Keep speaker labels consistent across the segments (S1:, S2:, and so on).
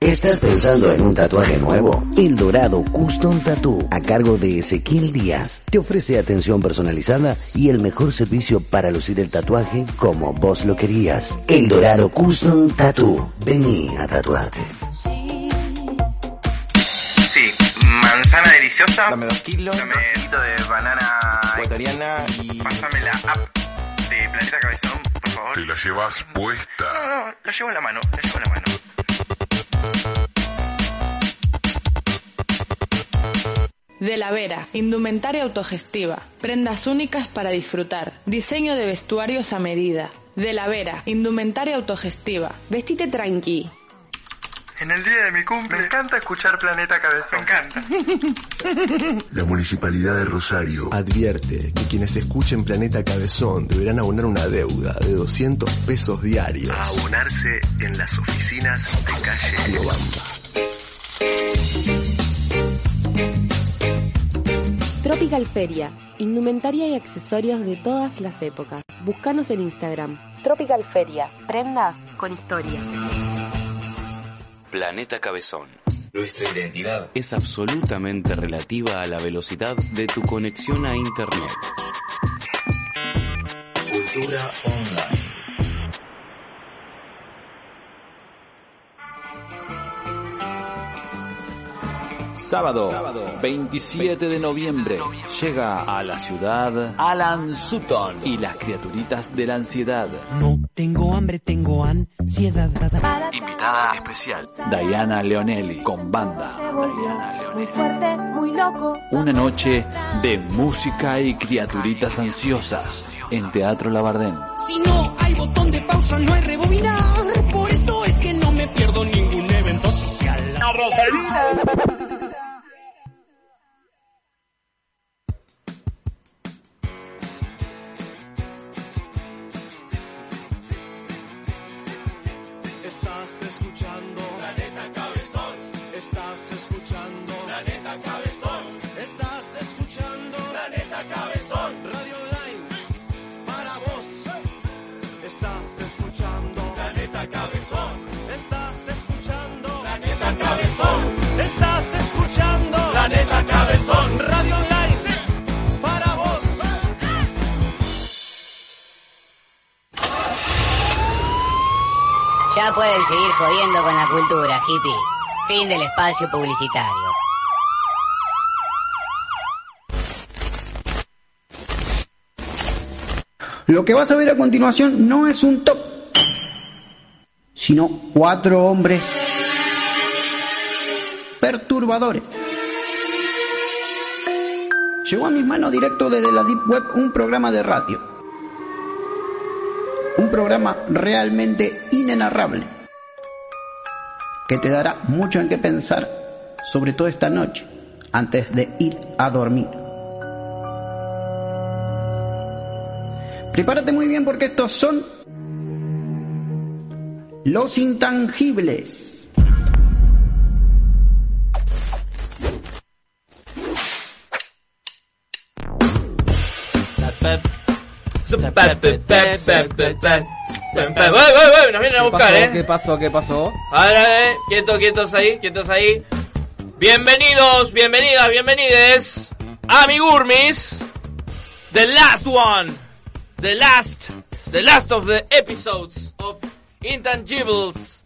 S1: ¿Estás pensando en un tatuaje nuevo? El Dorado Custom Tattoo, a cargo de Ezequiel Díaz, te ofrece atención personalizada y el mejor servicio para lucir el tatuaje como vos lo querías. El Dorado Custom Tattoo. Vení a tatuarte.
S2: Sí, manzana deliciosa.
S3: Dame dos kilos.
S2: Dame un poquito de banana.
S3: Ecuatoriana y.
S2: Pásame la app de Planeta Cabezón, por favor.
S4: Te la llevas puesta.
S2: No, no, lo llevo en la mano, lo llevo en la mano.
S5: De la Vera, indumentaria autogestiva, prendas únicas para disfrutar, diseño de vestuarios a medida. De la Vera, indumentaria autogestiva.
S6: Vestite tranqui.
S2: En el día de mi cumple. Me encanta escuchar Planeta Cabezón. Me encanta.
S4: La Municipalidad de Rosario
S7: Advierte que quienes escuchen Planeta Cabezón deberán abonar una deuda de 200 pesos diarios.
S4: a abonarse en las oficinas de calle
S7: Riobamba.
S6: Tropical Feria, indumentaria y accesorios de todas las épocas. Búscanos en Instagram. Tropical Feria, prendas con historia.
S8: Planeta Cabezón
S2: Nuestra identidad.
S8: es absolutamente relativa a la velocidad de tu conexión a Internet.
S2: Cultura online.
S9: Sábado, 27 de noviembre, llega a la ciudad Alan Sutton y las criaturitas de la ansiedad.
S10: No tengo hambre, tengo ansiedad.
S9: Invitada especial, Diana Leonelli, con banda. Diana Leonelli. Una noche de música y criaturitas ansiosas en Teatro Labardén.
S10: Si no hay botón de pausa, no hay rebobinar. Por eso es que no me pierdo ningún evento social.
S7: Estás escuchando Planeta Cabezón. Estás escuchando Planeta Cabezón. Estás escuchando Planeta Cabezón. Radio Online para vos. Estás escuchando Planeta Cabezón. Estás escuchando Planeta Cabezón. Estás escuchando Planeta Cabezón. Radio Online para vos.
S11: Ya pueden seguir jodiendo con la cultura, hippies. Fin del espacio publicitario.
S12: Lo que vas a ver a continuación no es un top, sino cuatro hombres perturbadores. Llegó a mis manos directo desde la Deep Web un programa de radio. Un programa realmente inenarrable que te dará mucho en qué pensar, sobre todo esta noche, antes de ir a dormir. Prepárate muy bien porque estos son los intangibles.
S13: Nos vienen a buscar,
S14: pasó?
S13: eh.
S14: ¿Qué pasó? ¿Qué pasó?
S13: Ahora, eh, quietos, quietos ahí, quietos ahí. Bienvenidos, bienvenidas, bienvenides a mi Gourmis. The last one. The last. The last of the episodes of Intangibles.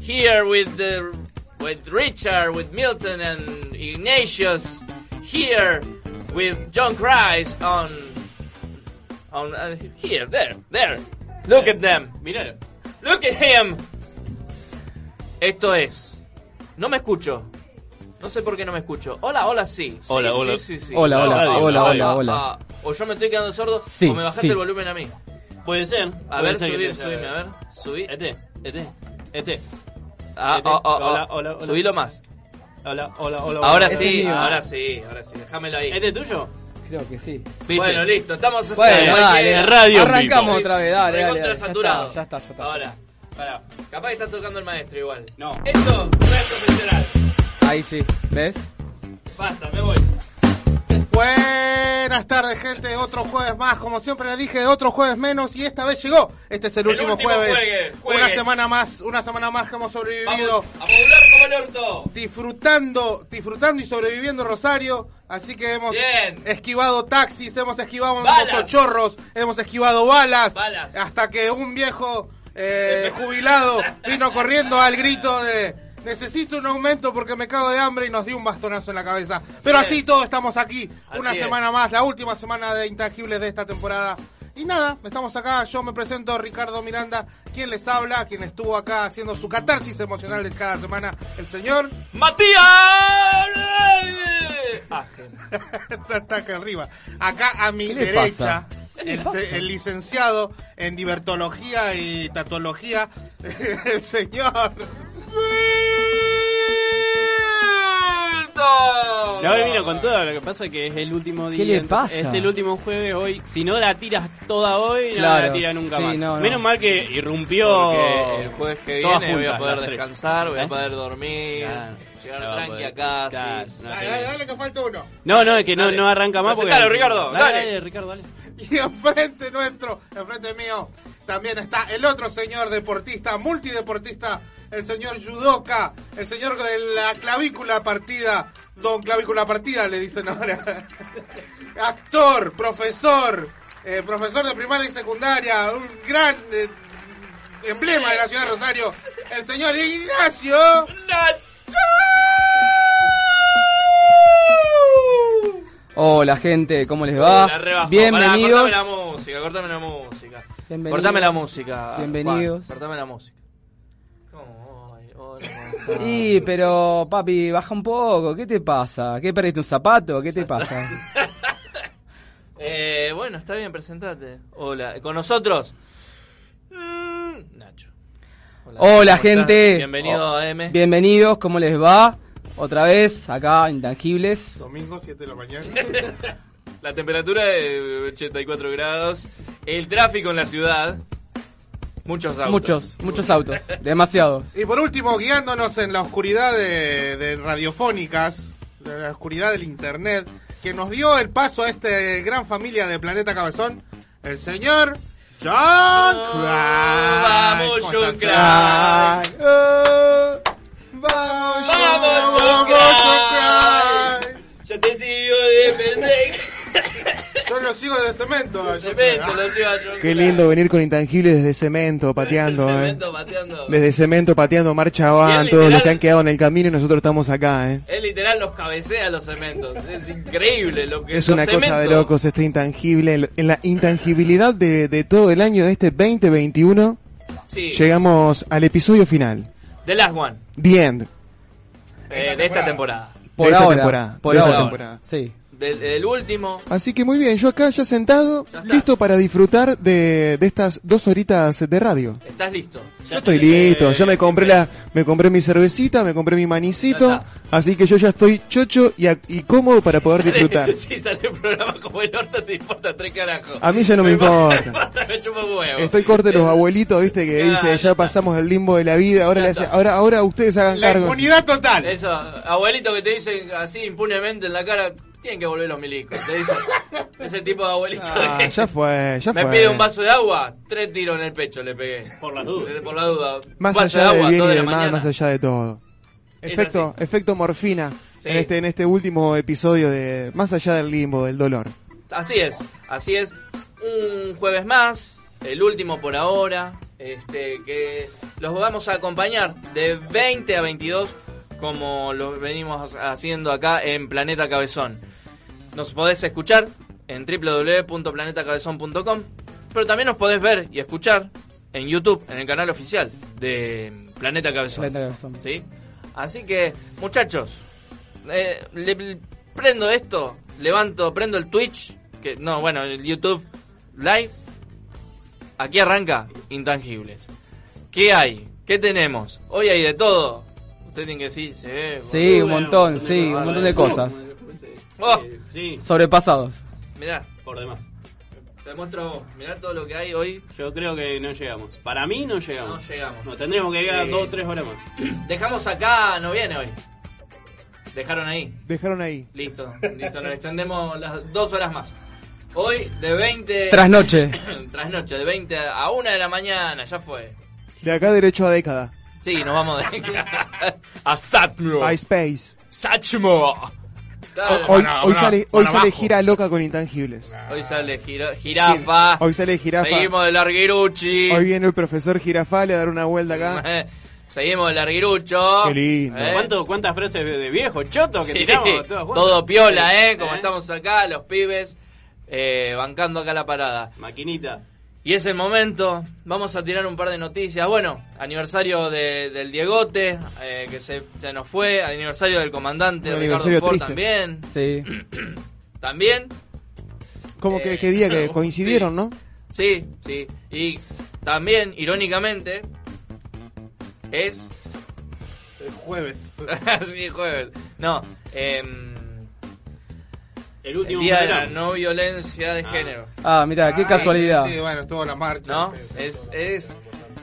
S13: Here with the, with Richard, with Milton and Ignatius. Here with John Christ on, on, uh, here, there, there. Look at them. Míralo. Look at him. Esto es. No me escucho. No sé por qué no me escucho. Hola, hola, sí. Sí,
S14: Hola,
S13: sí,
S14: hola.
S13: sí, sí.
S14: Hola, hola,
S13: Ah,
S14: hola,
S13: ah,
S14: hola,
S13: ah,
S14: hola.
S13: ah, O yo me estoy quedando sordo
S14: Sí,
S13: o me bajaste
S14: sí.
S13: el volumen a mí.
S15: Puede ser.
S13: A
S15: puede
S13: ver,
S15: ser que
S13: subí,
S15: te haya-
S13: subime, a ver. Subí.
S15: Este, este, este.
S13: Ah,
S15: Este.
S13: ah, ah, ah.
S15: Hola, hola, hola.
S13: Subilo más.
S15: Hola, hola, hola.
S13: Ahora
S15: hola.
S13: sí,
S15: Este es mío.
S13: ahora sí, ahora sí. Déjamelo ahí.
S15: ¿Este es tuyo?
S14: Creo que sí.
S13: Bueno, listo, estamos así.
S14: Bueno,
S13: Cualquier-
S14: dale, radio Arrancamos en vivo. otra vez, dale, dale,
S13: Recontra
S14: dale, ya
S13: saturado.
S14: está, ya está, ya está, ya
S13: Ahora, pará. Capaz que está tocando el maestro igual. No. Esto no es profesional.
S14: Ahí sí. ¿Ves?
S13: Basta, me voy.
S16: Buenas tardes, gente. Otro jueves más. Como siempre les dije, otro jueves menos. Y esta vez llegó. Este es el,
S13: El
S16: último,
S13: último
S16: jueves.
S13: juegue- jueves.
S16: Una semana más. Una semana más que hemos sobrevivido.
S13: Vamos a volar como
S16: disfrutando, disfrutando y sobreviviendo Rosario. Así que hemos
S17: Bien.
S16: esquivado taxis, hemos esquivado
S17: Balas.
S16: motochorros, hemos esquivado balas,
S17: Balas.
S16: hasta que un viejo eh, jubilado vino corriendo al grito de necesito un aumento porque me cago de hambre y nos dio un bastonazo en la cabeza. Pero
S17: Así
S16: así
S17: es.
S16: todos estamos aquí,
S17: Así
S16: una
S17: es.
S16: semana más, la última semana de Intangibles de esta temporada. Y nada, estamos acá, yo me presento Ricardo Miranda, quien les habla, quien estuvo acá haciendo su catarsis emocional de cada semana, el señor
S17: Matías.
S16: Ah, está, está acá arriba. Acá a mi
S17: ¿Qué le pasa?
S16: derecha, el, se- el licenciado en divertología y tatología, el señor.
S17: Milton.
S18: La hoy vino con todo, lo que pasa es que es el último día.
S14: ¿Qué le
S18: entonces
S14: pasa?
S18: Es el último jueves hoy. Si no la tiras toda hoy, no
S14: Claro,
S18: la tiras nunca
S14: sí,
S18: más.
S14: no, no.
S18: Menos mal que irrumpió.
S13: Porque el jueves que viene
S18: todas
S13: voy a
S18: juntas,
S13: poder
S18: las tres.
S13: descansar, voy
S18: ¿Eh?
S13: a poder dormir,
S18: Claro.
S13: llegar
S18: Ya va a
S13: tranqui
S18: poder-
S13: a casa.
S18: Claro,
S13: sí.
S18: no
S16: Dale, dale, dale, que falta uno.
S18: No, no, es que no, no arranca más.
S13: Presentalo,
S18: porque...
S13: Ricardo,
S18: Dale,
S13: dale.
S18: dale, Ricardo, dale.
S16: Y enfrente nuestro, enfrente mío, también está el otro señor deportista, multideportista, el señor Yudoka, el señor de la clavícula partida, don clavícula partida le dicen ahora. Actor, profesor, eh, profesor de primaria y secundaria, un gran eh, emblema de la ciudad de Rosario, el señor Ignacio.
S14: Hola gente, ¿cómo les va?
S13: La rebajo.
S14: Bienvenidos.
S13: Pará, cortame la música, cortame la música.
S14: Bienvenidos.
S13: Cortame la música.
S14: Bienvenidos.
S13: Juan, cortame la música. ¿Cómo? Ay, hola, ¿cómo estás?
S14: Y pero papi, baja un poco, ¿qué te pasa? ¿Qué perdiste un zapato? ¿Qué te pasa?
S13: Eh, bueno, está bien, presentate. Hola, con nosotros. mm, Nacho. ¿cómo
S14: Hola
S13: estás?
S14: gente.
S13: Bienvenido
S14: Oh,
S13: a M.
S14: Bienvenidos, ¿cómo les va? Otra vez acá intangibles.
S16: Domingo, 7 de la mañana.
S13: La temperatura de 84 grados. El tráfico en la ciudad. Muchos autos.
S14: Muchos, muchos autos, demasiados.
S16: Y por último, guiándonos en la oscuridad de, de radiofónicas, de la oscuridad del internet, que nos dio el paso a esta gran familia de Planeta Cabezón, el señor John Craig.
S13: Vamos,
S16: ¿Cómo
S13: John
S16: estás, Craig?
S13: Craig.
S16: Eh, vamos,
S13: Vamos, John Yo te sigo de pendejo.
S16: Yo lo sigo de cemento. a John
S13: Cemento,
S16: Craig.
S13: lo sigo a John
S19: Qué lindo venir con intangibles desde cemento pateando, eh.
S13: Cemento pateando.
S19: Desde cemento pateando marcha
S13: Y él
S19: van todos los
S13: literal-
S19: que han quedado en el camino y nosotros estamos acá, eh.
S13: Es literal, los cabecea los cementos. Es increíble lo que
S19: Es una
S13: los
S19: cosa de
S13: cementos.
S19: locos este intangible. En la intangibilidad de, de todo el año de este 2021
S13: Sí.
S19: llegamos al episodio final.
S13: The Last One.
S19: The End.
S13: eh, de esta temporada.
S19: Por De esta ahora, temporada, por de esta ahora, temporada.
S14: Sí.
S13: del último.
S19: Así que muy bien, yo acá ya sentado, listo para disfrutar de, de estas dos horitas de radio.
S13: ¿Estás listo?
S19: Yo estoy listo, yo me compré la, me compré mi cervecita, me compré mi manicito, así que yo ya estoy chocho y, a- y cómodo para poder
S13: Sale-
S19: disfrutar.
S13: Sí, sale el programa como el orto, te importa tres carajos.
S19: A mí ya no me importa.
S13: me chupa un huevo.
S19: Estoy corto de los abuelitos, viste, que dice, ya pasamos el limbo de la vida, ahora le hace- ahora, ahora ustedes hagan cargo.
S16: total.
S13: Eso, abuelito que te dicen así impunemente en la cara, tienen que volver los milicos. Te dicen, ese tipo de abuelito
S19: Ah,
S13: que
S19: ya fue, ya
S13: me
S19: fue.
S13: pide un vaso de agua, tres tiros en el pecho le pegué. Por la duda. Por la duda.
S19: Más
S13: vaso
S19: allá
S13: de
S19: del
S13: agua,
S19: bien
S13: dos
S19: y
S13: de la
S19: del mal,
S13: mañana.
S19: más allá de todo.
S13: Es
S19: Efecto, efecto morfina
S13: Sí.
S19: en este, en este último episodio de Más allá del limbo, del dolor.
S13: Así es, así es. Un jueves más, el último por ahora, este que los vamos a acompañar de 20 a 22 como lo venimos haciendo acá en Planeta Cabezón. Nos podés escuchar en www.planetacabezón.com, pero también nos podés ver y escuchar en YouTube, en el canal oficial de Planeta Cabezón.
S14: Planeta Cabezón.
S13: ¿Sí? Así que, muchachos, eh, le- le- prendo esto, levanto, prendo el Twitch, que no, bueno, el YouTube Live. Aquí arranca Intangibles. ¿Qué hay? ¿Qué tenemos? Hoy hay de todo. Usted tiene que decir, sí,
S14: Sí,
S13: boludo.
S14: un montón, sí, un montón de cosas.
S13: Oh,
S14: Sobrepasados.
S13: mirá,
S18: Por demás.
S13: te muestro, mirá todo lo que hay hoy.
S18: Yo creo que no llegamos. Para mí no llegamos.
S13: No llegamos.
S18: No, tendremos que llegar
S13: Sí.
S18: dos o tres horas más.
S13: Dejamos acá, no viene hoy. Dejaron ahí.
S19: Dejaron ahí.
S13: Listo, listo, nos extendemos las dos horas más. Hoy de 20...
S19: Trasnoche.
S13: Trasnoche, de 20 a 1 de la mañana, ya fue.
S19: De acá derecho a década.
S13: Sí, nos vamos de... a Satmuro.
S19: MySpace.
S13: Satchmo. Ah,
S19: Hoy, hoy sale, hoy sale gira loca con intangibles.
S13: Hoy sale gira- jirafa.
S19: Hoy sale jirafa.
S13: Seguimos de larguiruchi.
S19: Hoy viene el profesor Girafá, le va a dar una vuelta acá.
S13: Eh, Seguimos de larguirucho. ¿Eh?
S19: Qué lindo.
S15: ¿Cuánto- ¿Cuántas frases de de viejo choto que
S13: Sí.
S15: tiramos? todas juntas?
S13: Todo piola, ¿eh? Como
S15: ¿Eh?
S13: estamos acá, los pibes, eh, bancando acá la parada.
S15: Maquinita.
S13: Y es el momento, vamos a tirar un par de noticias. Bueno, aniversario de- del Diegote, eh, que se, se nos fue, aniversario del comandante
S19: Un
S13: Ricardo
S19: aniversario
S13: Ford
S19: triste.
S13: también.
S14: Sí.
S13: También,
S19: Como que, que día que coincidieron, ¿no?
S13: sí, sí. Y también, irónicamente, es...
S16: El jueves.
S13: sí, jueves. No, em,
S15: El
S13: el
S15: último
S13: día de la
S15: programa.
S13: no violencia de género.
S14: Ah, mira, qué
S13: Ah,
S14: casualidad.
S16: Sí, bueno, estuvo la marcha.
S13: ¿No? Es, es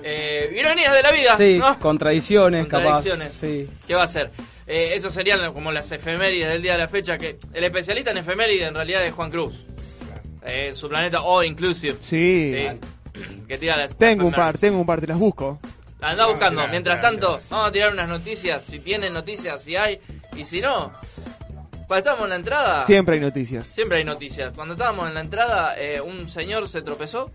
S13: eh, ironías de la vida,
S14: Sí,
S13: ¿no?
S14: contradicciones, capaz.
S13: Contradicciones.
S14: Sí.
S13: ¿Qué va a ser? Eh, eso serían como las efemérides del día de la fecha. que El especialista en efeméride en realidad es Juan Cruz. Eh, su planeta All Inclusive.
S19: Sí.
S13: Sí. Que tira las
S19: Tengo un
S13: efemérides.
S19: par, tengo un par, te las busco.
S13: La Andá buscando. Mientras tanto, vamos a tirar unas noticias. Si tienen noticias, si hay. Y si no, cuando estábamos en la entrada.
S19: Siempre hay noticias.
S13: Siempre hay noticias. Cuando estábamos en la entrada, eh, un señor se tropezó.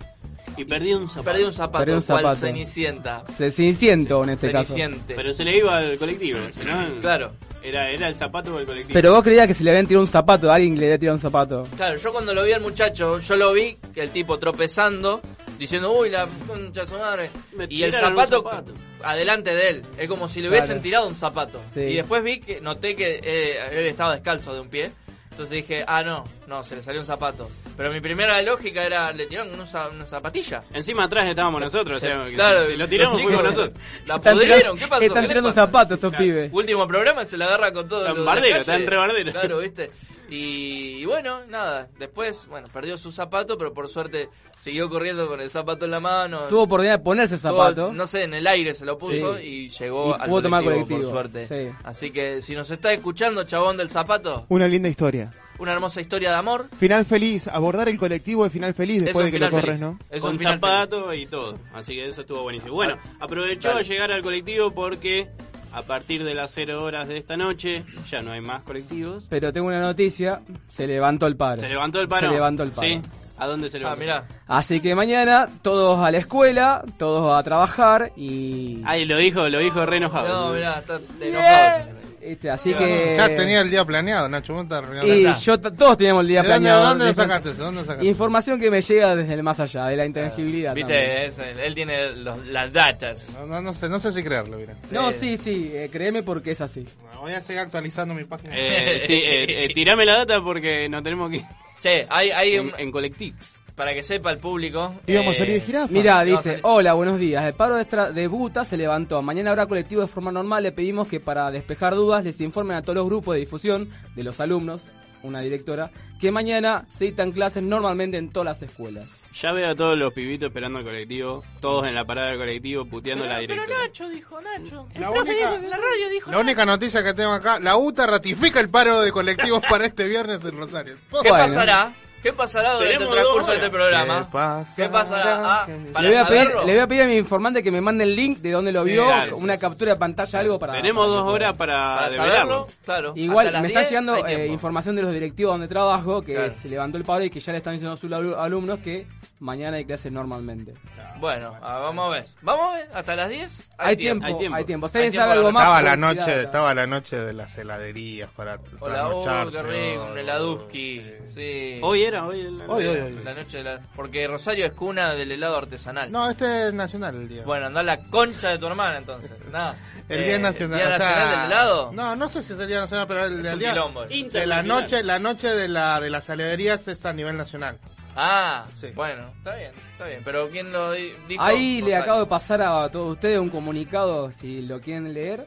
S15: Y perdió un zapato.
S13: Perdió un zapato,
S14: Perdió un
S13: cual
S14: zapato.
S13: Cenicienta.
S14: Se Ceniciento en este caso.
S13: Ceniciente.
S15: Pero se le iba al colectivo, ¿no?
S13: Claro.
S15: Era, era el zapato del colectivo.
S14: Pero vos creías que se le habían tirado un zapato, alguien que le había tirado un zapato.
S13: Claro, yo cuando lo vi al muchacho, yo lo vi, que el tipo tropezando, diciendo, uy, la concha de su madre. y el
S15: tiraron un
S13: zapato,
S15: zapato.
S13: adelante de él. Es como si le
S14: Claro.
S13: hubiesen tirado un zapato.
S14: Sí.
S13: Y después vi que, noté que eh, él estaba descalzo de un pie. Entonces dije, ah, no, no, se le salió un zapato. Pero mi primera lógica era, le tiraron una, za- una zapatilla.
S15: Encima atrás estábamos
S13: Se-
S15: nosotros,
S13: se-
S15: o sea, que
S13: claro,
S15: si, si lo tiramos
S13: los chicos
S15: fuimos nosotros.
S13: La
S14: Están
S13: pudrieron,
S14: tirando-
S13: ¿qué pasó? ¿Qué
S14: Están
S13: les
S14: tirando
S13: pasa?
S14: zapatos estos pibes.
S13: Último programa se la agarra con todo.
S15: Tan
S13: lo de la
S15: bardero,
S13: calle.
S15: tan re bardero.
S13: Claro, viste. Y, y bueno, nada. Después, bueno, perdió su zapato, pero por suerte siguió corriendo con el zapato en la mano.
S14: Tuvo oportunidad de ponerse el
S13: Tuvo-
S14: zapato.
S13: no sé, en el aire se lo puso
S14: Sí.
S13: y llegó
S14: Y
S13: al
S14: pudo tomar
S13: colectivo, por
S14: colectivo,
S13: suerte.
S14: sí.
S13: Así que si nos está escuchando, chabón del zapato,
S19: Una linda historia.
S13: una hermosa historia de amor.
S19: Final feliz, abordar el colectivo de final feliz
S13: Es
S19: después
S13: un
S19: de que lo
S13: final
S19: corres,
S13: feliz.
S19: ¿no?
S13: Es un
S15: con
S13: final feliz.
S15: zapato y todo. Así que eso estuvo buenísimo. Bueno,
S14: Ah,
S15: aprovechó
S13: Dale.
S15: a llegar al colectivo porque a partir de las 0 horas de esta noche ya no hay más colectivos.
S14: Pero tengo una noticia, se levantó el paro.
S15: ¿Se levantó el paro?
S14: Se levantó el paro.
S15: Sí. ¿A dónde se levantó?
S13: Ah, mirá.
S14: Así que mañana todos a la escuela, todos a trabajar y...
S15: Ahí lo dijo, lo dijo re enojado.
S13: No,
S15: Sí.
S13: mirá, está enojado.
S14: Este, así que...
S16: Ya tenía el día planeado, Nacho. ¿Cómo te arruinaste?
S14: Y
S16: ¿De
S14: yo t- todos teníamos el día
S16: dónde,
S14: planeado.
S16: dónde lo
S14: Dicen-
S16: sacaste? eso? ¿Dónde lo sacaste?
S14: Información que me llega desde el más allá, de la intangibilidad. también.
S13: Viste, es- él tiene los- las datas.
S16: No, no, no sé, no sé si creerlo, mira.
S14: No, sí, sí, eh, créeme porque es así.
S16: Voy a seguir actualizando mi página.
S15: Eh, sí, eh, eh, tirame la data porque nos tenemos que ir
S13: Che, hay, hay
S15: en,
S13: un-
S15: en Colectivs.
S13: para que sepa el público.
S19: Íbamos a
S13: eh,
S19: salir de jirafa.
S14: Mira,
S13: No,
S14: dice,
S13: sale.
S14: hola, buenos días. El paro de, Buta se levantó. Mañana habrá colectivo de forma normal. Le pedimos que para despejar dudas les informen a todos los grupos de difusión de los alumnos, una directora, que mañana se dictan clases normalmente en todas las escuelas.
S15: Ya veo a todos los pibitos esperando el colectivo, todos en la parada del colectivo puteando la directora.
S13: dijo, Nacho.
S16: La única,
S13: radio dijo.
S16: la única noticia que tengo acá, la UTA ratifica el paro de colectivos para este viernes en Rosario.
S14: Bueno.
S13: ¿Qué pasará? ¿Qué pasará durante el
S15: Tenemos dos
S13: transcurso de este
S15: horas.
S13: programa? ¿Qué pasará? Ah,
S16: que me-
S14: Le
S13: para
S14: voy, a pedir,
S13: saberlo.
S14: le voy a pedir a mi informante que me mande el link de donde lo vio,
S15: claro,
S14: una
S15: sí,
S14: captura de pantalla, algo para...
S15: Tenemos
S14: para que
S15: dos
S14: pueda.
S15: horas para,
S13: para
S15: develarlo.
S13: saberlo, claro.
S14: Igual,
S13: hasta las
S14: me está
S13: 10
S14: llegando
S13: hay
S14: eh,
S13: tiempo.
S14: información de los directivos donde trabajo, que
S13: Claro.
S14: se levantó el paro y que ya le están diciendo a sus alu- alumnos que mañana hay clases normalmente.
S13: Bueno, ah, vamos a ver. Vamos a ver, hasta las 10
S14: Hay, tiempo, hay tiempo. Si alguien
S13: Hay tiempo
S14: sabe algo
S13: para-
S14: más...
S16: Estaba la
S14: pueden
S16: noche,
S14: tirar.
S16: estaba la noche de las heladerías para
S13: Hola, oh,
S16: trasnocharse,
S13: qué rico, un
S16: ¿no?
S13: heladuski. Sí.
S15: Hoy era, hoy era.
S16: Hoy, hoy, hoy.
S13: La noche de la... Porque Rosario es cuna del helado artesanal.
S16: No, este es nacional el día.
S13: Bueno, anda la concha de tu hermana entonces. Nada.
S16: el
S13: Eh,
S16: día nacional,
S13: ¿Día
S16: o sea,
S13: nacional del helado?
S16: No, no sé si es el día nacional, pero el,
S13: Es
S16: del
S13: un
S16: día
S13: quilombo.
S16: de la
S15: Internacional.
S16: noche, la noche de la de las heladerías es a nivel nacional.
S13: Ah,
S16: Sí.
S13: bueno, está bien, está bien. Pero ¿quién lo di- dijo?
S14: Ahí le
S13: Rosario.
S14: acabo de pasar a todos ustedes un comunicado, si lo quieren leer,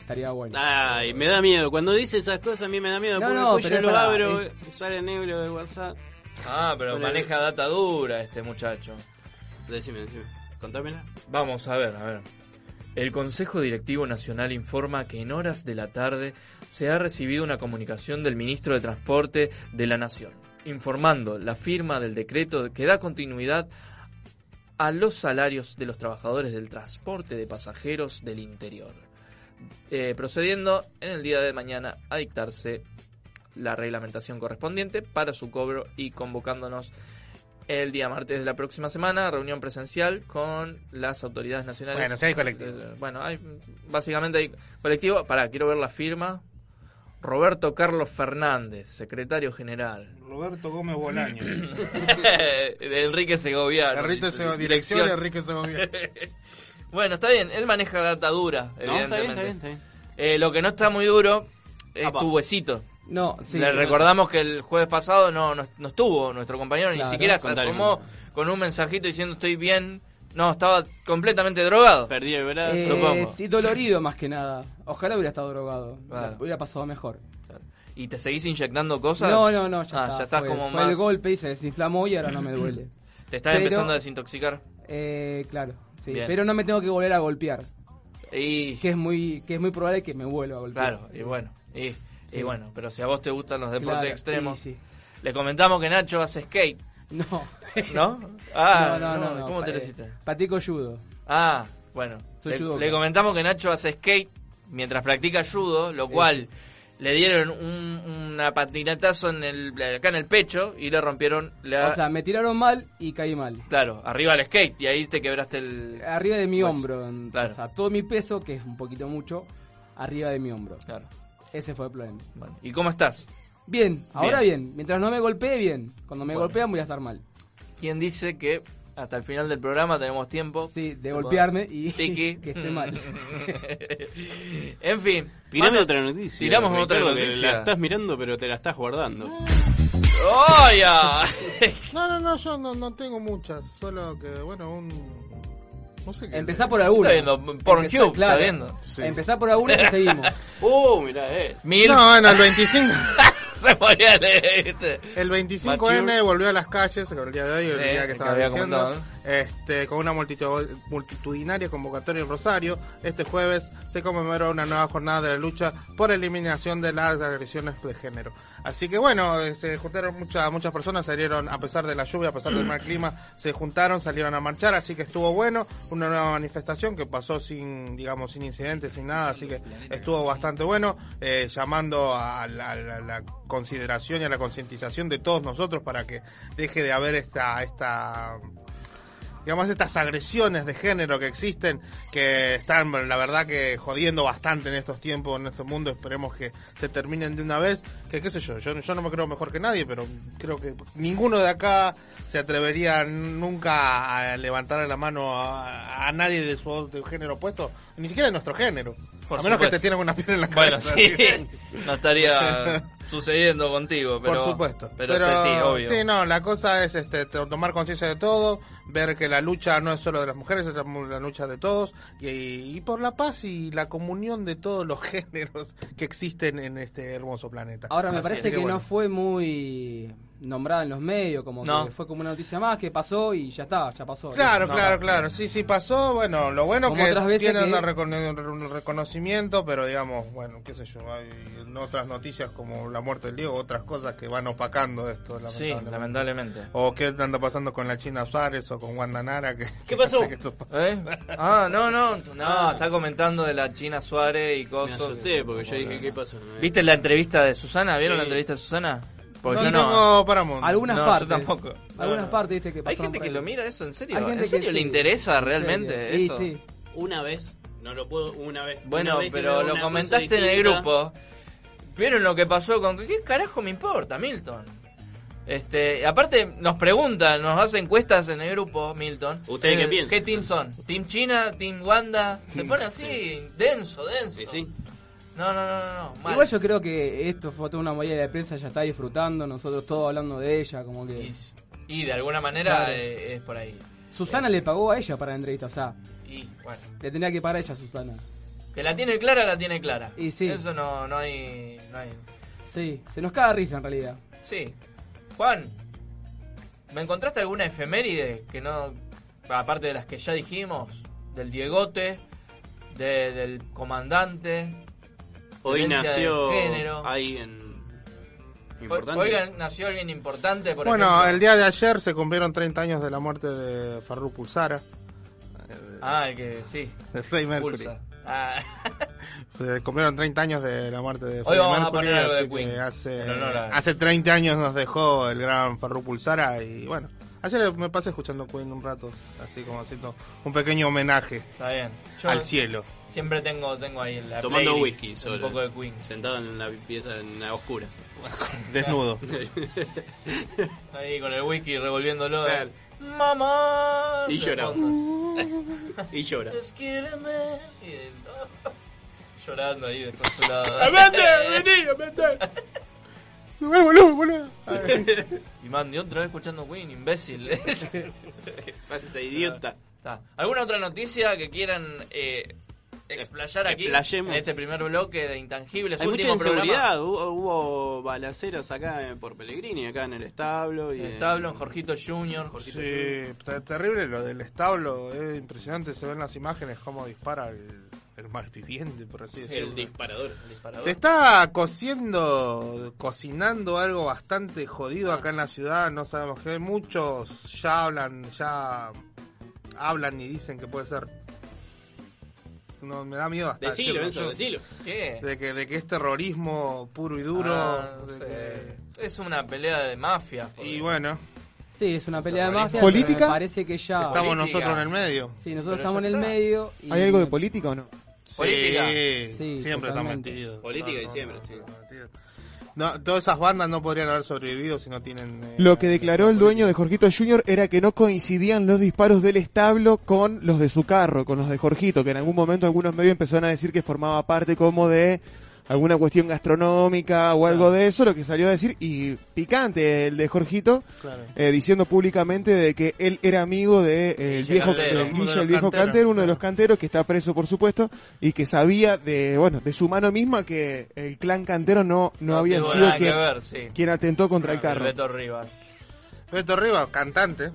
S14: estaría bueno.
S15: Ay, me da miedo. Cuando dice esas cosas a mí me da miedo.
S14: No,
S15: porque
S14: no,
S15: después
S14: pero
S15: yo
S14: es
S15: lo
S14: verdad,
S15: abro, sale negro de WhatsApp.
S13: Ah, pero
S15: Vale.
S13: maneja data dura este muchacho.
S15: Decime, decime. Contámela.
S13: Vamos a ver, a ver. El Consejo Directivo Nacional informa que en horas de la tarde se ha recibido una comunicación del Ministro de Transporte de la Nación, informando la firma del decreto que da continuidad a los salarios de los trabajadores del transporte de pasajeros del interior. eh, procediendo en el día de mañana a dictarse la reglamentación correspondiente para su cobro y convocándonos el día martes de la próxima semana, reunión presencial con las autoridades nacionales.
S16: Bueno, si hay colectivo.
S13: Eh, Bueno, hay, básicamente hay colectivo. Pará, quiero ver la firma. Roberto Carlos Fernández, secretario general.
S16: Roberto Gómez Bolaño.
S13: de Enrique Segoviano.
S16: Enrique
S13: Dice,
S16: Segoviano, dirección de Enrique Segoviano.
S13: bueno, está bien, él maneja data dura,
S18: No, está bien,
S13: evidentemente.
S18: está bien, está bien.
S13: Eh, lo que no está muy duro es
S18: Apa.
S13: tu huesito.
S14: No, sí.
S13: Le recordamos que el jueves pasado no, no, no estuvo nuestro compañero, ni
S18: Claro.
S13: siquiera se
S18: Contale.
S13: asomó con un mensajito diciendo estoy bien. No, estaba completamente drogado.
S18: Perdí el brazo.
S14: Eh,
S13: supongo.
S14: sí, dolorido más que nada. Ojalá hubiera estado drogado.
S13: Claro.
S14: Hubiera pasado mejor.
S13: ¿Y te seguís inyectando cosas?
S14: No, no, no, ya,
S13: Ah,
S14: está,
S13: ya estás
S14: fue-
S13: como
S14: fue el
S13: más...
S14: golpe y se desinflamó y ahora no me duele.
S13: Te estás
S14: Pero-
S13: empezando a desintoxicar.
S14: Eh, claro, sí.
S13: Bien.
S14: Pero no me tengo que volver a golpear.
S13: Y...
S14: Que es muy, que es muy probable que me vuelva a golpear.
S13: Claro, y bueno, y, y
S14: Sí.
S13: bueno, pero si a vos te gustan los deportes
S14: Claro,
S13: extremos,
S14: y sí.
S13: le comentamos que Nacho hace skate.
S14: No.
S13: ¿No?
S14: no,
S13: Ah,
S14: no,
S13: no,
S14: no, no,
S13: ¿cómo te
S14: eh,
S13: lo hiciste?
S14: Practico judo.
S13: Ah, bueno,
S14: Soy
S13: le,
S14: judoka.
S13: le comentamos que Nacho hace skate mientras practica judo, lo
S14: Sí.
S13: cual le dieron un, una patinatazo en el, acá en el pecho y le rompieron la...
S14: O sea, me tiraron mal y caí mal.
S13: claro, arriba del skate y ahí te quebraste el...
S14: Arriba de mi
S13: hueso.
S14: hombro. en-
S13: Claro.
S14: O sea, todo mi peso, que es un poquito mucho, arriba de mi hombro.
S13: Claro.
S14: Ese fue el problema.
S13: Bueno, ¿Y cómo estás?
S14: Bien, ahora bien. Mientras no me golpee, bien. Cuando me
S13: Bueno.
S14: golpean, voy a estar mal.
S13: ¿Quién dice que hasta el final del programa tenemos tiempo?
S14: Sí, de golpearme y
S13: Tiki.
S14: que esté mal.
S13: en fin.
S18: Tirame
S13: Manu-
S18: otra noticia.
S13: Tiramos
S18: Ricardo,
S13: otra
S18: que
S13: noticia.
S18: La estás mirando, pero te la estás guardando.
S13: ¡Oh, ya!
S16: No, no, no, yo no, no tengo muchas. Solo que, bueno, un. No sé qué.
S14: Empezá por alguna.
S13: Está viendo Pornhub,
S14: Empezá-
S13: está viendo.
S16: Sí.
S14: Empezá por alguna y seguimos.
S18: Uh, mirá, es.
S13: Mil-
S16: No, bueno, el 25.
S13: Se eh, este, podría leer, ¿viste?
S16: El 25N
S13: Mature.
S16: volvió a las calles, el día de hoy, el
S13: Sí,
S16: día
S13: que
S16: que estaba
S13: había
S16: diciendo,
S13: comentado,
S16: este, con una multitud- multitudinaria convocatoria en Rosario. Este jueves se conmemora una nueva jornada de la lucha por eliminación de las agresiones de género. Así que bueno, eh, se juntaron muchas muchas personas, salieron, a pesar de la lluvia, a pesar del mal clima, se juntaron, salieron a marchar, así que estuvo bueno. Una nueva manifestación que pasó sin, digamos, sin incidentes, sin nada, así que estuvo bastante bueno, eh, llamando a la, a la- a la consideración y a la concientización de todos nosotros para que deje de haber esta, esta digamos, estas agresiones de género que existen, que están, la verdad, que jodiendo bastante en estos tiempos, en este mundo. Esperemos que se terminen de una vez. Que qué sé yo, yo, yo no me creo mejor que nadie, pero creo que ninguno de acá se atrevería nunca a levantarle la mano a, a nadie de su de género opuesto, ni siquiera de nuestro género.
S13: Por
S16: a menos que
S13: supuesto.
S16: te tienen una piedra en la
S13: Bueno,
S16: cabeza.
S13: sí. No estaría sucediendo contigo, pero.
S16: Por supuesto.
S13: Pero, este, sí, obvio.
S16: sí, no, la cosa es este, to- tomar conciencia de todo, ver que la lucha no es solo de las mujeres, es la, mu- la lucha de todos, y, y por la paz y la comunión de todos los géneros que existen en este hermoso planeta.
S14: Ahora, me
S16: Así
S14: parece
S16: es. Así
S14: que no
S16: bueno.
S14: fue muy nombrada en los medios, como
S13: No.
S14: que fue como una noticia más que pasó y ya está, ya pasó.
S16: Claro,
S14: No,
S16: claro, claro. Sí, sí pasó. Bueno, lo bueno
S14: Como
S16: que
S14: otras veces
S16: tiene
S14: que-
S16: un recono- un reconocimiento, pero digamos, bueno, qué sé yo, hay otras noticias como la muerte del Diego, otras cosas que van opacando esto,
S13: Sí,
S16: lamentablemente.
S13: lamentablemente.
S16: O qué anda pasando con la China Suárez o con Wanda Nara. Que, que
S18: pasó?
S16: hace que esto pase.
S13: ¿Eh? Ah, no, no. No, está comentando de la China Suárez y
S18: Me
S13: cosas.
S18: asusté porque yo dije, ¿qué pasó?
S13: ¿Viste la entrevista de Susana? ¿Vieron
S18: Sí.
S13: la entrevista de Susana?
S16: no
S13: Porque yo no.
S16: tengo Paramount.
S14: Algunas
S13: No, yo
S14: partes.
S13: tampoco.
S14: Algunas
S13: No, no.
S14: partes, viste, que
S13: Hay
S14: pasaron
S13: gente
S14: por
S13: que
S14: ahí.
S13: lo mira eso, en serio.
S14: Hay gente
S13: ¿En serio
S14: que
S13: le
S14: sí.
S13: interesa
S14: En serio.
S13: realmente
S14: Y
S13: eso?
S14: sí.
S18: Una vez, no lo puedo, una vez.
S13: Bueno,
S18: Una vez que
S13: pero
S18: veo
S13: lo
S18: una
S13: comentaste
S18: cosa
S13: en el
S18: distinta,
S13: grupo. ¿Vieron lo que pasó con qué carajo me importa, Milton? Este, aparte nos preguntan, nos hace encuestas en el grupo, Milton.
S18: ¿Ustedes qué
S13: Eh,
S18: piensan?
S13: ¿Qué team son? ¿Team China? ¿Team Wanda? Se pone así, denso, denso.
S18: Sí, sí.
S13: No, no, no, no, no, mal.
S14: Igual yo creo que esto fue toda una movida de prensa, ya está disfrutando, nosotros todos hablando de ella, como que...
S13: Y, y de alguna manera
S14: Claro.
S13: eh, es por ahí.
S14: Susana le pagó a ella para la entrevista, o sea,
S13: Y bueno,
S14: le tenía que pagar a ella Susana.
S13: que la tiene clara, la tiene clara.
S14: Y sí.
S13: Eso no, no hay, no hay.
S14: Sí, se nos caga risa en realidad.
S13: Sí. Juan, ¿me encontraste alguna efeméride que no. aparte de las que ya dijimos? Del Diegote, de- del comandante.
S18: Hoy
S13: violencia
S18: nació
S13: de género.
S18: alguien importante.
S13: Oigan, nació alguien importante, por
S16: bueno,
S13: ejemplo.
S16: el día de ayer se cumplieron 30 años de la muerte de Farru Pulsara,
S13: Ah, el que sí,
S16: de Freddie Mercury.
S13: pulsa. Ah,
S16: Se cumplieron 30 años de la muerte de
S13: Hoy
S16: Freddie
S13: vamos a
S16: Mercury,
S13: poner algo de
S16: así que
S13: Queen,
S16: hace,
S13: en honor a-
S16: hace 30 años nos dejó el gran Farru Pulsara y bueno, ayer me pasé escuchando Queen un rato, así como haciendo un pequeño homenaje
S13: Está bien. Yo
S16: al cielo.
S13: Siempre tengo, tengo ahí la
S18: Tomando
S13: playlist,
S18: whisky
S13: Un
S18: solo.
S13: poco de Queen.
S18: Sentado en la pieza en la oscura.
S16: Desnudo.
S13: Ahí con el whisky revolviéndolo.
S18: Claro.
S13: Mamá.
S18: Y
S13: de
S18: llora.
S13: fondo.
S18: Y llora.
S13: Esquíreme. Y él, no. Llorando ahí desconsolado.
S18: ¡Amete! ¡Vení, amete!
S16: Sube el volumen, boludo.
S13: y Mandy otra vez escuchando Queen, imbécil.
S18: Pásese, idiota.
S13: Está. ¿Alguna otra noticia que quieran eh, explayar aquí?
S18: Explayemos.
S13: En este primer bloque de Intangibles.
S18: Hay mucha
S13: último programa. Ah,
S18: inseguridad. Hubo, hubo balaceros acá eh, por Pellegrini, acá en el establo. Y
S13: El establo, en Jorgito Junior.
S18: Jorgito
S16: Sí, te- terrible lo del establo, es impresionante, se ven las imágenes cómo dispara el, el malviviente, por así decirlo.
S18: El disparador.
S16: Se está cociendo, cocinando algo bastante jodido acá en la ciudad, no sabemos qué. Muchos ya hablan, ya hablan y dicen que puede ser. No, me da miedo hasta
S18: Decilo,
S16: decirlo,
S18: Enzo,
S16: yo.
S18: decilo.
S13: ¿Qué?
S16: De que, de que es terrorismo puro y duro.
S13: Ah, no
S16: de
S13: sé. Es una pelea de mafia.
S16: que- y bueno,
S14: Sí, es una pelea de
S13: Terrorismo.
S14: mafia.
S19: ¿Política?
S14: pero me parece que ya.
S16: estamos nosotros en el medio.
S14: Sí, nosotros
S16: Pero
S14: estamos en
S16: ya
S14: el
S16: está.
S14: medio. y-
S19: ¿Hay algo de política o no?
S16: Sí,
S14: Política. Sí,
S16: siempre están
S14: totalmente.
S16: metidos.
S18: Política
S16: No,
S18: y
S16: no,
S18: siempre,
S16: no,
S18: sí.
S16: No, todas esas bandas no podrían haber sobrevivido si no tienen. eh,
S19: Lo que declaró el dueño de Jorgito Jr. era que no coincidían los disparos del establo con los de su carro, con los de Jorgito, que en algún momento algunos medios empezaron a decir que formaba parte como de alguna cuestión gastronómica o algo de eso, lo que salió a decir, y picante el de Jorgito,
S16: Claro.
S19: eh, diciendo públicamente de que él era amigo de, eh, el
S16: Guille
S19: viejo,
S16: Cantero.
S19: de
S16: Uno de
S19: Guille,
S16: los
S19: el viejo
S16: canteros,
S19: cantero, uno de los canteros que está preso, por supuesto, y que sabía de, bueno, de su mano misma que el clan cantero no, no, había
S13: tuvo
S19: sido
S13: nada que
S19: quien,
S13: ver, sí.
S19: quien atentó contra el
S13: El
S19: carro.
S13: Beto Rivas.
S16: Beto Rivas, cantante.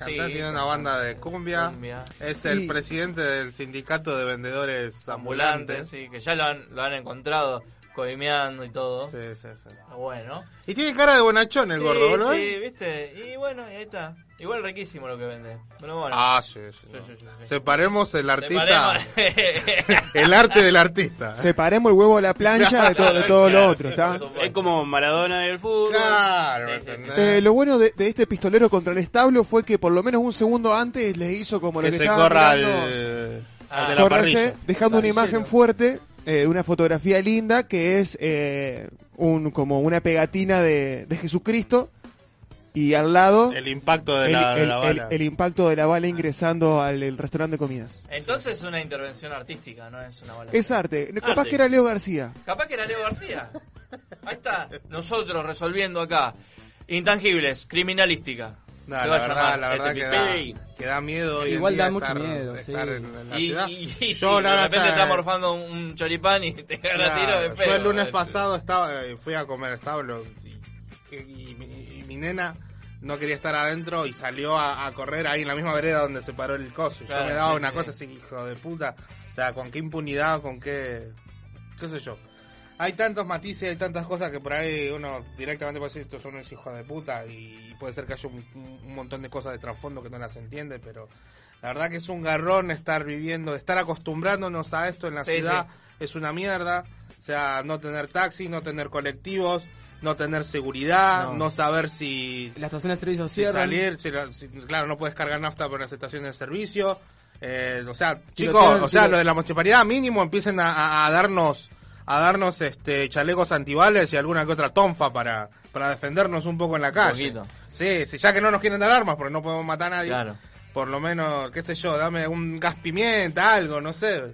S16: Cantante,
S13: Sí,
S16: tiene una banda de cumbia.
S13: Cumbia.
S16: Es el
S13: Y-
S16: presidente del sindicato de vendedores
S13: Ambulante,
S16: ambulantes.
S13: sí, que ya lo han, lo han encontrado coimeando y todo.
S16: Sí, sí, sí.
S13: Bueno.
S16: Y tiene cara de bonachón el
S13: Sí,
S16: gordo, ¿no?
S13: Sí, viste. Y bueno, y ahí está. Igual riquísimo lo que vende. Pero bueno.
S16: Ah, sí, sí, no. Separemos el artista.
S13: Separemos.
S16: el arte del artista.
S19: Separemos el huevo de la plancha de, to- de todo lo otro, ¿está?
S18: Es como Maradona del fútbol.
S16: Claro,
S19: Eh, lo bueno de, de este pistolero contra el establo fue que por lo menos un segundo antes le hizo como lo
S16: Que
S19: que,
S16: se
S19: estaba
S16: corra al,
S19: mirando, Ah.
S16: al de la
S19: correrse,
S16: parrilla.
S19: dejando una imagen fuerte eh, de una fotografía linda que es eh, un como una pegatina de, de Jesucristo y al lado
S16: El impacto de
S19: el-
S16: la, de
S19: el-
S16: la
S19: el-
S16: bala.
S19: el impacto de la bala ingresando al el restaurante de comidas.
S13: Entonces es una intervención artística, no es una bala.
S19: Es arte. Capaz
S13: Arte.
S19: que era Leo García.
S13: Capaz que era Leo García. Ahí está. Nosotros resolviendo acá. Intangibles, criminalística.
S16: No,
S13: Se
S16: la
S13: va a
S16: verdad,
S13: llamar
S16: la
S13: este
S16: verdad que da,
S13: episodio.
S16: que da miedo. hoy en
S14: Igual
S16: día
S14: da mucho
S16: estar-
S14: miedo,
S16: estar
S14: sí.
S16: en- en la
S13: Y,
S16: ciudad.
S13: y- y
S16: Yo,
S13: si
S16: la
S13: de
S16: verdad,
S13: repente
S16: eh,
S13: está morfando un, un choripán y te cagan a tiro
S16: Claro,
S13: de
S16: yo
S13: pedo.
S16: el lunes
S13: Eh,
S16: pasado estaba, eh, fui a comer establo y, y mi, y mi nena no quería estar adentro y salió a, a correr ahí en la misma vereda donde se paró el coso.
S13: Claro,
S16: yo me daba
S13: sí,
S16: una
S13: sí.
S16: cosa así, hijo de puta. O sea, con qué impunidad, con qué... qué sé yo. Hay tantos matices, hay tantas cosas que por ahí uno directamente puede decir, esto son unos hijos de puta y puede ser que haya un, un- un montón de cosas de trasfondo que no las entiende, pero la verdad que es un garrón estar viviendo, estar acostumbrándonos a esto en la
S13: Sí,
S16: ciudad, es una mierda, o sea, no tener taxis, no tener colectivos, no tener seguridad,
S14: No.
S16: no, saber si,
S14: Las estaciones de servicio
S16: si
S14: cierran.
S16: salir, si la- si- claro, no puedes cargar nafta por las estaciones de servicio, eh, o sea,
S14: Tiroteo,
S16: chicos, o sea,
S14: tiroteo.
S16: lo de la municipalidad mínimo empiecen a, a- a darnos a darnos este chalecos antibales y alguna que otra tonfa para, para defendernos un poco en la calle.
S13: poquito.
S16: Sí, sí, ya que no nos quieren dar armas porque no podemos matar a nadie.
S13: Claro.
S16: Por lo menos, qué sé yo, dame un gas pimienta, algo, no sé.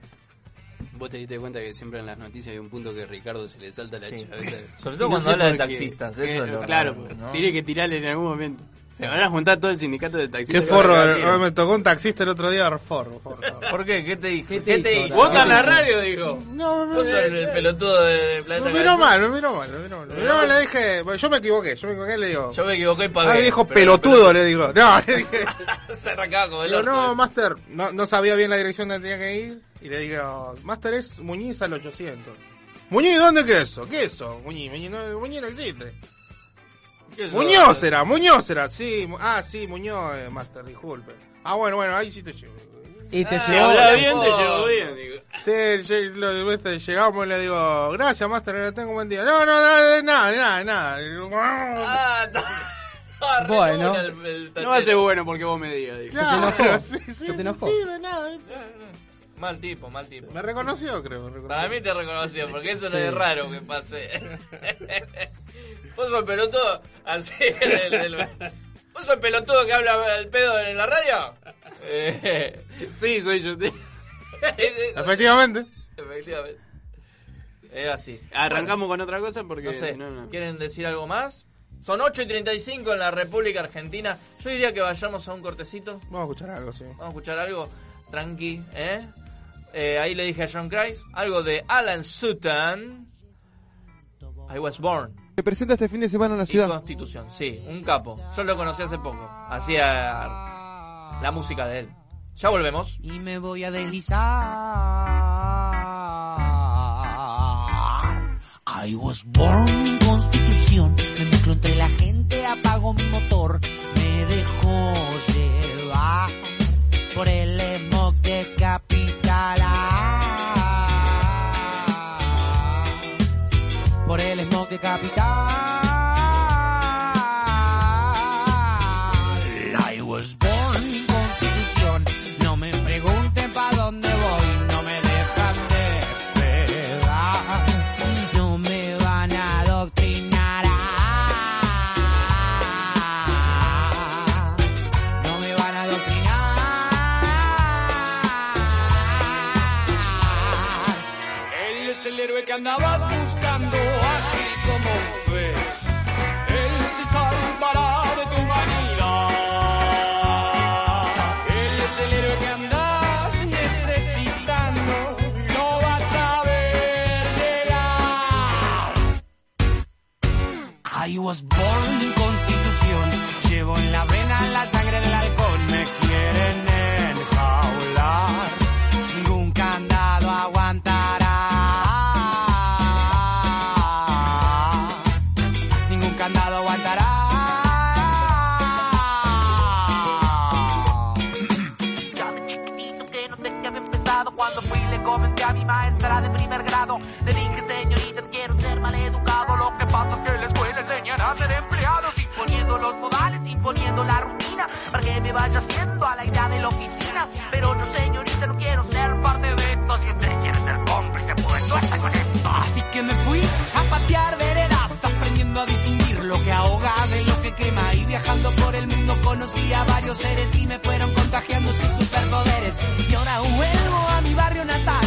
S18: Vos te diste cuenta que siempre en las noticias hay un punto que Ricardo se le salta la
S13: Sí.
S18: chaveta.
S13: Sobre todo cuando
S18: sé
S13: habla de
S18: por qué.
S13: taxistas, eso es lo
S18: Claro,
S13: raro,
S18: pues,
S13: ¿no?
S18: tiene que tirarle en algún momento. Se van a juntar todo el sindicato de
S16: Qué
S18: taxistas.
S16: forro,
S18: Ahora que
S16: eh, me tocó un taxista el otro día, forro, forro.
S13: ¿Por qué? ¿Qué te dije?
S14: te
S13: ¿Qué te
S14: hizo,
S13: dije?
S14: Bravo?
S18: Vota en la radio, digo.
S16: No,
S13: Vos sos el pelotudo de, de Planeta
S16: Me miró
S13: Cabezón.
S16: mal, me miró mal, me miró mal. Me miró mal, le dije, bueno, yo me equivoqué, yo me equivoqué, le digo.
S13: Yo me equivoqué para
S16: Ah,
S13: ver.
S16: me dijo
S13: pero-
S16: pelotudo, le digo. No, le dije.
S13: pero- Se arrancaba como el
S16: Digo,
S13: orto.
S16: no, Master, no, no sabía bien la dirección donde tenía que ir. Y le digo, Master es Muñiz al 800. Muñiz, ¿dónde qué es eso? ¿Qué es eso? Muñiz, Muñiz no, Muñiz no existe.
S18: ¿Qué sos?
S16: Muñoz era, Muñoz era, sí. mu- Ah, sí, Muñoz, eh, Master, disculpe. Ah, bueno, bueno, ahí sí te llevo.
S2: Y te
S16: Ah,
S2: llegó
S16: habla
S2: la
S16: bien, te
S2: foto.
S16: llegó bien, Sí, lle- lo- viste, llegamos y le digo, gracias, Master, tengo un buen día. No, no, nada, nada, nada. nada.
S15: Ah,
S20: Bueno.
S15: No va a ser bueno porque vos me digas. dijo.
S16: Claro,
S20: Se te enojó.
S16: sí, sí,
S20: Se te
S16: sí,
S20: enojó.
S16: sí, de nada. ¿viste?
S13: Mal tipo, mal tipo.
S16: Me reconoció, creo. me reconoció.
S13: Para mí te reconoció, porque eso no
S16: Sí.
S13: es raro que pase. Vos sos pelotudo, así. del- del- ¿Vos sos pelotudo que habla al pedo en la radio? Eh,
S15: sí, soy yo.
S16: Efectivamente.
S13: Efectivamente. Es así.
S15: Arrancamos con otra cosa porque
S13: No sé,
S15: si no, no.
S13: ¿quieren decir algo más? Son 8 y 35 en la República Argentina. Yo diría que vayamos a un cortecito.
S16: Vamos a escuchar algo, sí.
S13: Vamos a escuchar algo tranqui, ¿eh? Eh, ahí le dije a John Christ algo de Alan Sutton. I was born.
S19: Se presenta este fin de semana en la
S13: Y
S19: ciudad.
S13: Constitución, sí, un capo. Yo lo conocí hace poco. Hacía la música de él. Ya volvemos.
S7: Y me voy a deslizar. I was born mi constitución. Me mezclo entre la gente, apago mi motor. Me dejó llevar por el smog de capital. Ah, Por el smog de capital. I was born mi constitución. No me pregunten pa' dónde voy, no me dejan despegar. No me van a adoctrinar. ah. No me van a adoctrinar.
S2: Él es el héroe que andabas buscando, así como ves. Él te salvará de tu vanidad. Él es el héroe que andas necesitando, lo vas a ver llegar.
S7: I was born en Constitución. Llevo en la vena la sangre del halcón. Me quieren enjaular. Ningún candado aguantará. Ningún candado aguantará. Ya de chiquitito que no tenía bien pensado Cuando fui le comenté a mi maestra de primer grado Le dije señorita quiero ser maleducado Lo que pasa es que en la escuela enseñan a ser empleados Imponiendo los modales, imponiendo la rutina Para que me vaya haciendo a la idea de la oficina Pero yo señorita no quiero ser parte de esto Siempre quiero ser cómplice, pues no está con esto Así que me fui a patear veredas Aprendiendo a distinguir lo que ahoga de lo que quema Y viajando por el mundo conocí a varios seres Y me fueron contagiando sus superpoderes Y ahora vuelvo a mi barrio natal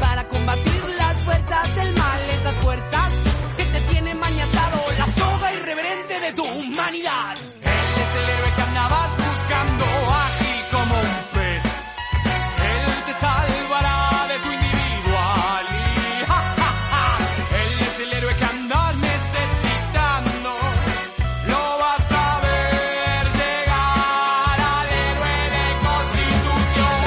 S7: Para combatir las fuerzas del mal Esas fuerzas que te tienen maniatado La soga irreverente de tu humanidad Él es el héroe que andabas buscando Ágil como un pez
S2: Él te salvará de tu individualidad. Él es el héroe que andas necesitando. Lo vas a ver llegar al héroe de Constitución.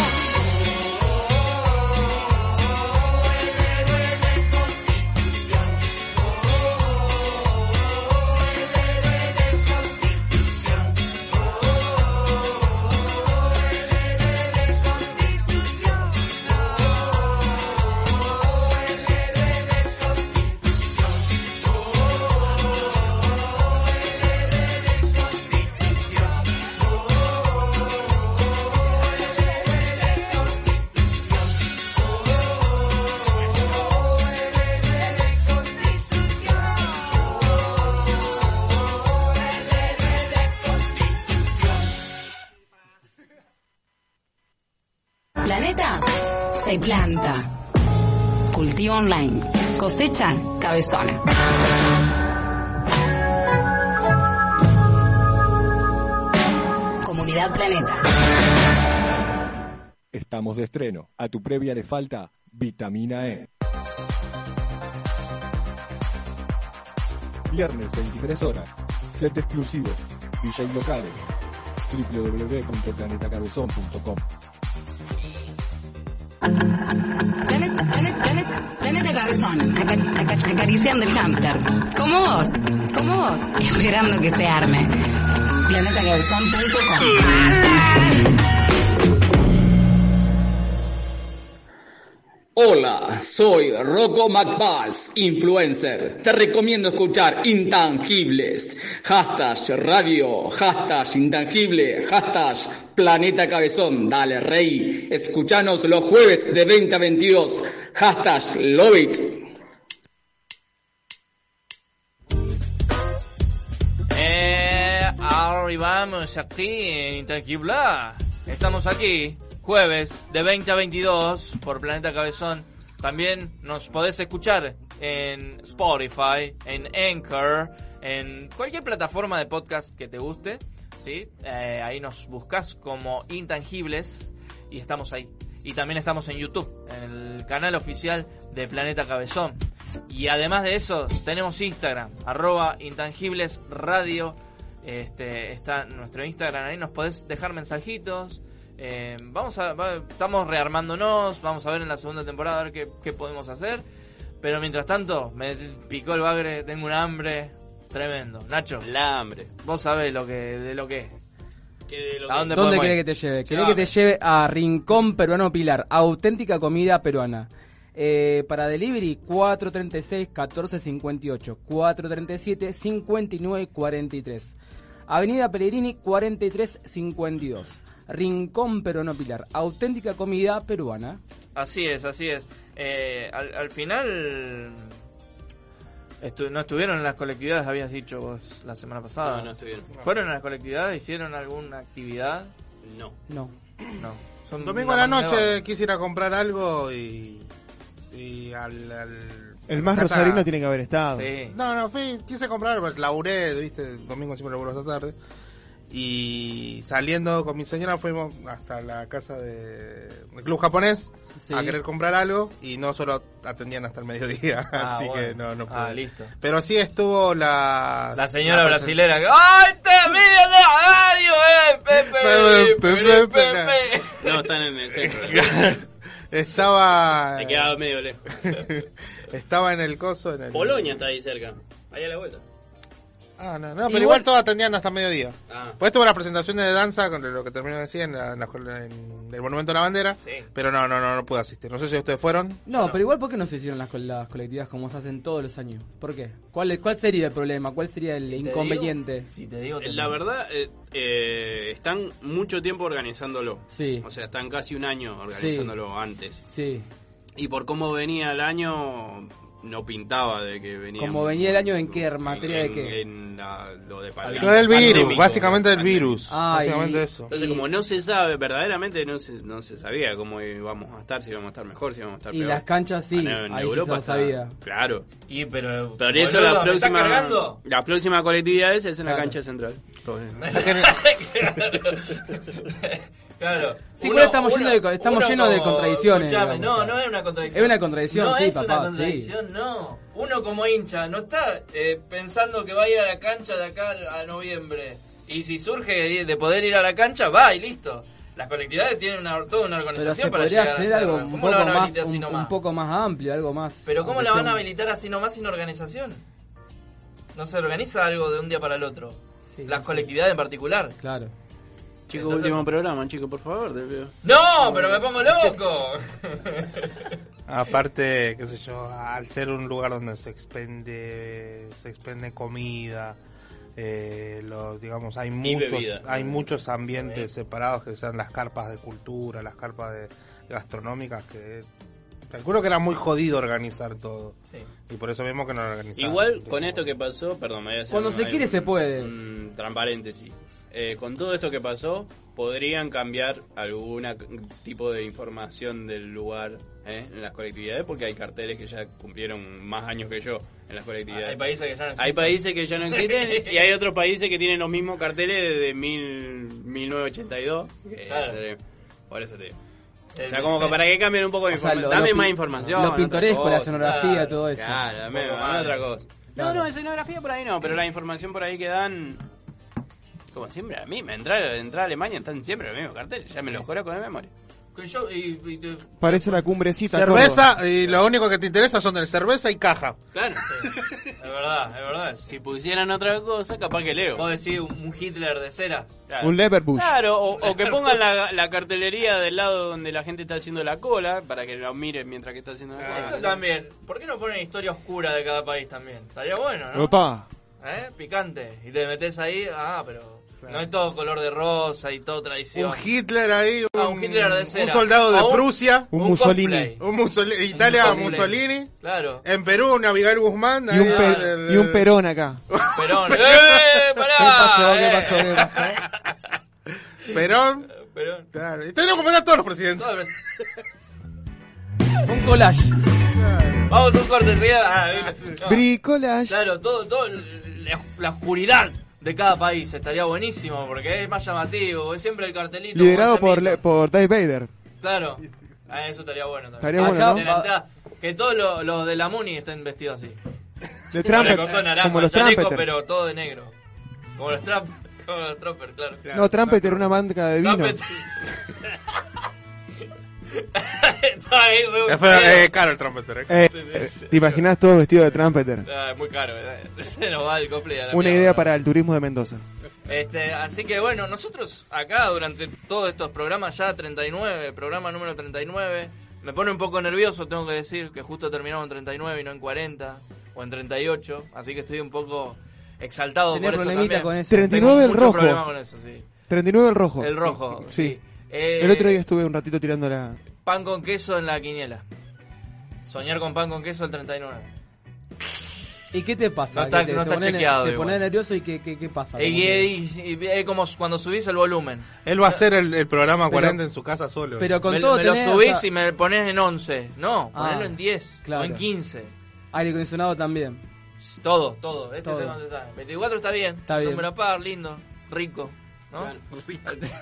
S21: Planeta se planta. Cultiva online. Cosecha cabezona. Comunidad Planeta.
S4: Estamos de estreno. A tu previa le falta vitamina E. Viernes 23 horas. Set exclusivo. DJs locales. www.planetacabezón.com
S21: Planeta, planeta, planeta, planeta cabezón. Aca- aca- acariciando el hámster. Como vos. Como vos. Esperando que se arme. Planetacabezón.com
S22: Hola, soy Rocco McBalls, influencer. Te recomiendo escuchar Intangibles. Hashtag radio, hashtag intangible, hashtag planeta cabezón. Dale, rey. Escuchanos los jueves de 20 a 22. Hashtag love it.
S13: Eh, arribamos aquí en Intangible. Estamos aquí, jueves de 20 a 22 por Planeta Cabezón. También nos podés escuchar en Spotify, en Anchor, en cualquier plataforma de podcast que te guste. ¿sí? Eh, ahí nos buscas como Intangibles y estamos ahí. Y también estamos en YouTube, en el canal oficial de Planeta Cabezón. Y además de eso, tenemos Instagram, arroba Intangibles Radio. Este, está nuestro Instagram ahí, nos podés dejar mensajitos. Eh, vamos a, va- estamos rearmándonos, vamos a ver en la segunda temporada a ver qué, qué podemos hacer. Pero mientras tanto, me picó el bagre, tengo un hambre tremendo. Nacho.
S15: La hambre.
S13: Vos sabés lo que, de lo que es. ¿A dónde,
S14: ¿Dónde
S13: podemos
S14: querés que
S13: ir?
S14: te lleve? ¿Querés que
S13: Llévame.
S14: te lleve a Rincón Peruano Pilar? Auténtica comida peruana. Eh, para delivery 436-1458, 437-5943. Avenida Pellegrini 4352. Rincón Peruano Pilar. Auténtica comida peruana.
S13: Así es, así es. Eh, al, al final. estu- no estuvieron en las colectividades, habías dicho vos la semana pasada.
S15: No, no estuvieron.
S13: ¿Fueron a las colectividades? ¿Hicieron alguna actividad?
S15: No.
S14: No.
S13: No. Son
S16: Domingo a
S13: una
S16: la
S13: manga de
S16: noche quise ir a comprar algo y. Y al. al- a
S19: El
S16: la
S19: más
S16: casa-
S19: rosarino tiene que haber estado.
S16: No, no, fui, quise comprar, pues laburé, viste, domingo siempre laburo hasta tarde. Y saliendo con mi señora fuimos hasta la casa de, del club japonés
S14: Sí.
S16: a querer comprar algo y no solo atendían hasta el mediodía,
S13: Ah,
S16: así
S13: bueno.
S16: que no, no pude.
S13: Ah, listo.
S16: Pero sí estuvo la...
S13: La señora
S16: la-
S13: brasilera que. ¡Ay, te mide de radio, eh, Pepe! Pepe, Pepe".
S15: No, están en el centro.
S16: Estaba...
S15: Me quedaba medio lejos.
S16: Estaba en el coso, en el...
S15: Polonia está ahí cerca. Ahí a la vuelta.
S16: Ah, no, no, pero
S15: Igual-
S16: igual, todos atendían hasta mediodía.
S15: Ah.
S16: Pues tuve las presentaciones de danza, con lo que terminó de decir, en, la- en la- en el Monumento a la Bandera. Pero no, no, no, no pude asistir. No sé si ustedes fueron.
S14: No, pero igual, ¿por qué no se hicieron las, co- las colectivas como se hacen todos los años? ¿Por qué? ¿Cuál, cuál sería el problema? ¿Cuál sería el inconveniente?
S13: si te digo,
S15: La verdad, eh, eh, están mucho tiempo organizándolo.
S14: Sí.
S15: O sea, están casi un año organizándolo antes.
S14: Sí.
S15: Y por cómo venía el año, no pintaba de que venía.
S14: Como venía el año en qué, en materia de
S15: en,
S14: qué.
S15: en la- lo de pandemia.
S16: Lo del virus,
S15: Pandémico.
S16: básicamente el virus.
S14: Ah,
S16: básicamente
S14: y-
S16: eso.
S15: Entonces, como no se sabe, verdaderamente no se, no se sabía cómo íbamos a estar, si íbamos a estar mejor, si íbamos a estar
S14: Y
S15: peor.
S14: las canchas sí,
S15: Ah, no, en
S14: ahí sí
S15: Europa
S14: se
S15: está-
S14: sabía.
S15: Claro.
S13: Y pero.
S15: Por eso la
S13: boludo, ¿me estás
S15: próxima,
S13: cargando?
S15: la próxima colectividad es, es en la
S13: Claro.
S15: cancha central.
S13: Claro.
S14: Sí, igual estamos llenos de co- estamos llenos de contradicciones,
S13: escuchame,
S14: digamos,
S13: no,
S14: o sea.
S13: no es una contradicción.
S14: Es una contradicción,
S13: no
S14: sí,
S13: es
S14: papá,
S13: una contradicción, no. Uno como hincha no está eh, pensando que va a ir a la cancha de acá a noviembre. Y si surge de- de poder ir a la cancha, va y listo. Las colectividades tienen una, toda una
S14: Pero
S13: organización
S14: se
S13: para
S14: podría
S13: llegar
S14: hacer
S13: a
S14: algo
S13: hacerlo.
S14: un
S13: ¿Cómo
S14: poco,
S13: la van a
S14: más,
S13: habilitar así
S14: un,
S13: nomás?
S14: un poco más amplio, algo más.
S13: Pero ¿cómo la van a
S14: ambición.
S13: habilitar así nomás sin organización? No se organiza algo de un día para el otro. Las colectividades en particular.
S14: Claro.
S15: Chico,
S13: Entonces-
S15: último programa, chico, por favor. Te pido.
S13: ¡No! ¡Pero me pongo loco!
S16: Aparte, qué sé yo, al ser un lugar donde se expende, Eh, se expende comida, eh, los, digamos, hay muchos,
S15: bebida.
S16: hay muchos ambientes separados que sean las carpas de cultura, las carpas de gastronómicas que calculo que era muy jodido organizar todo y por eso mismo que no lo organizamos.
S15: Igual con esto que pasó, perdón, me voy a hacer
S14: Cuando
S15: un-
S14: se
S15: hay
S14: quiere
S15: un-
S14: se puede.
S13: mm,
S15: un transparéntesis. Eh, con todo esto que pasó, podrían cambiar algún tipo de información del lugar ¿eh? en las colectividades, porque hay carteles que ya cumplieron más años que yo en las colectividades.
S13: Hay países que ya no existen.
S15: Hay países que ya no existen y hay otros países que tienen los mismos carteles desde mil, 1982. que
S13: Claro. Eh,
S15: es, eh, por eso te digo.
S13: El-
S15: O sea, como que para que cambien un poco de
S14: O sea, lo-
S15: información. Dame
S14: lo
S15: más
S14: pi-
S15: información.
S14: lo
S15: otra
S14: pintoresco, la
S15: cosa,
S14: escenografía,
S15: claro.
S14: todo eso.
S15: Claro, dame,
S14: Un poco
S15: dame
S14: más.
S15: otra cosa.
S14: Claro.
S15: No, no, escenografía por ahí no, pero la información por ahí que dan. Como siempre, a mí me entrar, entrar a Alemania están siempre los mismos carteles, ya me los conozco de memoria.
S13: Que yo, y- y te-
S19: Parece la cumbrecita.
S16: Cerveza, y lo único que te interesa son el cerveza y caja.
S13: Claro, es verdad, es verdad. Si pusieran otra cosa, capaz que leo. Vos decís un un Hitler de cera.
S19: Córdoba. Un Leverbush.
S18: Claro, o, o que pongan la, la cartelería del lado donde la gente está haciendo la cola para que lo miren mientras que está haciendo la cola.
S13: Eso también. ¿Por qué no ponen historia oscura de cada país también? Estaría bueno, ¿no?
S19: Opa.
S13: ¿Eh? Picante. Y te metes ahí, ah, pero no hay todo color de rosa y todo traición.
S16: Un Hitler ahí, un,
S13: Ah, un Hitler de cera.
S16: un soldado de
S13: Ah, un-
S16: Prusia.
S19: Un un Mussolini. cosplay.
S16: Un Mussolini. Italia,
S13: Un cosplay.
S16: Mussolini.
S13: Claro.
S16: En Perú, Navigal Guzmán. ah,
S19: Y un, pe- y un perón acá.
S13: Perón. ¡Eh, pará!
S16: ¿Qué pasó?
S13: ¿Qué pasó?
S16: Perón.
S13: Eh, Perón.
S16: Claro. Y tenemos que matar a todos los presidentes.
S14: Un collage.
S13: Vamos a un corte enseguida. Ah, viste. No.
S19: Bricolage.
S13: Claro, todo, todo la, la oscuridad de cada país estaría buenísimo porque es más llamativo. Es siempre el cartelito.
S19: Liderado
S13: como
S19: por,
S13: ese
S19: le- por Dave Vader.
S13: mito. Claro. Ah, eso estaría bueno también.
S19: Estaría bueno, ¿no?
S13: De la entrada, que todos los los de la Muni estén vestidos así.
S19: De
S13: Con la
S19: Trumpet-
S13: cosa naranja,
S19: como los
S13: chaleco,
S19: Trumpeter.
S13: pero todo de negro. Como los Trump, como los Trumper, claro.
S19: No, Trumpeter era una banca de vino.
S13: Trumpeter. Está ahí, re-
S16: Eh, fue, eh, caro el trompeter. eh.
S19: Eh,
S13: Sí, sí,
S19: eh,
S13: sí,
S19: ¿Te imaginas todo vestido de Trumpeter?
S13: Ah, es muy caro, ¿verdad? se nos va el cosplay a la
S19: Una
S13: mierda.
S19: idea para el turismo de Mendoza.
S13: Este, así que bueno, nosotros acá durante todos estos programas, ya 39, programa número 39, me pone un poco nervioso, tengo que decir, que justo terminamos en 39 y no en 40 o en 38, así que estoy un poco exaltado
S14: Tenés
S13: por eso
S14: problemita
S13: también.
S14: con eso.
S19: 39 el
S13: Tengo mucho
S19: rojo.
S13: problema con eso, sí.
S19: 39 el rojo.
S13: El rojo, sí. Eh,
S19: El otro día estuve un ratito tirando la...
S13: Pan con queso en la quiniela. Soñar con pan con queso el 39.
S14: ¿Y qué te pasa?
S13: No está-
S14: Que te,
S13: no
S14: te
S13: está
S14: pones-
S13: chequeado
S14: Te
S13: igual.
S14: pones nervioso y qué, qué, qué pasa.
S13: Y- y- y- es como cuando subís el volumen.
S16: Él va a hacer el, el programa
S14: Pero-
S16: 40 en su casa solo.
S14: pero con
S13: me,
S14: todo
S13: me lo
S14: tenés,
S13: subís
S14: o sea-
S13: y me pones en 11. No,
S14: Ah,
S13: ponelo en 10
S14: claro.
S13: o en 15.
S14: Aire acondicionado también.
S13: Todo, todo. Este
S14: Todo.
S13: tema te está. 24 está bien.
S14: Está bien.
S13: Número par, lindo, rico. ¿no?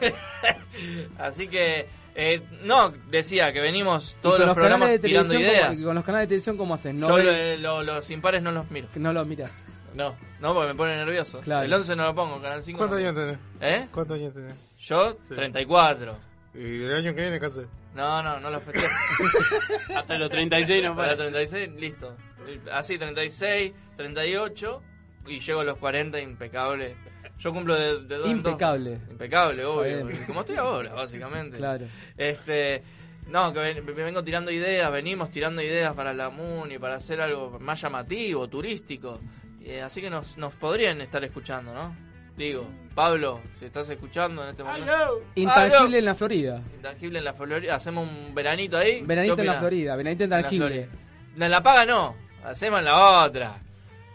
S13: Así que, eh, no, decía que venimos
S14: Y
S13: todos
S14: con
S13: los programas
S14: canales de
S13: tirando
S14: televisión, ¿cómo-
S13: ideas.
S14: y con los canales de televisión, ¿cómo hacen? No,
S13: Yo
S14: ven-
S13: lo- eh, lo- los impares no los miro.
S14: no lo miras.
S13: No, no, porque me pone nervioso.
S14: Claro.
S13: El 11 no lo pongo, Canal 5.
S16: ¿Cuántos
S13: no.
S16: años tenés?
S13: ¿Eh?
S16: ¿Cuántos años tenés?
S13: Yo, 34.
S16: ¿Y el año que viene qué haces?
S13: No, no, no lo festejo.
S18: Hasta los 36 no para.
S13: Para 36, listo. Ah, Así, 36, 38 y llego a los 40 impecable. Yo cumplo de, de dos en dos.
S14: Impecable.
S13: Impecable,
S14: Está
S13: obvio.
S14: bien.
S13: Como estoy ahora, básicamente.
S14: Claro.
S13: Este, no, que ven- vengo tirando ideas, venimos tirando ideas para la MUNI, para hacer algo más llamativo, turístico. Eh, así que nos, nos podrían estar escuchando, ¿no? Digo, Pablo, si estás escuchando en este momento.
S14: Intangible en la Florida.
S13: Intangible en la Florida. Hacemos un veranito ahí.
S14: Veranito
S13: ¿Qué
S14: en la
S13: opinás?
S14: Florida. Veranito intangible.
S13: No, la paga no. Hacemos la otra.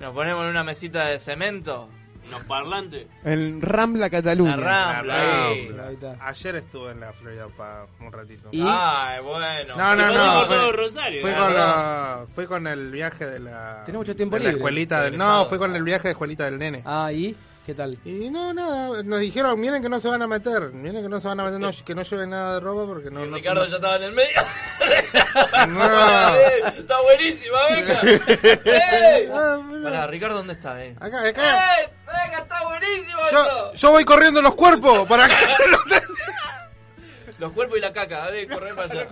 S13: Nos ponemos en una mesita de cemento.
S18: Los parlantes.
S19: El Rambla Cataluña.
S13: La Rambla,
S16: La
S13: ahí.
S16: Rambla. Ayer estuve en la Florida para un ratito.
S13: Ay, bueno.
S16: No,
S13: Se
S16: no,
S13: pasó
S16: no.
S13: por
S16: fue-
S13: todo Rosario.
S16: Fue
S13: Ah,
S16: con,
S13: no.
S16: la- fue con el viaje de la.
S14: Tenés mucho tiempo
S16: de la
S14: libre.
S16: escuelita del. No,
S14: Egresado.
S16: fue con el viaje de escuelita del nene.
S14: Ah, ¿y? ¿Qué tal?
S16: Y no, nada. Nos dijeron, miren que no se van a meter. Miren que no se van a meter. no, que no lleven nada de ropa porque no. no se
S13: Ricardo
S16: me-
S13: ya estaba en el medio. Eh,
S16: No.
S13: Está buenísima, venga. ¡Eh!
S16: Ah,
S13: Pará, Ricardo, ¿dónde está? Eh?
S16: Acá, acá.
S13: ¡Eh! Venga, está buenísimo
S16: Yo,
S13: esto.
S16: yo voy corriendo los cuerpos para que yo los tenga.
S13: Los cuerpos y la caca. A ver, correr para allá.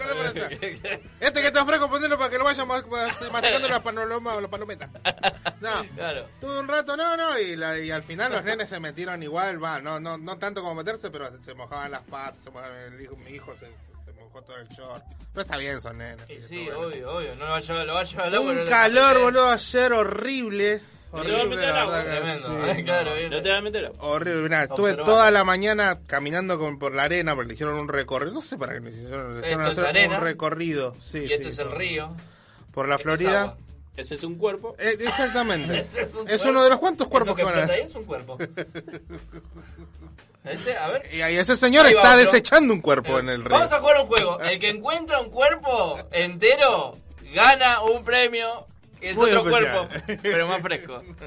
S16: Este que está fresco, ponelo para que lo vayan ma- ma- masticando las panoloma- las palometas. No.
S13: Claro.
S16: Tuve un rato, no, no, y, la- y al final los nenes se metieron igual, va, no, no, no tanto como meterse, pero se mojaban las patas, se mojaban el hijo, mi hijo se, se mojó todo el short. Pero está bien, son nenes.
S13: Sí,
S16: así
S13: sí,
S16: que está bueno.
S13: obvio, obvio. No lo va a llevar, lo va a llevar al agua. no
S16: Un
S13: le-
S16: calor, boludo, ayer horrible.
S13: lo va a
S16: Horrible,
S13: meter
S16: la
S13: al agua.
S16: verdad que
S13: Tremendo.
S16: sí.
S13: eh, Claro, bien.
S18: No te va a meter.
S16: Horrible, mirá, estuve
S13: Observando.
S16: toda la mañana caminando con, por la arena porque le hicieron un recorrido, no sé para qué le hicieron, le
S13: Esto
S16: hicieron
S13: es
S16: hacer
S13: arena.
S16: un recorrido, sí,
S13: Y esto
S16: sí,
S13: es el río.
S16: por la
S13: esto es
S16: Florida.
S13: agua.
S18: Ese es un cuerpo.
S16: Eh, exactamente. es,
S13: Ese es un cuerpo.
S16: uno de los cuantos
S13: Eso
S16: cuerpos
S13: que
S16: que van
S13: explota
S16: a
S13: ahí es un cuerpo. Ese, a ver.
S16: Y ahí ese señor
S13: Ahí va
S16: está
S13: otro. Eh,
S16: desechando un cuerpo en el río.
S13: Vamos a jugar un juego. El que encuentra un cuerpo entero gana un premio que es
S16: Muy
S13: otro
S16: especial.
S13: cuerpo, pero más fresco.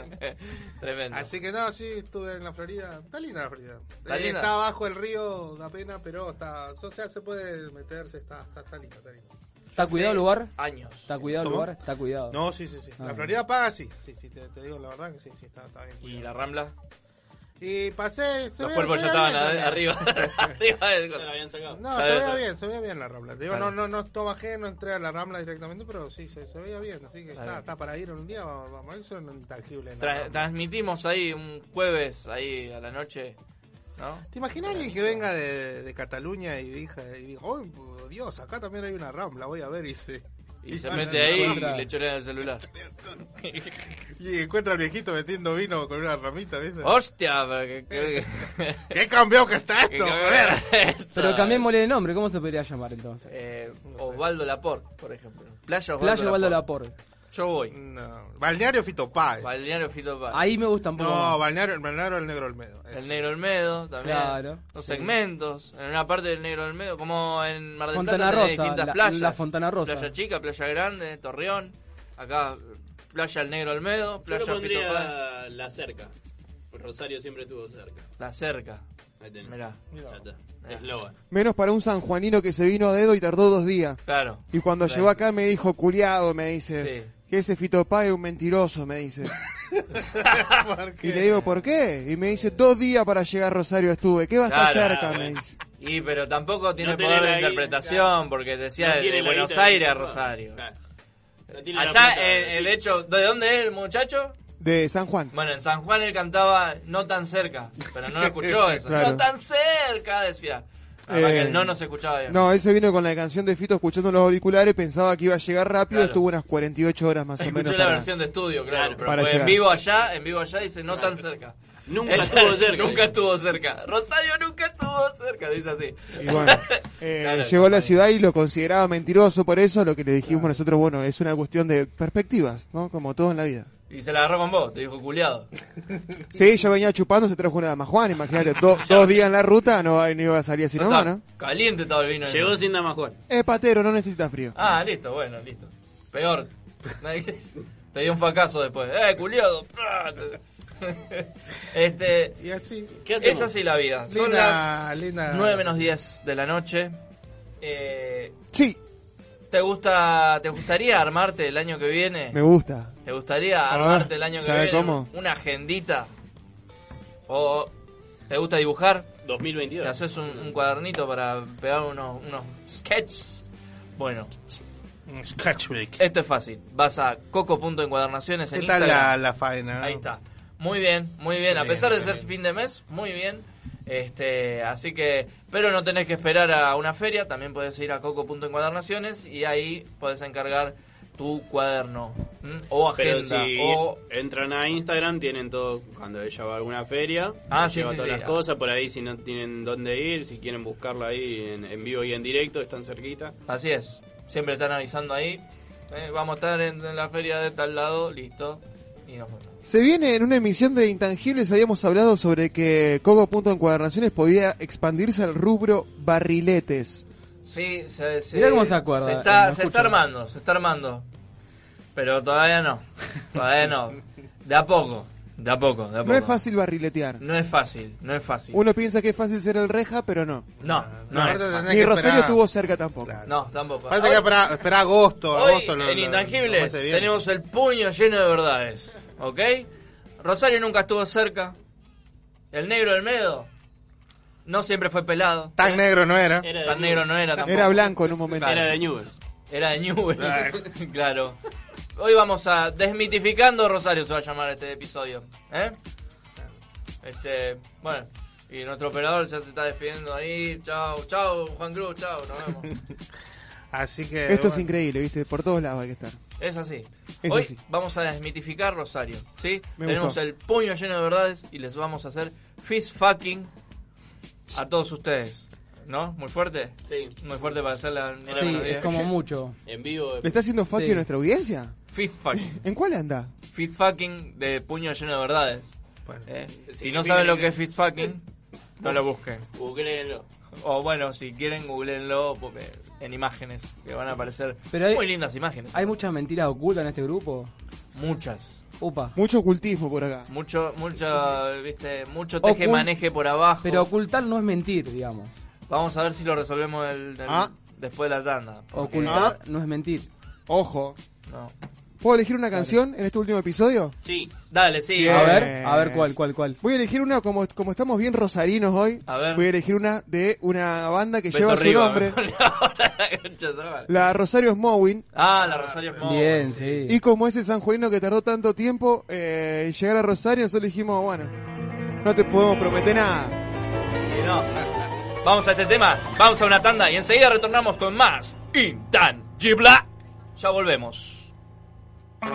S13: Tremendo.
S16: Así que no, sí, estuve en la Florida. Está linda la Florida.
S13: Está
S16: Eh,
S13: linda.
S16: está abajo el río, da pena, pero está. O sea, se puede meterse, está, está, está lindo, está lindo.
S14: ¿Está
S13: Yo
S14: cuidado
S13: sé
S14: el lugar?
S13: Años.
S14: ¿Está cuidado el
S16: ¿Cómo?
S14: lugar? Está cuidado.
S16: No, sí, sí, sí.
S14: Ah.
S16: La Florida paga, sí. Sí, sí, te, te digo la verdad que sí, sí, está, está bien.
S13: ¿Y la Rambla?
S16: Y pasé. se
S13: Los
S16: veía-
S13: cuerpos
S16: se
S13: ya
S16: veía
S13: estaban
S16: bien
S13: a-
S16: también.
S13: arriba. arriba de cosas.
S16: No,
S13: Ya
S16: se
S13: ves,
S16: veía
S13: ya.
S16: bien, se veía bien la rambla. Te digo,
S13: Claro.
S16: no, no, no, no bajé, no entré a la rambla directamente, pero sí, se, se veía bien. Así que
S13: Claro.
S16: está, está para ir un día, vamos, eso es un intangible. en la
S13: Tra-
S16: rambla.
S13: transmitimos ahí un jueves, ahí a la noche. ¿No?
S16: ¿Te imaginas alguien que venga de, de Cataluña y diga, y diga, oh Dios, acá también hay una rambla, voy a ver y se...
S13: Y se
S16: va a
S13: mete
S16: la
S13: ahí y
S16: rambla.
S13: le chorean el celular.
S16: Y encuentra al viejito metiendo vino con una ramita, ¿viste?
S13: Hostia, pero que, que-
S16: ¡Qué cambiado que está
S13: que
S16: esto!
S13: cambiado
S16: joder!
S13: que está esto.
S14: Pero cambiémosle de nombre, ¿cómo se podría llamar entonces?
S13: Eh, Osvaldo Laporte, por ejemplo. Playa Osvaldo,
S14: Playa Osvaldo Laporte.
S13: Yo voy.
S16: Balneario Fito Páez.
S13: Balneario Fito Páez.
S14: Ahí me gusta un poco.
S16: No,
S14: más.
S16: Balneario, Balneario el Negro Olmedo.
S13: El Negro Olmedo también.
S14: Claro.
S13: Los
S14: Sí.
S13: segmentos. En una parte del Negro Olmedo, como en Mar del
S14: Fontana
S13: Plata, tenés
S14: Rosa,
S13: distintas
S14: la-
S13: playas.
S14: la Fontana Rosa.
S13: Playa Chica, Playa Grande, Torreón. Acá, Playa El Negro Olmedo,
S18: Yo
S13: Playa
S18: lo
S13: Fito Páez.
S18: pondría la cerca. Rosario siempre estuvo cerca.
S13: La cerca.
S18: Ahí tenés.
S13: Mirá.
S18: Ya está. Eslogan.
S19: Menos para un sanjuanino que se vino a dedo y tardó dos días.
S13: Claro.
S19: Y cuando
S13: Claro.
S19: llegó acá me dijo, culiado, me dice.
S13: Sí.
S19: Que ese fitopá es un mentiroso, me dice. y le digo, ¿por qué? Y me dice, dos días para llegar a Rosario estuve. ¿Qué va a estar
S13: Claro,
S19: cerca?
S13: claro.
S19: Me dice.
S13: Y pero tampoco tiene
S18: No tiene
S13: poder de
S18: la guita,
S13: interpretación, porque decía
S18: No
S13: de-
S18: tiene
S13: de
S18: la
S13: Buenos
S18: guita de-
S13: Aires a Rosario.
S18: No tiene la
S13: Allá,
S18: plata.
S13: eh, el hecho, ¿de dónde es el muchacho?
S19: De San Juan.
S13: Bueno, en San Juan él cantaba No tan cerca, pero no lo escuchó eso.
S19: Claro.
S13: No tan cerca, decía. Además
S19: Eh,
S13: que el no no se escuchaba bien.
S19: No, él se vino con la canción de Fito escuchando los auriculares, pensaba que iba a llegar rápido,
S13: Claro.
S19: estuvo unas 48 horas más o menos.
S13: Escuché la
S19: para-
S13: versión de estudio, claro. pero
S19: para
S13: fue en
S19: llegar.
S13: vivo allá, en vivo allá dice No tan cerca.
S18: Nunca
S13: Esa-
S18: estuvo cerca.
S13: Nunca estuvo cerca. Rosario nunca estuvo cerca, dice así.
S19: Y bueno, eh, llegó a la ciudad y lo consideraba mentiroso por eso, lo que le dijimos nosotros, bueno, es una cuestión de perspectivas, ¿no? Como todo en la vida.
S13: Y se la agarró con vos, te dijo culiado.
S19: Sí, yo venía chupando, se trajo una dama Juan, imagínate, do- dos días en la ruta, no, no iba a salir así nomás, ¿no?
S13: Caliente estaba el vino.
S18: Llegó
S13: ese.
S18: sin Damajuan.
S19: Es patero, no necesita frío.
S13: Ah, listo, bueno, listo. Peor. Nadie- Te dio un fracaso después. ¡Eh, culiado! este,
S16: y así.
S18: ¿Qué
S13: es así la vida. Son
S16: Linda,
S13: las
S16: linda.
S13: 9 menos 10 de la noche. Eh,
S19: Sí,
S13: ¿te, gusta, ¿Te gustaría armarte el año que viene?
S19: me gusta.
S13: ¿Te gustaría
S19: A
S13: armarte
S19: ver,
S13: el año que
S19: ¿sabe
S13: viene
S19: cómo?
S13: una agendita? ¿O te gusta dibujar?
S18: 2022.
S13: ¿Te haces un, un cuadernito para pegar unos, unos sketches? Bueno, esto es fácil. Vas a coco.encuadernaciones en
S16: ¿Qué tal
S13: Instagram.
S16: la, la faena?
S13: Ahí está. Muy bien, muy bien. A
S16: Bien,
S13: pesar de
S16: bien,
S13: ser fin de mes, muy bien. Este, así que, pero no tenés que esperar a una feria, también puedes ir a coco.encuadernaciones y ahí podés encargar tu cuaderno ¿m? o
S18: Pero
S13: agenda
S18: si
S13: o
S18: entran a Instagram, tienen todo. Cuando ella va a alguna feria,
S13: Ah, sí,
S18: lleva
S13: sí,
S18: todas
S13: sí.
S18: las cosas. Por ahí, si no tienen dónde ir, si quieren buscarla ahí en, en vivo y en directo, están cerquita.
S13: así es. Siempre están avisando ahí. eh, vamos a estar en, en la feria de tal lado, listo. Y nos vemos.
S19: Se viene en una emisión de Intangibles, habíamos hablado sobre que Coco.encuadernaciones podía expandirse al rubro barriletes.
S13: Sí, se, se-
S14: Mirá cómo se acuerda,
S13: Se
S14: eh,
S13: está,
S14: lo
S13: se
S14: escucho.
S13: está armando, se está armando. Pero todavía no. Todavía no. De a poco, de a poco, de a poco.
S19: No es fácil barriletear.
S13: No es fácil, no es fácil.
S19: Uno piensa que es fácil ser el reja, pero no.
S13: No, no es
S16: Aparte tenés
S13: fácil.
S19: Ni
S16: que
S19: Rosario
S16: esperar.
S19: estuvo cerca tampoco.
S13: No, tampoco.
S16: Aparte que
S13: Hoy-
S16: esperá- esperá agosto,
S13: Hoy,
S16: agosto lo-
S13: en
S16: lo- lo
S13: Intangibles
S16: mete bien.
S13: tenemos el puño lleno de verdades, ¿ok? Rosario nunca estuvo cerca. El negro del medo no siempre fue pelado.
S16: Tan negro no era.
S13: Era Tan negro no era tampoco.
S19: Era blanco en un momento.
S13: Claro.
S18: Newell.
S13: Era de Newell. claro. Hoy vamos a desmitificando Rosario se va a llamar este episodio, ¿eh? Este, bueno, y nuestro operador ya se está despidiendo ahí. Chao, chao, Juan Cruz, chao, nos vemos.
S16: Así que.
S19: Esto es
S16: Eh, bueno.
S19: increíble, ¿viste? Por todos lados hay que estar.
S13: Es así.
S19: Es
S13: Hoy
S19: así.
S13: vamos a desmitificar Rosario, ¿sí?
S19: Me
S13: Tenemos
S19: gustó.
S13: el puño lleno de verdades y les vamos a hacer fist fucking a todos ustedes. ¿No? ¿Muy fuerte?
S18: Sí.
S13: Muy fuerte para hacer la...
S14: Sí, es como mucho.
S18: En
S13: eh.
S18: vivo.
S19: ¿Le está haciendo fuck a nuestra audiencia?
S13: Fist fucking.
S19: ¿En cuál anda?
S13: Fist fucking de puño lleno de verdades. Eh, Si no
S18: Significa
S13: saben lo
S18: que-
S13: que es fist fucking, no lo busquen.
S18: Googleenlo.
S13: O bueno, si quieren, googleenlo porque- en imágenes que van a aparecer
S14: Pero hay-
S13: muy lindas imágenes.
S14: ¿Hay muchas mentiras ocultas en este grupo?
S13: Muchas.
S14: Upa.
S19: Mucho ocultismo por acá.
S13: Mucho, mucho, viste, mucho
S14: Ocult-
S13: teje maneje por abajo.
S14: Pero ocultar no es mentir, digamos.
S13: Vamos a ver si lo resolvemos el- el-
S14: Ah.
S13: después de la tanda. porque-
S14: Ocultar no es mentir.
S19: Ojo.
S13: No.
S19: ¿Puedo elegir una canción en este último episodio?
S13: Sí. Dale, sí. eh,
S19: Bien.
S14: A ver, a ver cuál, cuál, cuál.
S19: Voy a elegir una, como, como estamos bien rosarinos hoy,
S14: A ver.
S19: voy a elegir una de una banda que
S14: Beto
S19: lleva su
S14: Riva,
S19: nombre,
S13: Chatrabal.
S19: la Rosario Smowin.
S13: ¿eh? Ah, la Rosario Small.
S14: Bien, sí.
S19: Y como ese sanjuanino que tardó tanto tiempo eh, en llegar a Rosario, nosotros dijimos, bueno, no te podemos prometer nada.
S13: Y no. Vamos a este tema, vamos a una tanda y enseguida retornamos con más Intangible. Ya volvemos.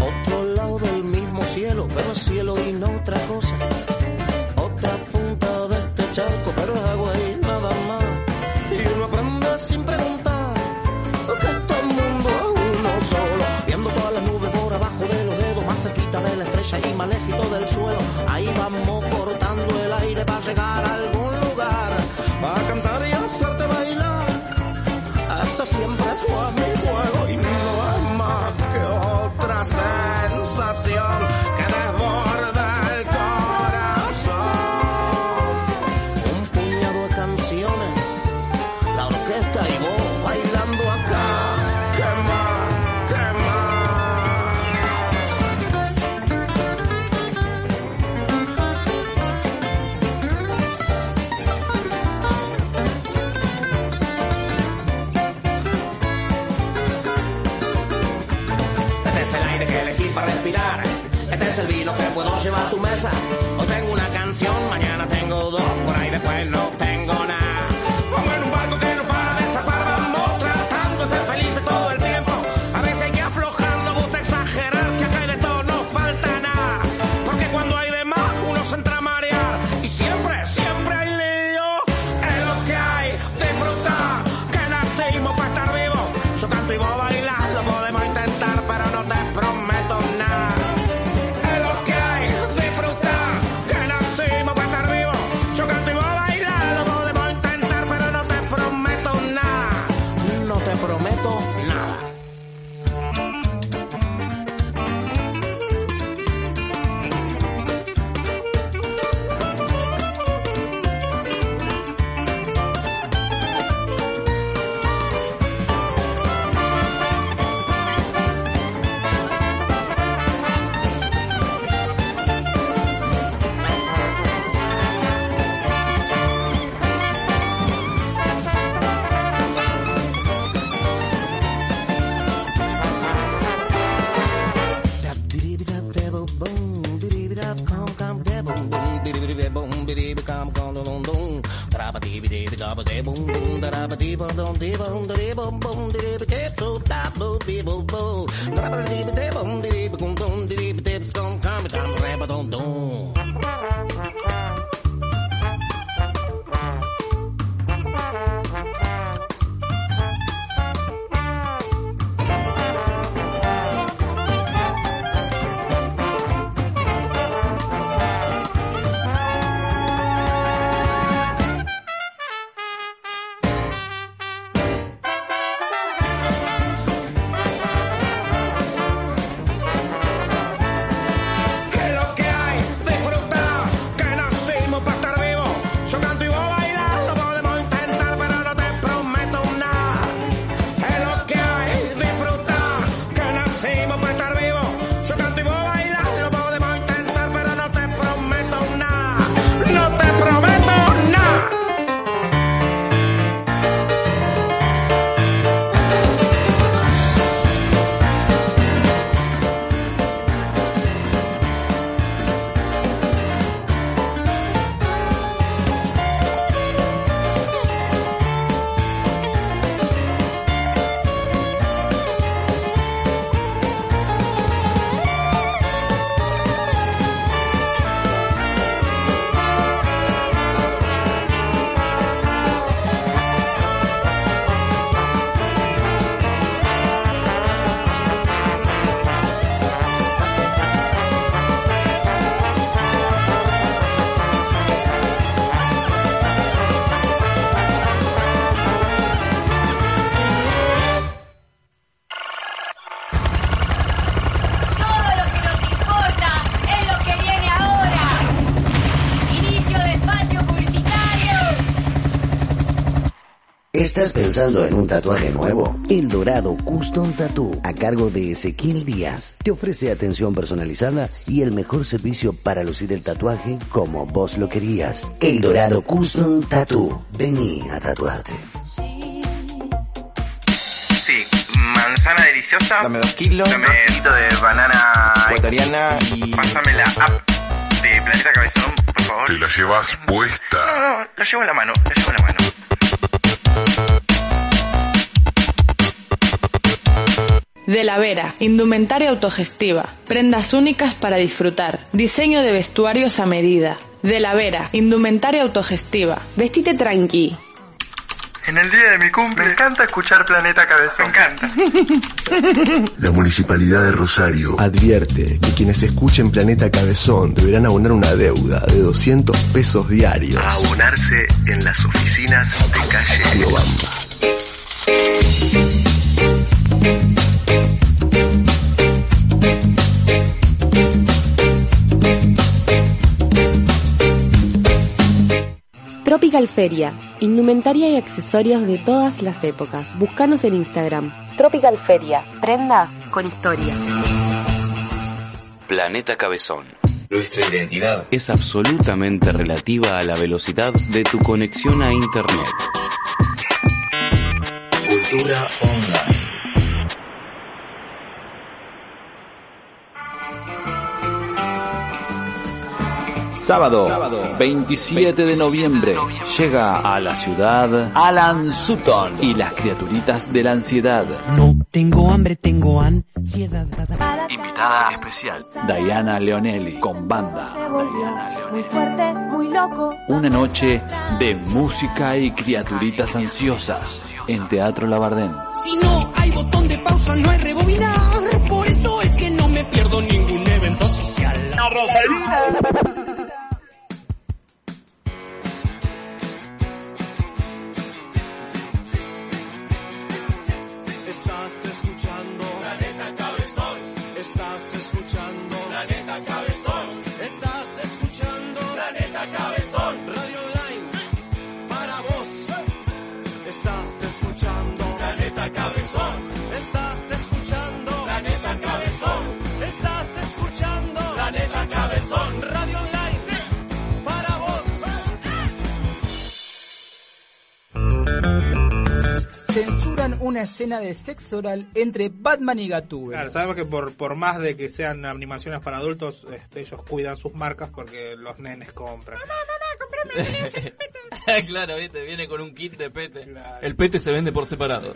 S15: Otro lado del mismo cielo, pero es cielo y no otra cosa. Otra punta de este charco, pero es agua y nada más. Y uno aprende sin preguntar que todo el mundo es uno solo. Viendo todas las nubes por abajo de los dedos, más cerquita de la estrella y más lejito del suelo. Ahí vamos cortando el aire para llegar a algún lugar. Para cantar y hacerte bailar. Eso siempre fue mi juego y no es más que otra sensación que desborda el corazón. Un puñado de canciones, la orquesta y vos bailando acá. ¿Qué más? ¿Qué más?
S7: Este es el aire que elegí para respirar. Este es el vino que puedo llevar a tu mesa. Hoy tengo una canción, mañana tengo dos, por ahí después no tengo nada. Vamos en un barco que no para de zapar, vamos tratando de ser felices todo el tiempo. A veces hay que aflojar, no gusta exagerar, que acá hay de todo no falta nada. Porque cuando hay de más, uno se entra a marear. Y siempre, siempre hay lío en lo que hay. Disfrutar, que nacimos para estar vivos. Yo canto y vos bailás, lo podemos intentar, pero no te prometo nada. Es lo que hay, disfrutar, que nacimos para estar vivos. Yo canto y vos bailás, lo podemos intentar, pero no te prometo nada. No te prometo nada.
S21: pensando en un tatuaje nuevo? El Dorado Custom Tattoo, a cargo de Ezequiel Díaz, te ofrece atención personalizada y el mejor servicio para lucir el tatuaje como vos lo querías. El Dorado Custom Tattoo, vení a tatuarte.
S23: Sí, manzana deliciosa. Dame dos kilos. Dame un kilo de banana ecuatoriana y. Pásame la app de Planeta Cabezón, por favor.
S24: Te la llevas puesta.
S23: No, no, no, lo llevo en la mano, lo llevo en la mano.
S5: De la Vera, indumentaria autogestiva, prendas únicas para disfrutar, diseño de vestuarios a medida. De la Vera, indumentaria autogestiva.
S6: Vestite tranqui.
S23: En el día de mi cumple. Me encanta escuchar Planeta Cabezón. Me encanta.
S4: La Municipalidad de Rosario advierte que quienes escuchen Planeta Cabezón deberán abonar una deuda de 200 pesos diarios.
S21: A abonarse en las oficinas de calle
S4: Riobamba.
S6: Tropical Feria, indumentaria y accesorios de todas las épocas. Búscanos en Instagram. Tropical Feria, prendas con historia.
S8: Planeta Cabezón.
S25: Nuestra identidad.
S8: Es absolutamente relativa a la velocidad de tu conexión a Internet.
S25: Cultura online.
S9: Sábado, 27 de noviembre, llega a la ciudad Alan Sutton y las criaturitas de la ansiedad.
S1: No tengo hambre, tengo ansiedad.
S9: Invitada especial, Diana Leonelli, con banda.
S5: Muy fuerte, muy loco.
S9: Una noche de música y criaturitas ansiosas en Teatro Labardén.
S1: Si no hay botón de pausa, no hay rebobinar. Por eso es que no me pierdo ningún evento social. ¡La
S2: Estás escuchando Planeta Cabezón. Estás escuchando Planeta Cabezón. Estás escuchando Planeta Cabezón. Radio Line para vos. Estás escuchando Planeta Cabezón. Estás escuchando Planeta Cabezón. Estás escuchando Planeta Cabezón. Radio Line para
S5: Censuran una escena de sexo oral entre Batman y Gatúbela.
S16: Claro, sabemos que por, por más de que sean animaciones para adultos, este, ellos cuidan sus marcas porque los nenes compran.
S13: claro, viste, viene con un kit de pete. El pete se vende por separado.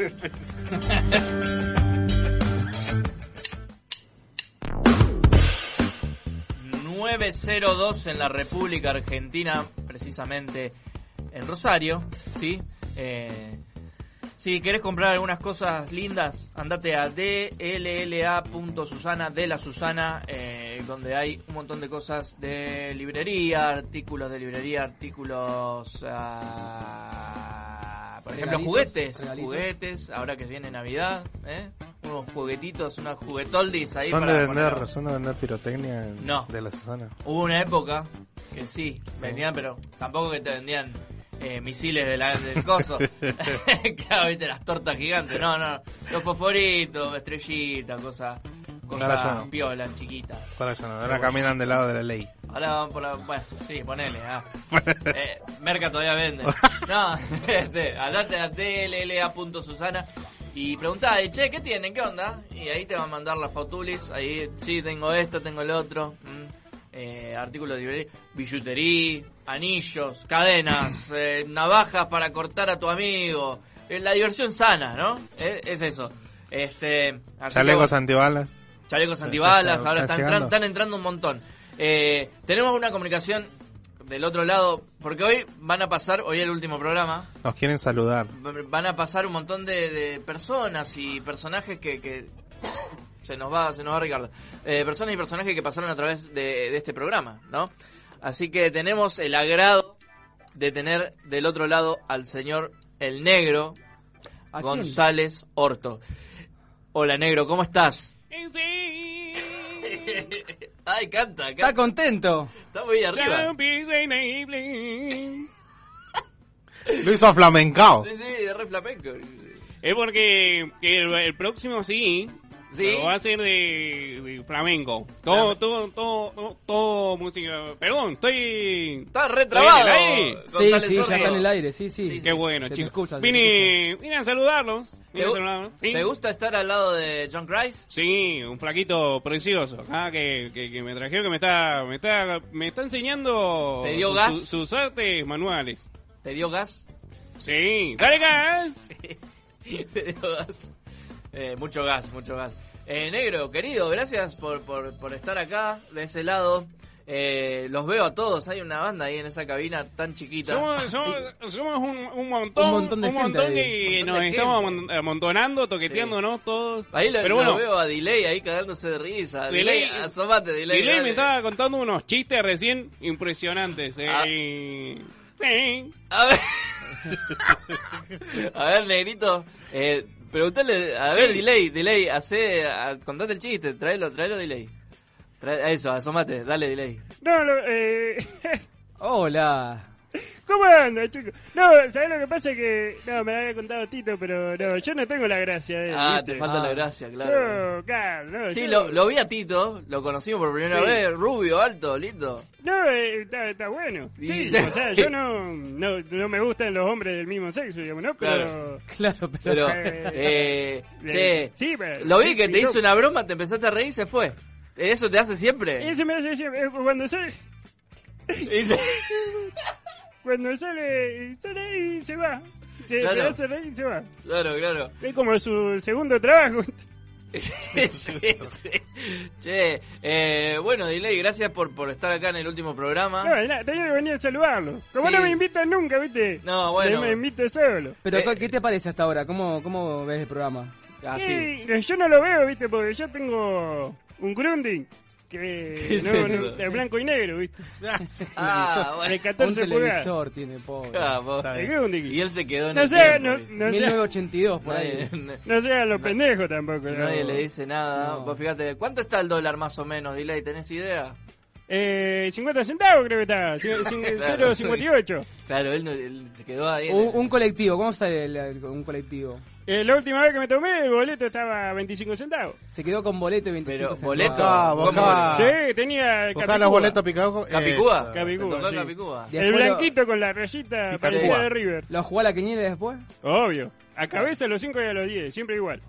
S13: ...902 en la República Argentina... ...precisamente en Rosario... ...sí... Eh, si querés comprar algunas cosas lindas... ...andate a dlla.susana... ...de la Susana... eh, ...donde hay un montón de cosas de librería... ...artículos de librería... ...artículos... ah, por ejemplo,
S17: Regalitos,
S13: juguetes...
S17: regalitos.
S13: ...juguetes, ahora que viene Navidad... ¿eh? ...unos juguetitos, unas juguetoldis ahí
S26: Son de
S13: para
S26: vender,
S13: poner-
S26: son de vender pirotecnia en-
S13: No.
S26: de la Susana.
S13: Hubo una época que sí, vendían, pero tampoco que te vendían eh, misiles de la, del coso. claro, viste, las tortas gigantes. No, no, los fosforitos, estrellitas, cosas
S16: Ahora
S13: cosas
S16: ya no.
S13: piolas, chiquitas.
S16: Para allá, no, ahora caminan del lado de la ley.
S13: Ahora van por la... Bueno, sí, ponele. ah. Eh, Merca todavía vende. No, este, andate a tlla.susana y preguntá, y, che, ¿qué tienen? ¿Qué onda? Y ahí te van a mandar las fotulis. Ahí, sí, tengo esto, tengo el otro. mm, eh, artículos de librería, billutería, anillos, cadenas, eh, navajas para cortar a tu amigo. Eh, la diversión sana, ¿no? Eh, es eso. Este, así
S16: Chalecos
S13: que-
S16: antibalas.
S13: chalecos
S16: Está-
S13: antibalas,
S16: está-
S13: ahora
S16: está
S13: están, entran-
S16: llegando.
S13: están entrando un montón. Eh, tenemos una comunicación del otro lado, porque hoy van a pasar, hoy es el último programa,
S16: Nos quieren saludar.
S13: van a pasar un montón de, de personas y personajes que, que- se nos va, se nos va Ricardo. Eh, personas y personajes que pasaron a través de, de este programa, ¿no? Así que tenemos el agrado de tener del otro lado al señor el negro
S14: ¿A quién?
S13: González Orto. Hola negro, ¿cómo estás? Ay, canta,
S14: Está
S13: canta.
S14: contento.
S13: Está muy arriba.
S16: Lo hizo aflamencao.
S13: Sí, sí, es re flamenco.
S23: Es porque el, el próximo sí.
S13: Sí.
S23: pero va a ser de, de flamenco. Todo, todo, todo, todo, todo música. Perdón, estoy.
S13: Está
S14: retrabado, Sí, sí, ya está en el aire, sí, sí.
S23: Qué bueno,
S14: Se te
S23: chicos.
S14: escucha, se te
S23: Vine, vine a saludarlos. vine
S13: ¿Te,
S23: a
S13: gu-
S23: saludarlos. Sí.
S13: te gusta estar al lado de John Grice?
S23: Sí, un flaquito precioso acá que, que, que me trajeron que me está me está me está enseñando
S13: ¿Te dio
S23: su-
S13: gas?
S23: su- sus artes manuales.
S13: ¿Te dio gas?
S23: Sí, dale
S13: ¿eh?
S23: gas.
S13: Te dio gas. Eh, mucho gas, mucho gas. Eh, negro, querido, gracias por, por, por estar acá, de ese lado. Eh, los veo a todos, hay una banda ahí en esa cabina tan chiquita.
S23: Somos, somos, somos un, un montón,
S13: Un montón de gente
S23: montón
S13: ahí.
S23: que
S13: Un montón
S23: nos
S13: de
S23: estamos
S13: gente.
S23: amon- amontonando, toqueteándonos todos.
S13: Ahí lo,
S23: Pero
S13: lo
S23: bueno,
S13: veo a Delay ahí cagándose de risa. Delay,
S23: Delay-
S13: asómate, Delay.
S23: Delay me
S13: dale.
S23: estaba contando unos chistes recién impresionantes.
S13: Ah.
S23: eh. Sí.
S13: A ver, a ver negrito, eh, preguntale, a ver,
S23: Sí.
S13: Delay, Delay, hace, a- contate el chiste, tráelo, tráelo, Delay. Trae, eso, asómate, dale, Delay.
S24: No, lo- eh,
S14: Hola.
S24: ¿Cómo anda, chicos? No, ¿sabés lo que pasa? Que. No, me lo había contado Tito, pero no, yo no tengo la gracia. de él,
S13: Ah,
S24: ¿viste?
S13: te falta la
S24: Ah.
S13: gracia, claro.
S24: Yo, claro, no,
S13: Sí,
S24: yo-
S13: lo, lo vi a Tito, lo conocimos por primera
S24: Sí.
S13: vez, rubio, alto, lindo.
S24: No, eh, está, está bueno.
S13: Y-
S24: Sí, o sea, yo no, no, no me gustan los hombres del mismo sexo, digamos, ¿no? Pero.
S14: Claro,
S13: Pero, eh,
S24: Eh,
S13: che,
S24: sí, pero-
S13: lo vi que
S24: sí,
S13: te
S24: y no-
S13: hizo una broma, te empezaste a reír y se fue. ¿Eso te hace siempre?
S24: Eso me hace siempre, eh, cuando sale. Cuando sale, sale y se va. Se,
S13: Claro.
S24: me hace reír y se va.
S13: Claro, claro.
S24: Es como su segundo trabajo.
S13: sí, sí. Che, eh, bueno, Delay, gracias por, por estar acá en el último programa.
S24: No, nada, tenía que venir a saludarlo. Como
S13: Ah. Sí.
S24: no me invitan nunca, ¿viste?
S13: No, bueno.
S24: Me, me invito solo.
S14: Pero,
S13: Eh,
S14: ¿qué- ¿qué te parece hasta ahora? ¿Cómo, cómo ves el programa?
S13: Ah,
S24: Eh, que Yo no lo veo, ¿viste? Porque yo tengo un Grunding.
S14: ¿Qué
S24: Que
S14: es
S24: no,
S14: eso?
S24: no, de blanco y negro, ¿viste?
S14: Ah, bueno.
S24: De 14
S14: Un
S24: pulgadas.
S14: televisor tiene, pobre.
S13: Ah, vos.
S24: Está
S14: bien.
S24: El Grundig.
S13: Y él se quedó en
S24: No
S13: el
S24: sé,
S13: tiempo,
S24: no-
S13: ¿viste?
S24: no sé.
S14: 1982 por
S13: Nadie-
S14: ahí.
S24: No sean los pendejos tampoco. ¿no?
S13: Nadie le dice nada. Vos fíjate, ¿cuánto está el dólar más o menos, Delay? ¿Tenés idea?
S24: Eh, 50 centavos creo que está. Cin- cin-
S13: Claro.
S24: 0,58.
S13: Claro, él, no- él se quedó ahí. en
S14: Un,
S13: el-
S14: un colectivo, ¿cómo sale el- el- un colectivo?
S24: Eh, la última vez que me tomé, el boleto estaba a 25 centavos.
S14: Se quedó con boleto y 25
S13: Pero,
S14: centavos.
S13: ¿boleto? Ah, ¿Cómo
S16: boleto?
S24: Sí, tenía.
S16: Buscá
S24: Capicúa.
S16: los boletos picados, eh,
S13: Capicúa.
S24: Capicúa,
S13: Te tocó
S24: sí.
S13: Capicúa.
S24: El blanquito con la rayita parecida de River.
S14: ¿Lo jugó a la quiniela después?
S24: Obvio. A cabeza a los 5 y a los 10, siempre igual.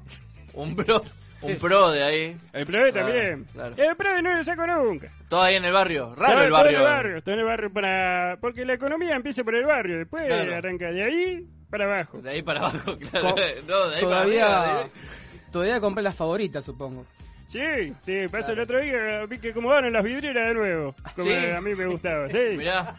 S13: Un pro, un pro de ahí.
S24: El pro
S13: Claro,
S24: también.
S13: claro.
S24: El pro no lo saco nunca.
S13: Todo ahí en el barrio. Raro
S24: Todo-
S13: el barrio.
S24: Todo en el barrio, todo en el barrio para... Porque la economía empieza por el barrio, después
S13: Claro.
S24: arranca de ahí para abajo.
S13: De ahí para abajo, claro.
S14: Co-
S13: No, de ahí para arriba.
S14: todavía,
S13: de-
S14: todavía compré las favoritas, supongo.
S24: Sí, sí, pasa el otro día, vi que como van las vidrieras de nuevo, como
S13: Sí.
S24: a mí me gustaba. Sí.
S13: Mirá.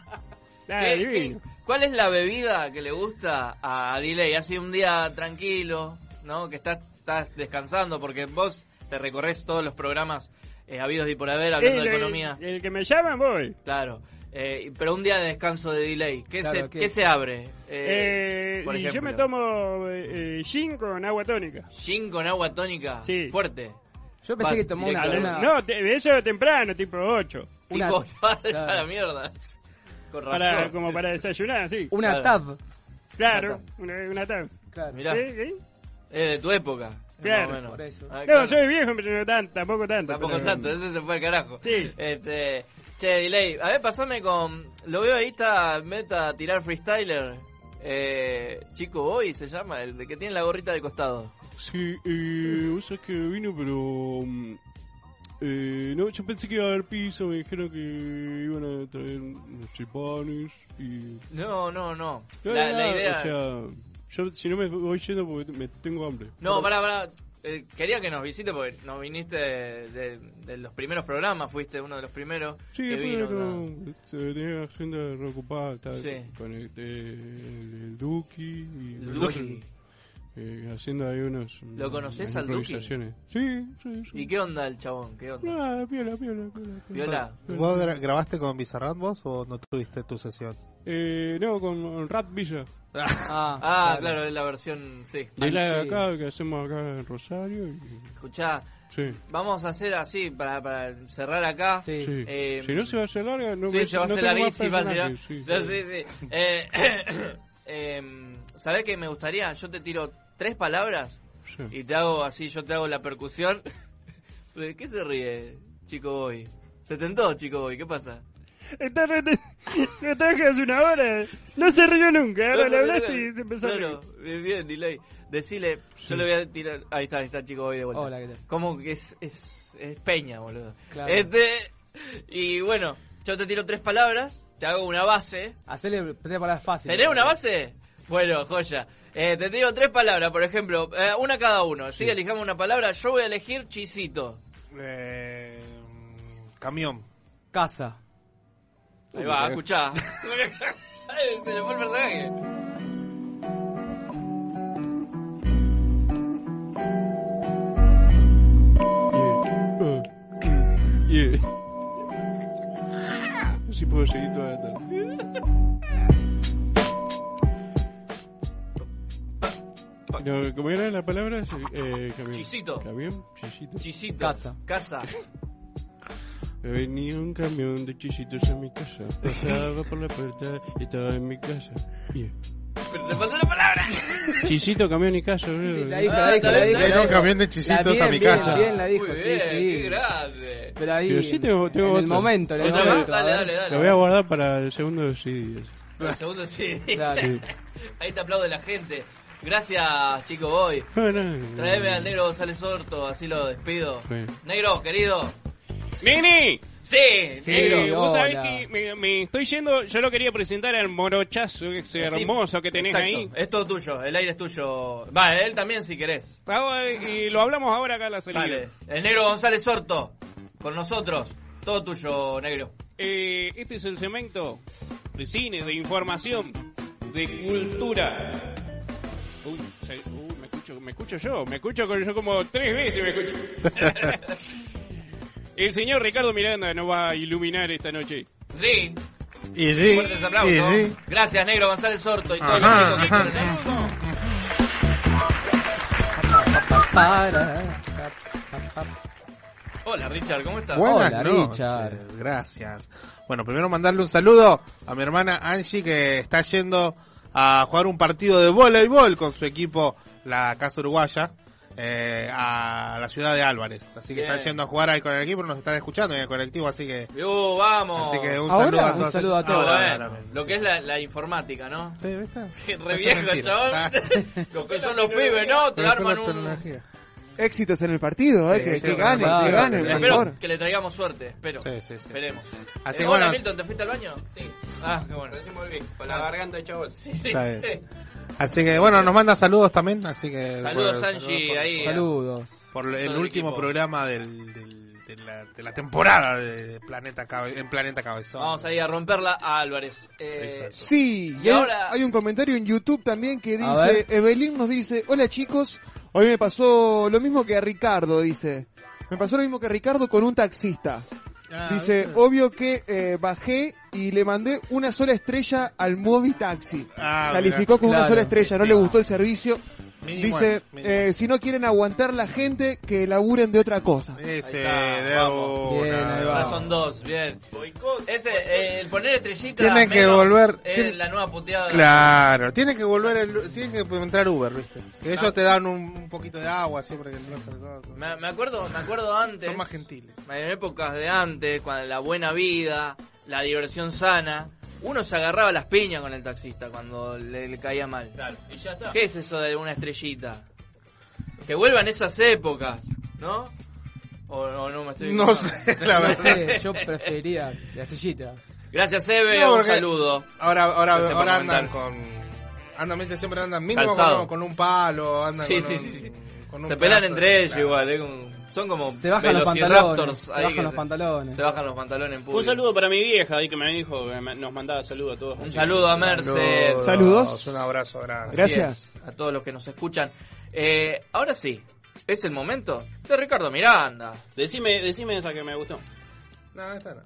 S24: Ah,
S13: ¿Qué-
S24: divino.
S13: qué- ¿Cuál es la bebida que le gusta a Delay? Hace un día tranquilo, ¿no? Que estás, estás descansando porque vos te recorres todos los programas eh, habidos y por haber hablando
S24: Eh,
S13: de
S24: el-
S13: economía.
S24: El, que me llaman voy.
S13: Claro. Eh, pero un día de descanso de Delay, ¿qué,
S24: Claro,
S13: se,
S24: ¿qué?
S13: ¿qué se abre?
S24: Eh, y yo me tomo eh, eh, gin con agua tónica.
S13: Gin con agua tónica
S24: Sí.
S13: fuerte.
S14: Yo
S24: pensé
S14: que tomó una-
S13: directo.
S24: No, te- eso temprano, tipo 8.
S13: Tipo, esa la mierda. Con razón.
S24: Para, como para desayunar, sí.
S14: Una tab.
S24: Claro, una, una tab.
S14: Claro.
S13: Mirá.
S11: Eh,
S24: Sí, sí.
S13: Es de tu época.
S24: Claro.
S13: más o menos.
S24: Por
S13: Ah,
S24: No,
S13: claro.
S24: soy viejo, pero no tan- tampoco tanto.
S13: Tampoco
S24: pero-
S13: tanto, ese se fue al carajo.
S24: Sí.
S13: Este, che, Delay, a ver, pasame con... Lo veo ahí, está meta a tirar freestyler. Eh, Chico Boy se llama, el de que tiene la gorrita de costado.
S27: Sí, eh, vos sabés que vino, pero. mm, Eh, no, yo pensé que iba a haber pizza, me dijeron que iban a traer unos chipanes y.
S13: No, no, no.
S27: No,
S13: La,
S27: no,
S13: la
S27: no,
S13: idea...
S27: O sea, yo si no me voy yendo porque me tengo hambre.
S13: No, pará, pará. Eh, quería que nos visite porque nos viniste de, de- de los primeros programas, fuiste uno de los primeros
S27: Sí,
S13: que
S27: después
S13: vino. ¿no?
S27: no, se tenía agenda reocupada, estaba
S13: Sí.
S27: con el, el- el Duki y
S13: El Duki.
S27: eh, haciendo ahí unos
S13: ¿Lo conoces
S27: unas
S13: al Duki?
S27: improvisaciones. Sí, sí, sí.
S13: ¿Y qué onda el chabón? ¿Qué onda?
S27: Ah, piola, piola, piola.
S13: Viola.
S16: ¿Vos gra- grabaste con Bizarrap vos o no tuviste tu sesión?
S27: Eh, no, con Rat Villa.
S13: Ah, ah, claro. es la versión, sí.
S27: De la de
S13: Sí.
S27: acá que hacemos acá en Rosario. y-
S13: Escuchá,
S27: Sí.
S13: vamos a hacer así para, para cerrar acá.
S27: Sí.
S13: Eh,
S27: si no se va a hacer larga, no
S13: sí,
S27: me-
S13: se va a
S27: no
S13: hacer
S27: tengo más
S13: larguísima, se va-
S27: personajes, sí.
S13: Sí, sí, sí. Eh, eh, ¿sabés qué me gustaría? Yo te tiro tres palabras y te hago así, yo te hago la percusión. ¿De qué se ríe, chico boy? Se tentó, chico boy, ¿qué pasa?
S24: Está re- lo traje hace una hora. No se rió nunca. Ahora
S13: No,
S24: le
S13: no, no,
S24: hablaste
S13: no.
S24: y se empezó a reír.
S13: Claro, bien, bien, delay. Decile, yo le voy a tirar. Ahí está, ahí está, chico, voy de vuelta.
S14: Hola, ¿qué tal?
S13: ¿Cómo que es, es, es peña, boludo?
S14: Claro.
S13: Este. Y bueno, yo te tiro tres palabras, te hago una base.
S14: Hacele tres palabras fáciles.
S13: ¿Tenés una base? Bueno, joya. Eh, te tiro tres palabras, por ejemplo, eh, una cada uno. Si elijamos una palabra, yo voy a elegir chisito.
S16: Camión.
S14: Casa.
S13: Ahí va, escuchá. Se le fue el personaje.
S27: Yeah. Si puedo seguir toda la tarde. No, ¿Cómo era la palabra? Sí, Eh, camión.
S13: Chisito.
S27: Camión, chisito.
S13: Chisito.
S27: Casa.
S13: Casa.
S27: Venía un camión de chisitos a mi casa. Pasaba por la puerta y estaba en mi casa. Yeah.
S13: Pero te faltó la palabra.
S27: Chisito, camión y casa.
S14: La dijo, Ah, la dijo, la dijo.
S27: Venía
S14: la
S27: un
S14: dijo.
S27: camión de
S14: La
S27: chisitos
S14: bien,
S27: a mi
S14: bien,
S27: casa.
S14: bien la dijo,
S13: Ah, Muy
S14: sí,
S13: bien,
S14: sí.
S13: qué grande.
S14: Pero ahí,
S27: Pero sí tengo- tengo
S14: en el
S27: otra.
S14: momento, en el
S13: Otra más,
S14: momento.
S13: dale,
S14: a ver.
S13: dale, dale.
S27: Lo voy a guardar para el segundo CD.
S13: El segundo sí.
S27: Dale.
S13: Ahí te aplaude la gente. Gracias, chico boy. Traeme al negro González Orto, así lo despido.
S27: Bueno.
S13: Negro, querido.
S11: ¡Nini!
S13: Sí,
S11: Sí,
S13: negro.
S11: vos sabés que me, me estoy yendo, yo lo quería presentar al morochazo ese
S13: Sí,
S11: hermoso que tenés
S13: exacto.
S11: ahí.
S13: Es todo tuyo, el aire es tuyo. Va, él también si querés.
S11: Ahora- Ah, Y lo hablamos ahora acá a la salida.
S13: Dale. El negro González Orto, con nosotros. Todo tuyo, negro.
S11: Eh, este es el segmento de cine, de información, de cultura. Uy, se- uy, me, escucho, me escucho yo, me escucho con- yo como tres veces me escucho. el señor Ricardo Miranda nos va a iluminar esta noche.
S13: Sí.
S11: Y sí,
S13: Fuertes aplausos.
S11: y sí.
S13: Gracias, negro González Orto y todos
S11: Ajá,
S13: los chicos
S11: ajá.
S13: que quieren, ¿eh?
S14: Para.
S13: Hola, Richard, ¿cómo estás?
S16: Buenas
S13: Hola,
S16: noches, gracias. Bueno, primero mandarle un saludo a mi hermana Angie que está yendo a jugar un partido de voleibol con su equipo, la Casa Uruguaya, eh, a la ciudad de Álvarez. Así que
S13: Bien.
S16: están yendo a jugar ahí con el equipo, nos están escuchando en el colectivo, así que...
S13: Yo, uh, vamos.
S16: Así que un
S13: Ahora,
S16: saludo a
S13: un
S16: todos.
S13: saludo a todos.
S16: Ahora,
S13: Bueno,
S16: ahora.
S13: lo que es la, la informática, ¿no?
S16: Sí, ¿viste?
S13: Re
S16: Eso es
S13: viejo,
S16: mentira. Ah.
S13: chabón. lo que son los pibes, ¿no? Te
S16: Pero con
S13: arman
S16: la
S13: un...
S16: tecnología.
S19: Éxitos en el partido, eh,
S16: Sí,
S19: que,
S16: sí,
S19: que
S16: sí,
S19: gane,
S16: claro,
S19: que gane, por favor.
S13: Espero que le traigamos suerte, espero.
S16: Sí, sí, sí.
S13: Esperemos.
S16: Así
S13: Eh,
S16: que
S13: hola,
S16: bueno.
S13: Milton, ¿te fuiste al baño? Sí. Ah, qué bueno. Recién volví, con la garganta hecha bolsa. Sí, sí.
S16: Está bien. Así que bueno, nos manda saludos también, así que...
S13: Saludos,
S16: bueno,
S13: Angie,
S16: por-
S13: ahí.
S14: Saludos.
S16: Por
S13: Todo
S16: el
S13: el
S16: último
S13: equipo.
S16: programa del, del- de, la, de la temporada de Planeta Cabe- en Planeta Cabezón.
S13: Vamos ahí a romperla a Álvarez. Eh,
S19: Sí,
S13: Y
S19: y hay,
S13: ahora-
S19: hay un comentario en YouTube también que
S13: A
S19: dice, Evelyn nos dice, hola chicos, hoy me pasó lo mismo que a Ricardo, dice. Me pasó lo mismo que a Ricardo con un taxista.
S13: Ah,
S19: dice, obvio que eh, bajé y le mandé una sola estrella al Movitaxi.
S16: Ah,
S19: Calificó
S16: mirá.
S19: con una
S16: Claro.
S19: sola estrella, no le gustó el servicio.
S16: Mínimo
S19: dice,
S16: es, mínimo.
S19: eh, si no quieren aguantar la gente, que laburen de otra cosa.
S16: Ese Eh, de una, de
S13: Ahora
S16: una.
S13: Ah, son dos, bien. Ese, eh, el poner estrellita.
S16: Tiene que
S13: menos
S16: volver-
S13: es
S16: tiene-
S13: la nueva puteada.
S16: Claro, tiene que volver, el, tiene que entrar Uber, ¿viste? Que ellos te dan un, un poquito de agua siempre que no se cosa.
S13: Me, me acuerdo, me acuerdo antes.
S16: Son más gentiles.
S13: En épocas de antes, cuando la buena vida, la diversión sana, uno se agarraba las piñas con el taxista cuando le, le caía mal.
S17: Y ya está.
S13: ¿Qué es eso de una estrellita? Que vuelvan esas épocas, ¿no? O, o no me estoy.
S14: No sé,
S13: equivocando.
S14: la verdad. Yo preferiría la estrellita.
S13: Gracias, Eve.
S16: No,
S13: un
S16: porque
S13: saludo.
S16: Ahora, ahora,
S13: Gracias por
S16: ahora andan
S13: comentar.
S16: con. Andan, viste, siempre andan mínimo
S13: Calzado.
S16: con, con un palo, andan
S13: Sí,
S16: con
S13: sí,
S16: un-
S13: sí, sí.
S16: con un
S13: Se pelan
S16: brazo,
S13: entre ellos
S16: claro.
S13: igual, ¿eh? Como- son como
S14: Se bajan los
S13: velociraptors
S14: pantalones, se
S13: ahí
S14: bajan
S13: que
S14: los pantalones.
S13: Se bajan los pantalones en público.
S11: Un saludo para mi vieja, ahí que me dijo que me- nos mandaba saludos a todos.
S13: Un saludo a Merce.
S19: Saludos.
S16: Un abrazo grande.
S13: Así es, a todos los que nos escuchan. Eh, ahora sí, es el momento de Ricardo Miranda.
S11: Decime, decime esa que me gustó.
S16: No, esta no.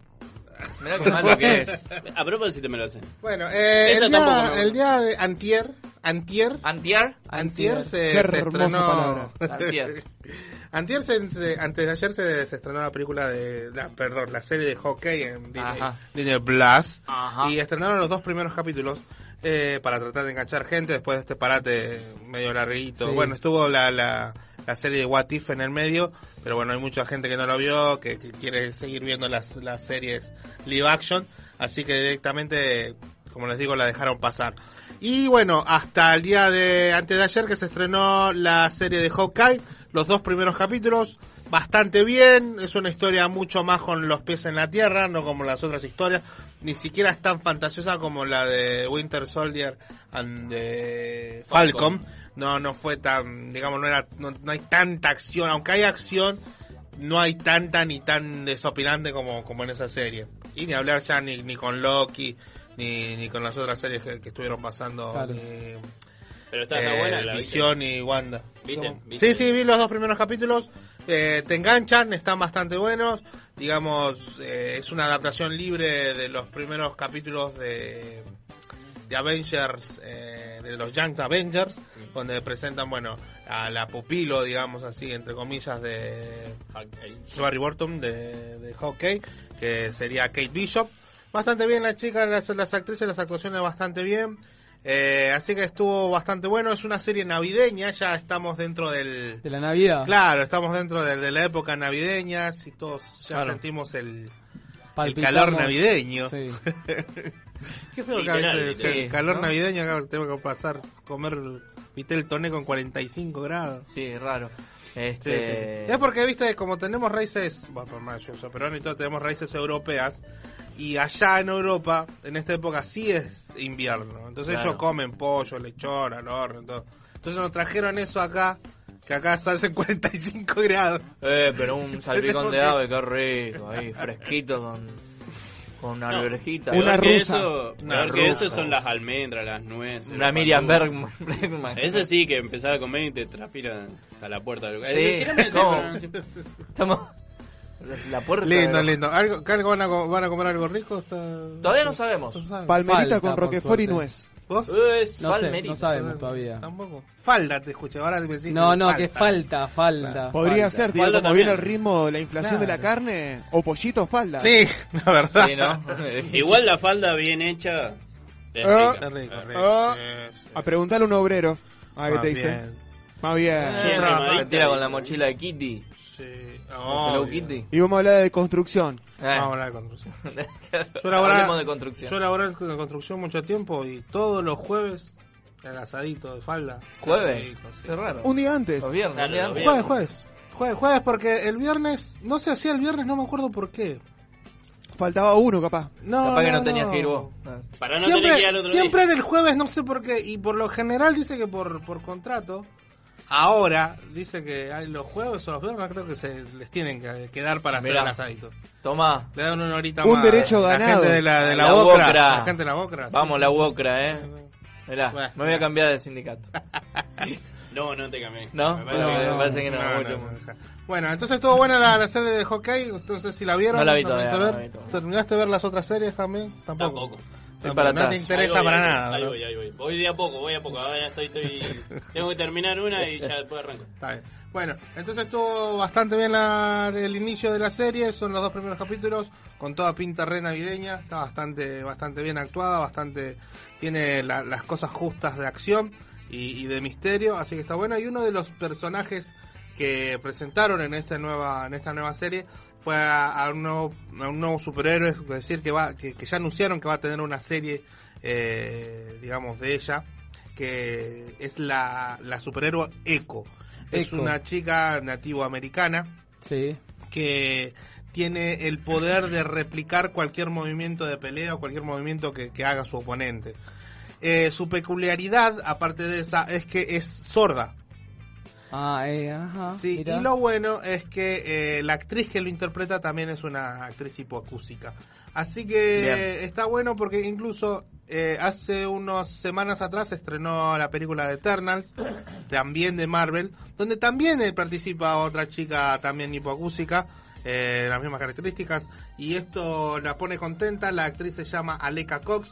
S13: Mirá qué malo que es.
S11: A propósito me lo hacen.
S16: Bueno, eh,
S11: Esa
S16: el,
S11: tampoco me
S16: día,
S11: gusta.
S16: el día de Antier. Antier.
S13: Antier.
S16: Antier se,
S19: Qué
S16: se
S19: hermosa
S16: estrenó.
S19: palabra.
S13: Antier.
S16: Antier se, entre- antes de ayer se, se estrenó la película de, la- perdón, la serie de hockey en Disney,
S13: Ajá.
S16: Disney Plus
S13: Ajá.
S16: y estrenaron los dos primeros capítulos. eh, para tratar de enganchar gente después de este parate medio larguito.
S15: Sí.
S16: Bueno, estuvo la, la, la serie de What If en el medio, pero bueno, hay mucha gente que no lo vio, que, que quiere seguir viendo las, las series live action, así que directamente, como les digo, la dejaron pasar. Y bueno, hasta el día de antes de ayer que se estrenó la serie de Hawkeye, los dos primeros capítulos, bastante bien, es una historia mucho más con los pies en la tierra, no como las otras historias, ni siquiera es tan fantasiosa como la de Winter Soldier and the Falcon. No, no fue tan, digamos, no era, no, no hay tanta acción, aunque hay acción, no hay tanta ni tan desopilante como, como en esa serie. Y ni hablar ya ni, ni con Loki, ni, ni con las otras series que, que estuvieron pasando,
S15: Claro.
S16: ni, eh,
S15: Pero está- está buena, la viste.
S16: Visión y Wanda.
S15: ¿Viste?
S16: ¿Cómo?
S15: ¿Viste?
S16: Sí, sí, vi los dos primeros capítulos. Eh, te enganchan, están bastante buenos. Digamos, eh, es una adaptación libre de los primeros capítulos de, de Avengers, eh, de los Young Avengers, donde presentan, bueno, a la pupilo, digamos así, entre comillas, de Barry Burton, de, de Hawkeye, que sería Kate Bishop. Bastante bien la chica, las, las actrices, las actuaciones bastante bien. Eh, así que estuvo bastante bueno. Es una serie navideña, ya estamos dentro del.
S14: De la Navidad.
S16: Claro, estamos dentro del- de, la época navideña, si todos ya
S14: Claro.
S16: sentimos el, el
S14: Palpitamos.
S16: calor navideño.
S14: Sí.
S16: Qué feo que
S14: Literal,
S16: acá, este, el
S14: literal,
S16: calor
S14: ¿no?
S16: navideño, acá tengo que pasar, comer vitel toné con 45 grados.
S13: Sí, es raro.
S16: Sí, sí, sí.
S13: Este...
S16: Eh, Es porque, viste, como tenemos raíces, bueno, por más yo soy peruano y todo, tenemos raíces europeas, y allá en Europa, en esta época, sí es invierno. Entonces
S15: Claro.
S16: ellos comen pollo, lechón, al horno, y todo. Entonces nos trajeron eso acá, que acá salsen 45 grados.
S13: Eh, pero un salpicón de ave, qué rico, ahí, fresquito con, con una
S11: No,
S13: alberjita.
S11: peor que Eso, peor que eso son las almendras, las nueces.
S13: Una
S11: las
S13: Miriam
S11: panudas.
S13: Bergman- Bergman.
S11: Ese sí que empezaba a comer y te transpira hasta la puerta del lugar.
S13: Sí,
S11: Eh, ¿qué era eso?
S13: no. Estamos... La puerta...
S16: Lindo, lindo. ¿Algo, que algo van, a, co- van a comer algo rico? Está-
S13: Todavía no sabemos.
S19: Palmerita con roquefort y
S16: suerte.
S19: nuez.
S16: ¿Vos?
S14: No sé, Palmerita. no sabemos todavía.
S16: Tampoco. Falda, te escuché. Ahora me decís
S14: No, no,
S16: falta.
S14: que falta, falta.
S19: Podría
S14: falta.
S19: ser, digo, como viene el ritmo de la inflación de la carne, o pollito o falda.
S16: Sí, la verdad.
S11: Sí, ¿no? Igual la falda bien hecha. Es
S19: Ah,
S11: rica.
S19: ah, a preguntarle a un obrero. A ver
S11: Más
S19: qué te dice.
S11: bien.
S19: Más bien.
S16: Ah,
S13: Siempre Mentira con la mochila de Kitty.
S16: Sí.
S13: Hello Kitty.
S19: Y vamos a hablar de construcción.
S16: Vamos a hablar de construcción. Yo
S13: Eh. Hablemos de construcción.
S16: Yo laboré en construcción mucho tiempo y todos los jueves el asadito de falda.
S13: ¿Jueves?
S16: Rico, sí.
S13: Qué raro.
S19: Un día antes.
S13: Los viernes,
S16: Claro,
S13: un día
S16: los
S13: antes.
S16: viernes. Jueves, jueves. Jueves, jueves, porque el viernes, no se hacía el viernes, no me acuerdo por qué.
S19: Faltaba uno, capaz.
S16: No,
S13: Capaz que no tenías que ir vos.
S11: Para no tener
S16: siempre
S11: que ir al otro
S16: siempre era el jueves, no sé por qué. Y por lo general dice que por, por contrato, ahora dice que hay los jueves o los viernes, creo que se les tienen que, que dar para hacer
S13: Mirá.
S16: el asadito.
S13: Tomá.
S16: Le dan una horita
S19: Un
S16: más.
S19: derecho
S16: La
S19: ganado.
S16: gente de la, de la,
S13: La
S16: Ocra,
S13: Ocra.
S16: La gente de la Ocra. sí.
S13: Vamos, la UOCRA, eh. Mirá, me voy a cambiar de sindicato.
S11: No, no te cambié.
S13: ¿No?
S11: Me
S13: Me
S11: parece que- me
S13: parece que no.
S16: No,
S13: mucho.
S16: no, Bueno, entonces estuvo buena la, la serie de hockey. No sé si la vieron.
S13: No la vi
S16: la
S13: todavía,
S16: alcanzó a
S13: no la vi
S16: ver. ¿Terminaste de ver las otras series también? Tampoco.
S13: Estoy para
S16: no te
S13: atrás.
S16: interesa
S11: Ahí voy,
S16: para
S11: ahí voy,
S16: nada.
S11: Ahí
S16: ¿no?
S11: voy, ahí voy. Voy de a poco, voy a poco. Ahora ya estoy, estoy. Tengo que terminar una y ya después arranco.
S16: Está bien. Bueno, entonces estuvo bastante bien la- el inicio de la serie, son los dos primeros capítulos, con toda pinta re navideña, está bastante, bastante bien actuada, bastante, tiene la- las cosas justas de acción y, y de misterio, así que está bueno. Y uno de los personajes que presentaron en esta nueva, en esta nueva serie fue a, a un, nuevo, a un nuevo superhéroe, es decir, que, va, que, que ya anunciaron que va a tener una serie, eh, digamos, de ella, que es la, la superhéroe Echo. Es
S14: Echo.
S16: una chica nativoamericana
S14: Sí.
S16: que tiene el poder de replicar cualquier movimiento de pelea o cualquier movimiento que, que haga su oponente. Eh, su peculiaridad, aparte de esa, es que es sorda.
S14: Ah, eh, ajá.
S16: Sí,
S14: mirá.
S16: y lo bueno es que eh, la actriz que lo interpreta también es una actriz hipoacústica. Así que
S15: Bien.
S16: está bueno porque incluso eh, hace unas semanas atrás se estrenó la película de Eternals, también de Marvel, donde también eh, participa otra chica también hipoacústica, eh, las mismas características, y esto la pone contenta, la actriz se llama Aleka Cox,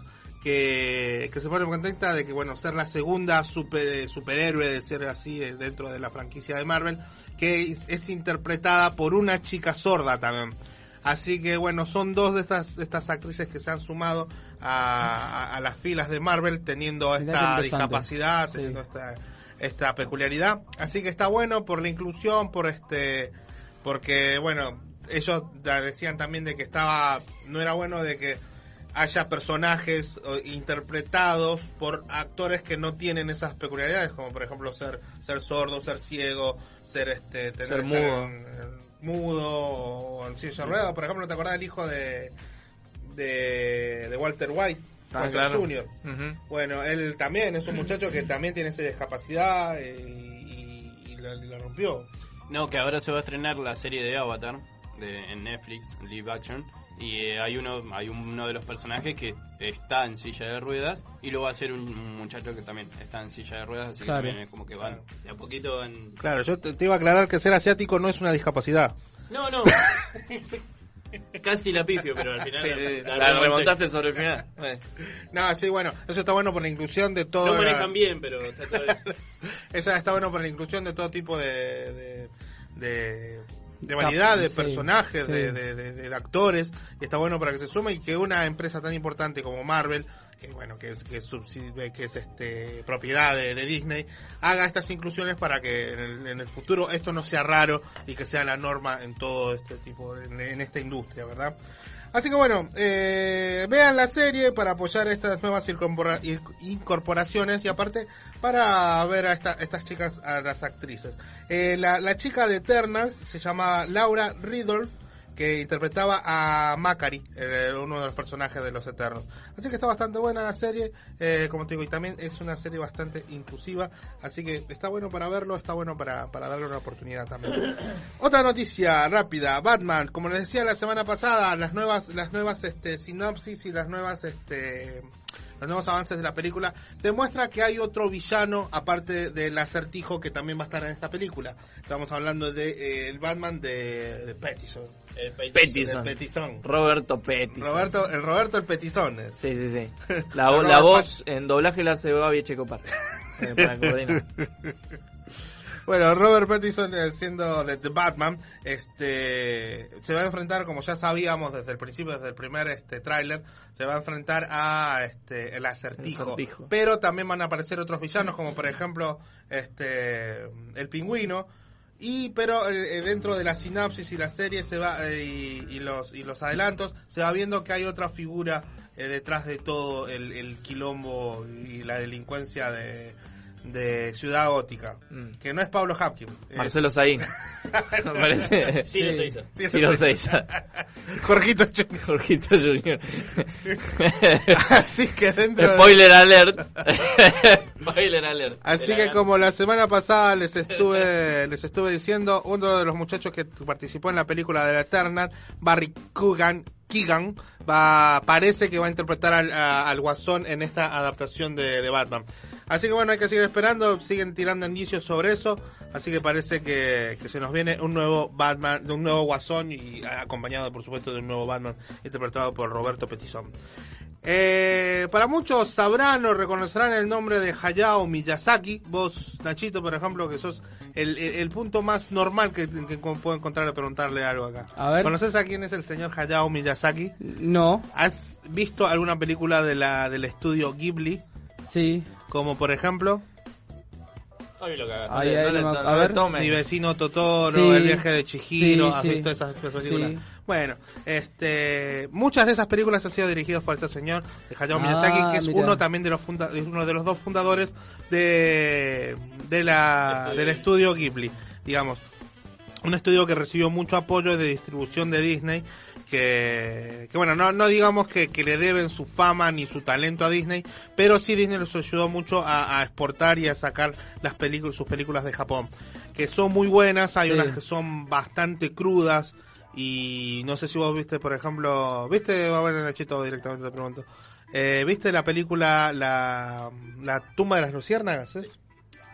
S16: que, que se pone contenta de que, bueno, ser la segunda super, eh, superhéroe, de ser así, de- dentro de la franquicia de Marvel, que es interpretada por una chica sorda también. Así que, bueno, son dos de estas, estas actrices que se han sumado a, a- a las filas de Marvel teniendo
S14: qué
S16: esta
S14: interesante.
S16: discapacidad, teniendo esta, esta peculiaridad. Así que está bueno por la inclusión, por este, porque bueno, ellos da- decían también de que estaba, no era bueno de que haya personajes o, interpretados por actores que no tienen esas peculiaridades, como por ejemplo ser ser sordo, ser ciego, ser este tener-
S13: Ser
S16: estar
S13: mudo.
S16: en- en eh, mudo o en silla de ruedas. Por ejemplo, ¿te acordás del hijo de de, de Walter White?
S13: Ah,
S16: Walter
S13: claro.
S16: Jr.
S13: Ujú.
S16: Bueno, él también es un muchacho que también tiene esa discapacidad eh, y, y la, la rompió.
S11: No, que ahora se va a estrenar la serie de Avatar de, en Netflix, live action. Y eh, hay uno hay uno de los personajes que está en silla de ruedas y lo va a hacer un, un muchacho que también está en silla de ruedas, así
S16: Claro.
S11: que también es como que van de a poquito van...
S16: Claro, yo te, te iba a aclarar que ser asiático no es una discapacidad.
S11: No, no. Casi la pifio, pero al final
S13: Sí, la remontaste sobre el final. Eh.
S16: No, sí, bueno, eso está bueno por la inclusión de todo.
S11: No manejan bien, pero está todo bien.
S16: Eso está bueno por la inclusión de todo tipo de de, de, de variedad de
S11: Sí,
S16: personajes,
S11: sí.
S16: De, de- de- de actores. Y está bueno para que se sume y que una empresa tan importante como Marvel, que bueno, que es, que es, subsidi- que es este propiedad de, de Disney, haga estas inclusiones para que en el, en el futuro esto no sea raro y que sea la norma en todo este tipo, en, en esta industria, ¿verdad? Así que bueno, eh, vean la serie para apoyar estas nuevas incorpora- inc- incorporaciones y aparte para ver a esta- estas chicas, a las actrices. Eh, la, la chica de Eternals se llama Laura Ridolf, que interpretaba a Macari, eh, uno de los personajes de los Eternos. Así que está bastante buena la serie, eh, como te digo, y también es una serie bastante inclusiva, así que está bueno para verlo, está bueno para, para darle una oportunidad también. Otra noticia rápida, Batman, como les decía la semana pasada, las nuevas, las nuevas este, sinopsis y las nuevas este, los nuevos avances de la película, demuestra que hay otro villano aparte del acertijo que también va a estar en esta película. Estamos hablando de eh, el Batman de, de Pattison.
S11: El
S13: Pettison.
S16: El Pettison.
S13: Roberto Pettison.
S16: Roberto, el Roberto el Petizón.
S13: Sí, sí, sí. La, vo- la voz en doblaje la hace Babi Echecopar. Eh, para coordinar.
S16: Bueno, Robert Pattinson eh, siendo de The Batman, este, se va a enfrentar, como ya sabíamos desde el principio, desde el primer este tráiler, se va a enfrentar a este el acertijo.
S13: El acertijo.
S16: Pero también van a aparecer otros villanos, como por ejemplo, este, el pingüino. Y pero eh, eh, dentro de la sinapsis y la serie se va eh, y, y los y los adelantos se va viendo que hay otra figura eh, detrás de todo el, el quilombo y la delincuencia de, de Ciudad Gótica.
S13: Mm.
S16: Que no es Pablo Hapkin.
S13: Marcelo Saín. Me parece.
S16: Sí, lo hizo. Sí, lo
S13: Ciro
S16: hizo.
S13: Seiza.
S16: Jorgito Junior.
S13: Jorgito Junior.
S16: Así que dentro de-
S13: Spoiler alert. Spoiler alert.
S16: Así que como la semana pasada les estuve les estuve diciendo, uno de los muchachos que participó en la película de la Eternal, Barry Coogan, Keegan, va, parece que va a interpretar al, a- al Guasón en esta adaptación de, de Batman. Así que bueno, hay que seguir esperando, siguen tirando indicios sobre eso, así que parece que, que se nos viene un nuevo Batman, un nuevo Guasón y acompañado por supuesto de un nuevo Batman interpretado por Roberto Petizón. Eh, para muchos sabrán o reconocerán el nombre de Hayao Miyazaki. Vos, Nachito, por ejemplo, que sos el, el- el punto más normal que, que puedo encontrar a preguntarle algo acá.
S14: A ver.
S16: ¿Conoces a quién es el señor Hayao Miyazaki?
S14: No.
S16: ¿Has visto alguna película de la, del estudio Ghibli?
S14: Sí.
S16: Como por ejemplo,
S11: Ay, lo cagaste.
S14: Ay, ay, no me- a
S11: no
S14: ver.
S11: le tomes.
S16: Mi vecino Totoro,
S14: Sí.
S16: El viaje de Chihiro.
S14: Sí,
S16: ¿Has
S14: sí.
S16: visto esas películas?
S14: Sí.
S16: Bueno, este, muchas de esas películas han sido dirigidas por este señor, de Hayao
S14: Ah,
S16: Miyazaki, que es
S14: mirá.
S16: uno también de los funda- es uno de los dos fundadores de, de la, del estudio Ghibli, digamos. Un estudio que recibió mucho apoyo de distribución de Disney, que, que bueno, no, no digamos que, que le deben su fama ni su talento a Disney, pero sí Disney los ayudó mucho a, a exportar y a sacar las películas, sus películas de Japón, que son muy buenas, hay
S14: Sí.
S16: unas que son bastante crudas, y no sé si vos viste, por ejemplo, viste, va a ver Nachito directamente te pregunto. Eh, ¿Viste la película La, la tumba de las luciérnagas? es?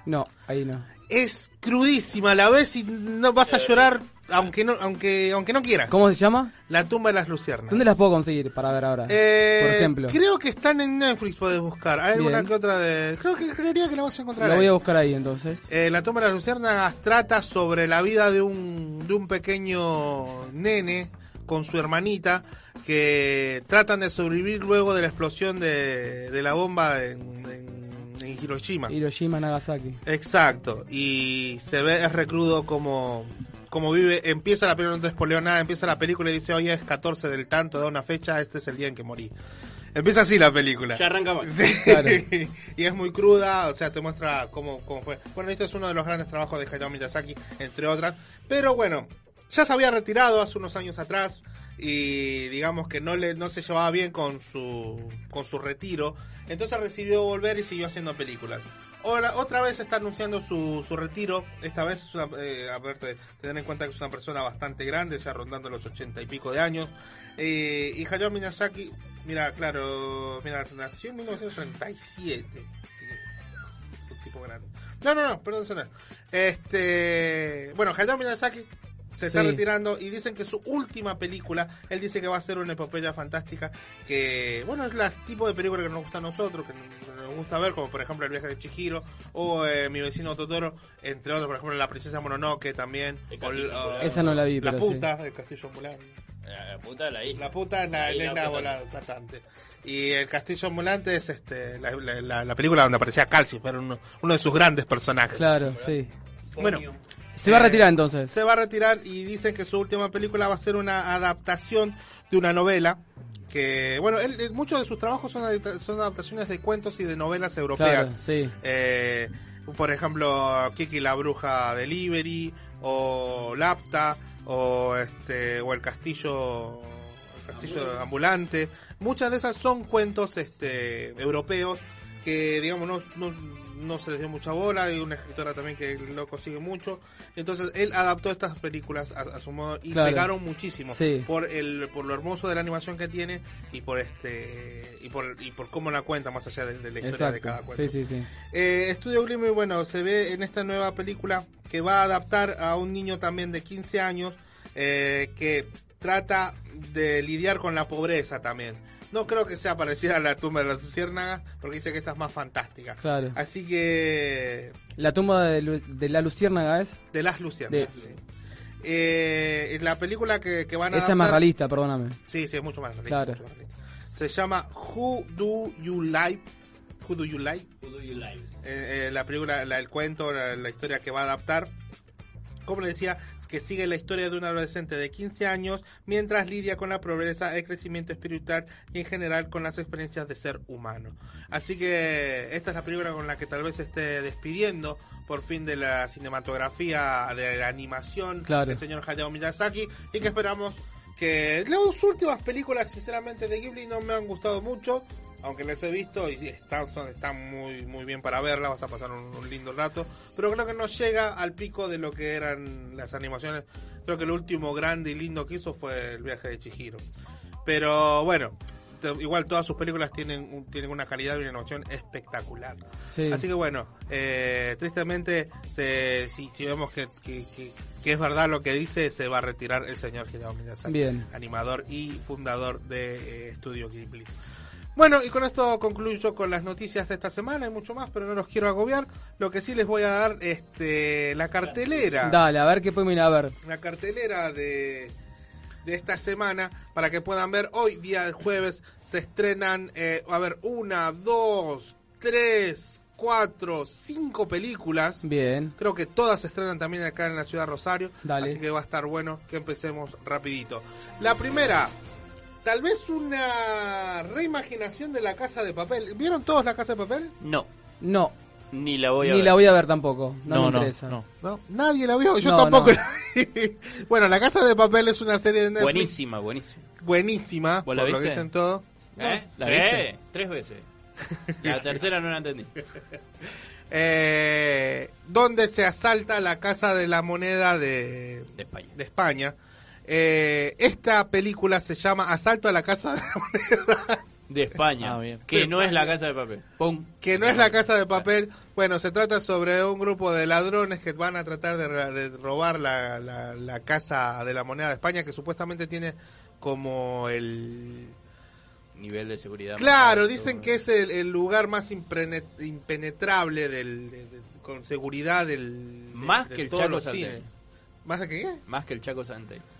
S14: No, ahí no.
S16: Es crudísima, la ves y no vas a llorar aunque no aunque aunque no quieras.
S14: ¿Cómo se llama?
S16: La tumba de las luciérnagas.
S14: ¿Dónde las puedo conseguir para ver ahora?
S16: Eh,
S14: Por ejemplo.
S16: Creo que están en Netflix, podés buscar. Hay alguna
S14: Bien.
S16: que otra de... Creo que creería que la vas a encontrar
S14: Lo
S16: ahí.
S14: voy a buscar ahí entonces.
S16: Eh, la tumba de las luciérnagas trata sobre la vida de un, de un pequeño nene con su hermanita que tratan de sobrevivir luego de la explosión de, de la bomba en, en- en Hiroshima.
S14: Hiroshima, Nagasaki.
S16: Exacto. Y se ve, es recrudo como, como vive. Empieza la película, no te spoileo nada. Empieza la película y dice: Hoy es 14 del tanto, da una fecha, este es el día en que morí. Empieza así la película.
S11: Ya arranca mal.
S16: Sí.
S11: Claro.
S16: y es muy cruda, o sea, te muestra cómo, cómo fue. Bueno, este es uno de los grandes trabajos de Hayao Miyazaki, entre otras. Pero bueno, ya se había retirado hace unos años atrás y digamos que no le no se llevaba bien con su con su retiro, entonces decidió volver y siguió haciendo películas. Ahora, otra vez está anunciando su, su retiro. Esta vez, es una, eh, aparte, tener en cuenta que es una persona bastante grande, ya rondando los ochenta y pico de años. Eh, y Hayao Miyazaki, mira, claro, mira, nació en 1937. Un tipo grande. No, no, no, perdón, eso no es. Este, bueno, Hayao Miyazaki se está
S12: Sí.
S16: retirando y dicen que su última película, él dice que va a ser una epopeya fantástica, que bueno, es la tipo de película que nos gusta a nosotros, que nos gusta ver, como por ejemplo El viaje de Chihiro o eh, Mi vecino Totoro, entre otros, por ejemplo La princesa Mononoke también. o l- o-
S14: Esa no la vi,
S16: La
S14: pero sí.
S16: puta, El castillo ambulante.
S15: La puta la isla.
S16: La puta es la,
S15: La isla
S16: es la
S15: flotante.
S16: bola flotante. Y el castillo ambulante es este la, la- la- la película donde aparecía Calcifer, uno, uno de sus grandes personajes.
S14: Claro, sí.
S16: Bueno,
S14: Se va a
S16: eh,
S14: retirar entonces.
S16: se va a retirar y dicen que su última película va a ser una adaptación de una novela. Que, bueno, él- él- muchos de sus trabajos son, adapta- son adaptaciones de cuentos y de novelas europeas.
S14: Claro, sí.
S16: Eh, por ejemplo, Kiki la Bruja Delivery, o Lapta, o, este, o El Castillo, el castillo Ambulante. Muchas de esas son cuentos este, europeos que, digamos, no, no- no se les dio mucha bola. Hay una escritora también que lo consigue mucho. Entonces, él adaptó estas películas a, a su modo y
S14: Claro.
S16: pegaron muchísimo
S14: Sí.
S16: por el por lo hermoso de la animación que tiene y por este y por y por cómo la cuenta más allá de, de la historia de cada
S14: Exacto.
S16: cuento.
S14: Sí, sí, sí.
S16: Eh, Estudio Ghibli, bueno, se ve en esta nueva película que va a adaptar a un niño también de 15 años eh, que trata de lidiar con la pobreza también. No creo que sea parecida a la tumba de las luciérnagas, porque dice que esta es más fantástica.
S14: Claro.
S16: Así que
S14: La tumba de, Lu- de la luciérnaga es.
S16: de las luciérnagas.
S14: De-
S16: sí. Eh, en la película que, que van a
S14: Esa es más
S16: adaptar-
S14: realista, perdóname.
S16: Sí, sí, es mucho más realista.
S14: Claro.
S16: mucho más realista. Se llama Who Do You Like? Who Do You Like? Eh, eh, la película, la- el cuento, la, la historia que va a adaptar. Como le decía, que sigue la historia de un adolescente de 15 años mientras lidia con la pobreza, el crecimiento espiritual y en general con las experiencias de ser humano. Así que esta es la película con la que tal vez se esté despidiendo por fin de la cinematografía, de la animación
S14: Claro.
S16: del señor Hayao Miyazaki y que esperamos que las últimas películas sinceramente de Ghibli no me han gustado mucho, aunque las he visto y están, son- están muy, muy bien para verlas, vas a pasar un, un lindo rato, pero creo que no llega al pico de lo que eran las animaciones. Creo que el último grande y lindo que hizo fue el viaje de Chihiro. Pero bueno, te- igual todas sus películas tienen, un- tienen una calidad y una innovación espectacular.
S14: Sí.
S16: Así que bueno, eh, tristemente, se- si, si vemos que, que- que- que es verdad lo que dice, se va a retirar el señor Hayao Miyazaki,
S14: Bien.
S16: animador y fundador de eh, Estudio Ghibli. Bueno, y con esto concluyo con las noticias de esta semana y mucho más, pero no los quiero agobiar. Lo que sí les voy a dar este la cartelera
S14: Dale, a ver qué podemos ir a ver.
S16: la cartelera de, de esta semana para que puedan ver hoy día del jueves se estrenan eh, a ver una dos tres cuatro cinco películas
S14: Bien.
S16: creo que todas se estrenan también acá en la ciudad de Rosario
S14: Dale.
S16: así que va a estar bueno que empecemos rapidito la primera tal vez una reimaginación de la Casa de Papel vieron todos la Casa de Papel
S14: No. No.
S15: Ni la voy a
S14: Ni
S15: ver.
S14: la voy a ver tampoco. No,
S15: No,
S14: me
S15: no,
S14: interesa.
S15: no.
S16: ¿No? nadie la vio yo
S14: No,
S16: tampoco
S14: no.
S16: la vi. bueno la Casa de Papel es una serie de Netflix
S15: Buenísima, buenísima.
S16: buenísima,
S15: ¿Vos
S16: por
S15: la
S16: lo que
S15: viste?
S16: dicen todo.
S15: ¿Eh?
S16: No.
S15: Sí, tres veces. La tercera no la entendí.
S16: Eh, donde se asalta la casa de la moneda de, de España. Eh, esta película se llama Asalto a la casa de la moneda.
S15: De España. Que no es la casa Ah, de papel. Pum.
S16: Que no es la casa de papel. Bueno, se trata sobre un grupo de ladrones que van a tratar de, ra- de robar la, la- la casa de la moneda de España, que supuestamente tiene como el
S15: Nivel de seguridad.
S16: Claro, dicen que es el, el lugar más imprene- impenetrable del, de- de- con seguridad del, de-
S15: Más
S16: de
S15: que el
S16: todos
S15: Chaco
S16: los
S15: Santé.
S16: cines. ¿Más que qué?
S15: Más que el Chaco Santé.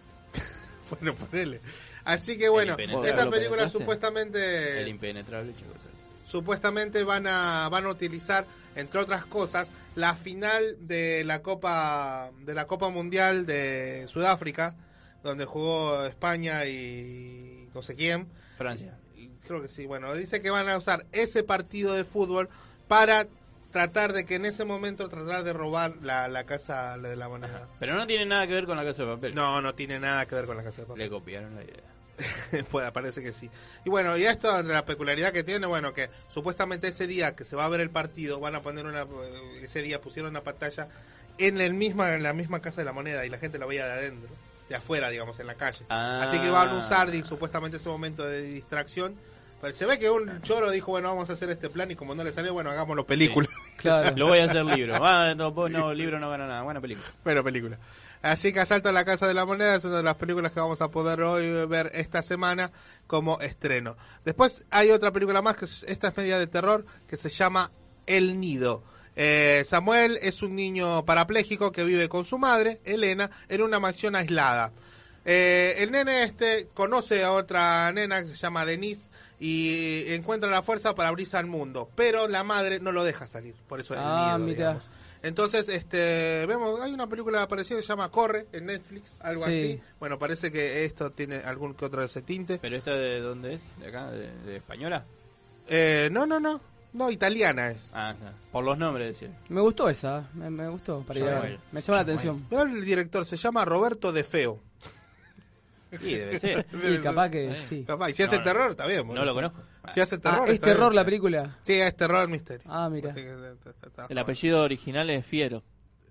S16: Bueno, ponele. Así que bueno,
S13: impenetrable.
S16: esta
S13: ¿Lo
S16: película
S13: penetraste?
S16: supuestamente...
S13: El impenetrable, chicos.
S16: supuestamente van a van a utilizar entre otras cosas la final de la Copa de la Copa Mundial de Sudáfrica donde jugó España y no sé quién
S13: Francia.
S16: Y creo que sí bueno dice que van a usar ese partido de fútbol para tratar de que en ese momento tratar de robar la, la casa de la moneda
S15: Pero no tiene nada que ver con la casa de papel.
S16: no no tiene nada que ver con la casa de papel
S15: Le copiaron la idea.
S16: Puede, Pues, parece que sí. Y bueno, y esto, la peculiaridad que tiene, bueno, que supuestamente ese día que se va a ver el partido, van a poner una, eh, ese día pusieron una pantalla en el misma, en la misma casa de la moneda y la gente la veía de adentro, de afuera, digamos, en la calle.
S15: Ah.
S16: Así que van a usar di- supuestamente ese momento de distracción. Pero se ve que un choro dijo, bueno, vamos a hacer este plan y como no le salió, bueno, hagámoslo película.
S14: Claro.
S15: Lo voy a hacer libro. Ah, no, vos no, libro no gana nada. Buena película.
S16: Bueno, película. Así que Asalto a la Casa de la Moneda es una de las películas que vamos a poder hoy ver esta semana como estreno. Después hay otra película más, que es- esta es media de terror, que se llama El Nido. Eh, Samuel es un niño parapléjico que vive con su madre, Elena, en una mansión aislada. Eh, el nene este conoce a otra nena que se llama Denise y encuentra la fuerza para abrirse al mundo, pero la madre no lo deja salir, por eso el
S14: Ah,
S16: nido,
S14: mira.
S16: digamos. Entonces, este, vemos, hay una película parecida que se llama Corre en Netflix, algo
S14: Sí.
S16: así. Bueno, parece que esto tiene algún que otro de ese tinte.
S15: ¿Pero esta de dónde es? ¿De acá? ¿De, de española?
S16: Eh, no, no, no, no, italiana es.
S15: Ah, no. por los nombres decía.
S14: Me gustó esa, me, me gustó. Para ir a ver.
S15: Samuel.
S14: Me llama la atención.
S16: Mirá el director, se llama Roberto De Feo.
S15: Sí, debe ser.
S14: Sí, capaz que sí.
S16: Capaz, y si hace
S15: No,
S16: terror, está bien. boludo.
S15: No lo conozco.
S16: Si hace terror.
S14: Ah, ¿es
S16: está bien.
S14: terror la película?
S16: Sí, es terror misterio.
S14: Ah, mira.
S16: Así que está- está- está
S12: El
S16: joven.
S12: apellido original es Fiero.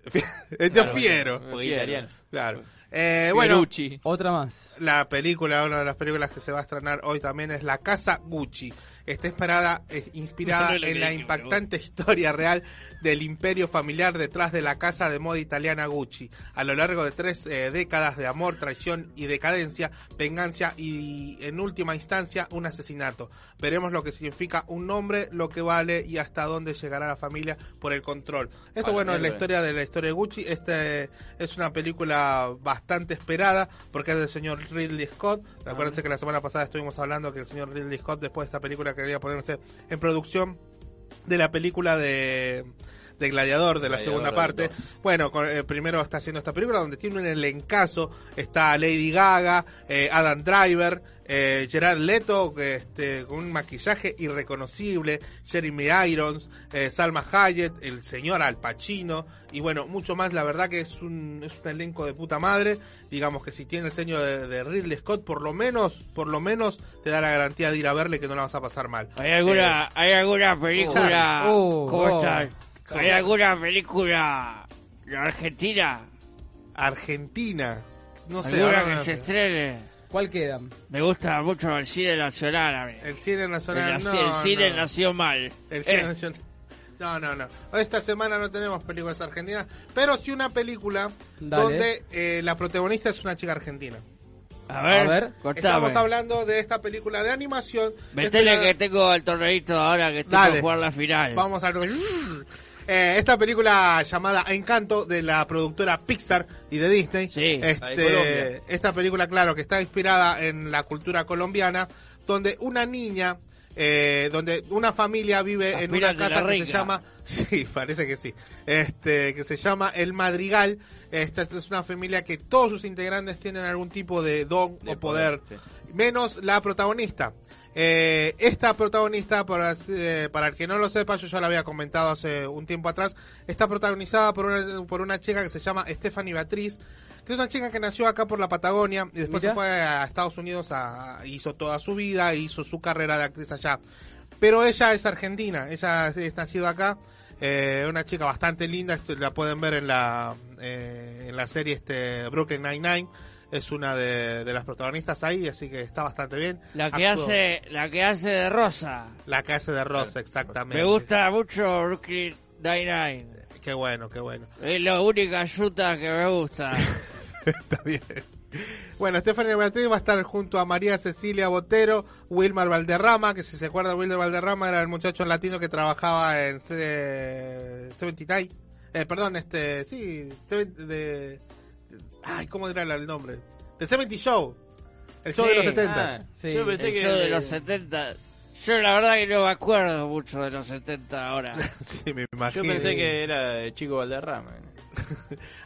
S16: Este Es de Fiero.
S12: Porque italiano.
S16: Claro. Eh, bueno,
S12: Fierucci.
S14: Otra más.
S16: La película, una de las películas que se va a estrenar hoy también es La Casa Gucci. Está esperada, es inspirada
S11: No le
S16: en la
S11: creí,
S16: impactante historia real del imperio familiar detrás de la casa de moda italiana Gucci. A lo largo de tres eh, décadas de amor, traición y decadencia, venganza y, en última instancia, un asesinato. Veremos lo que significa un nombre, lo que vale y hasta dónde llegará la familia por el control. Esto,
S11: A la
S16: bueno, es la
S11: mierda.
S16: historia de la historia de Gucci. Este es una película bastante esperada porque es del señor Ridley Scott. Recuérdense que la semana pasada estuvimos hablando que el señor Ridley Scott, después de esta película, quería ponerse en producción de la película de, de Gladiador, de la
S11: Gladiador
S16: segunda parte. Bueno, con- eh, primero está haciendo esta película donde tiene un elencazo. Está Lady Gaga, eh, Adam Driver, eh, Gerard Leto, que, este, con un maquillaje irreconocible, Jeremy Irons, eh, Salma Hayek, el señor Al Pacino, y bueno, mucho más. La verdad que es un, es un elenco de puta madre. Digamos que si tiene el sello de, de Ridley Scott, por lo menos, por lo menos te da la garantía de ir a verle que no la vas a pasar mal. Eh,
S11: ¿Hay alguna,
S13: Eh.
S11: hay alguna película
S16: Oh, oh,
S11: corta?
S16: oh.
S11: ¿Hay alguna película de Argentina?
S16: Argentina. No sé.
S11: ¿Alguna
S16: ahora
S11: que
S16: no
S11: se
S16: sé.
S11: estrene?
S14: ¿Cuál queda?
S11: Me gusta mucho el cine nacional, a mí.
S16: El cine nacional.
S11: El,
S16: no,
S11: el cine
S16: no.
S11: nacional.
S16: El cine
S11: Eh,
S16: nacional. No, no, no. Esta semana no tenemos películas argentinas, pero sí una película
S11: Dale.
S16: donde eh, la protagonista es una chica argentina.
S11: A ver,
S16: A
S11: ver.
S16: Estamos
S11: contame.
S16: hablando de esta película de animación.
S11: Metele
S16: Esperada-
S11: que tengo el torneito ahora que estoy
S16: Dale.
S11: por jugar la final.
S16: Vamos a Eh, esta película llamada Encanto de la productora Pixar y de Disney. Este,
S11: la de Colombia.
S16: esta película, claro, que está inspirada en la cultura colombiana, donde una niña, eh, donde una familia vive en una
S11: Aspirante
S16: casa
S11: la
S16: que se
S11: rica.
S16: llama, sí, parece que sí, este, que se llama El Madrigal. Esta es una familia que todos sus integrantes tienen algún tipo de don o poder, menos la protagonista. Eh, esta protagonista, para, eh, para el que no lo sepa, yo ya la había comentado hace un tiempo atrás, está protagonizada por una, por una chica que se llama Stephanie Batriz, que es una chica que nació acá por la Patagonia y después
S11: Mira.
S16: se fue a Estados Unidos, a, hizo toda su vida, hizo su carrera de actriz allá. Pero ella es argentina, ella es nacida acá, eh, una chica bastante linda, esto la pueden ver en la, eh, en la serie este Brooklyn Nine-Nine. Es una de, de las protagonistas ahí, así que está bastante bien.
S11: La que
S16: Actuó-
S11: hace, la que hace de Rosa.
S16: la que hace de Rosa, exactamente.
S11: Me gusta mucho Brooklyn Nine-Nine.
S16: Qué bueno, qué bueno.
S11: Es la única yuta que me gusta.
S16: Está bien. Bueno, Stephanie Beatriz va a estar junto a María Cecilia Botero, Wilmar Valderrama, que si se acuerda, Wilmar Valderrama era el muchacho latino que trabajaba en eh, 79. Eh, perdón, este, sí, Seven- de, de- Ay, ¿cómo era el nombre? The 70 Show. El show de los 70.
S12: yo pensé que. de los 70. Yo la verdad que no me acuerdo mucho de los 70 ahora.
S16: sí, me
S15: Yo
S16: imagino.
S15: pensé que era de Chico Valderrama.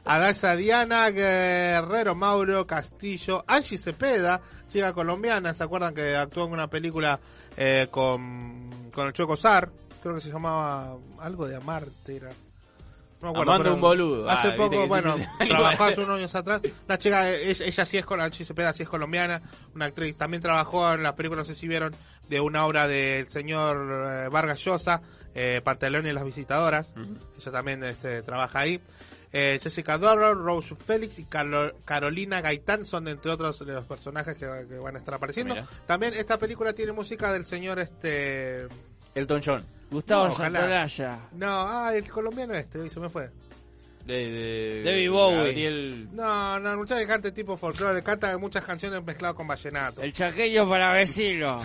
S16: Adasa Diana, Guerrero Mauro, Castillo, Angie Cepeda, chica colombiana, ¿se acuerdan que actuó en una película eh, con, con el Choco Sar? Creo que se llamaba algo de Amarte, era. No me acuerdo,
S15: Amando
S16: pero
S15: un boludo.
S16: Hace
S15: Ah, viste que
S16: poco,
S15: se
S16: bueno,
S15: empieza-
S16: trabajó hace unos años atrás. Una chica, eh, ella, ella sí es con Angie Cepeda, sí es colombiana, una actriz. También trabajó en las películas, no sé si vieron, de una obra del señor eh, Vargas Llosa, eh, Pantaleón y las visitadoras. Ella también este, trabaja ahí. Eh, Jessica Doro, Rose Félix y Carlo- Carolina Gaitán son entre otros de los personajes que, que van a estar apareciendo.
S15: Mira.
S16: También esta película tiene música del señor este
S15: Elton John.
S16: No, ojalá. No, ah, el colombiano este, uy, se me fue.
S15: De, de,
S12: Eh, David Bowie.
S15: Gabriel-
S16: No, no, muchacho que canta tipo folclore, canta muchas canciones mezcladas con vallenato.
S12: El chaqueño para vecino.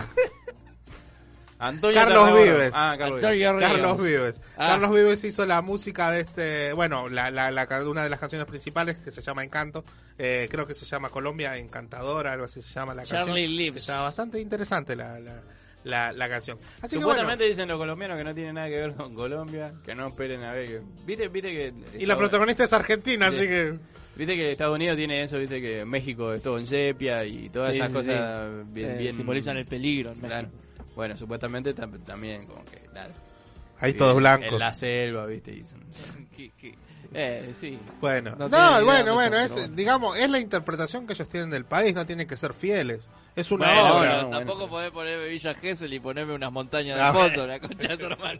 S15: Antonio
S16: Carlos
S15: Tarragorro.
S16: Vives.
S15: Ah, Carlos Vives.
S16: Carlos Vives.
S15: Ah.
S16: Carlos Vives hizo la música de este, bueno, la, la- la ca- una de las canciones principales que se llama Encanto, eh, creo que se llama Colombia Encantadora, algo así se llama la canción.
S12: Charlie Lips.
S16: Está bastante interesante la, la, la- la canción. Así que bueno,
S15: Supuestamente dicen los colombianos que no tiene nada que ver con Colombia, que no esperen a ver. que- Viste, viste que.
S16: y la protagonista es argentina, así que...
S15: Viste que Estados Unidos tiene eso, viste que México es todo en sepia y todas
S12: Sí,
S15: esas
S12: sí,
S15: cosas
S12: sí.
S15: bien,
S12: Eh,
S15: bien-
S12: simbolizan el peligro en
S15: Claro. Bueno, supuestamente tam- también como que nada.
S16: Ahí
S15: Sí,
S16: todo blanco.
S15: En la selva, viste. y-
S12: Eh, sí.
S16: Bueno, no,
S12: No tiene idea de
S16: bueno,
S12: eso,
S16: bueno,
S12: pero
S16: es,
S12: bueno.
S16: digamos, es la interpretación que ellos tienen del país, no tienen que ser fieles. Es una
S12: Bueno,
S16: obra.
S12: pero tampoco podés ponerme Villa Gesell y ponerme unas montañas de
S16: Ah,
S12: fondo,
S16: bueno.
S12: la concha de tu hermana.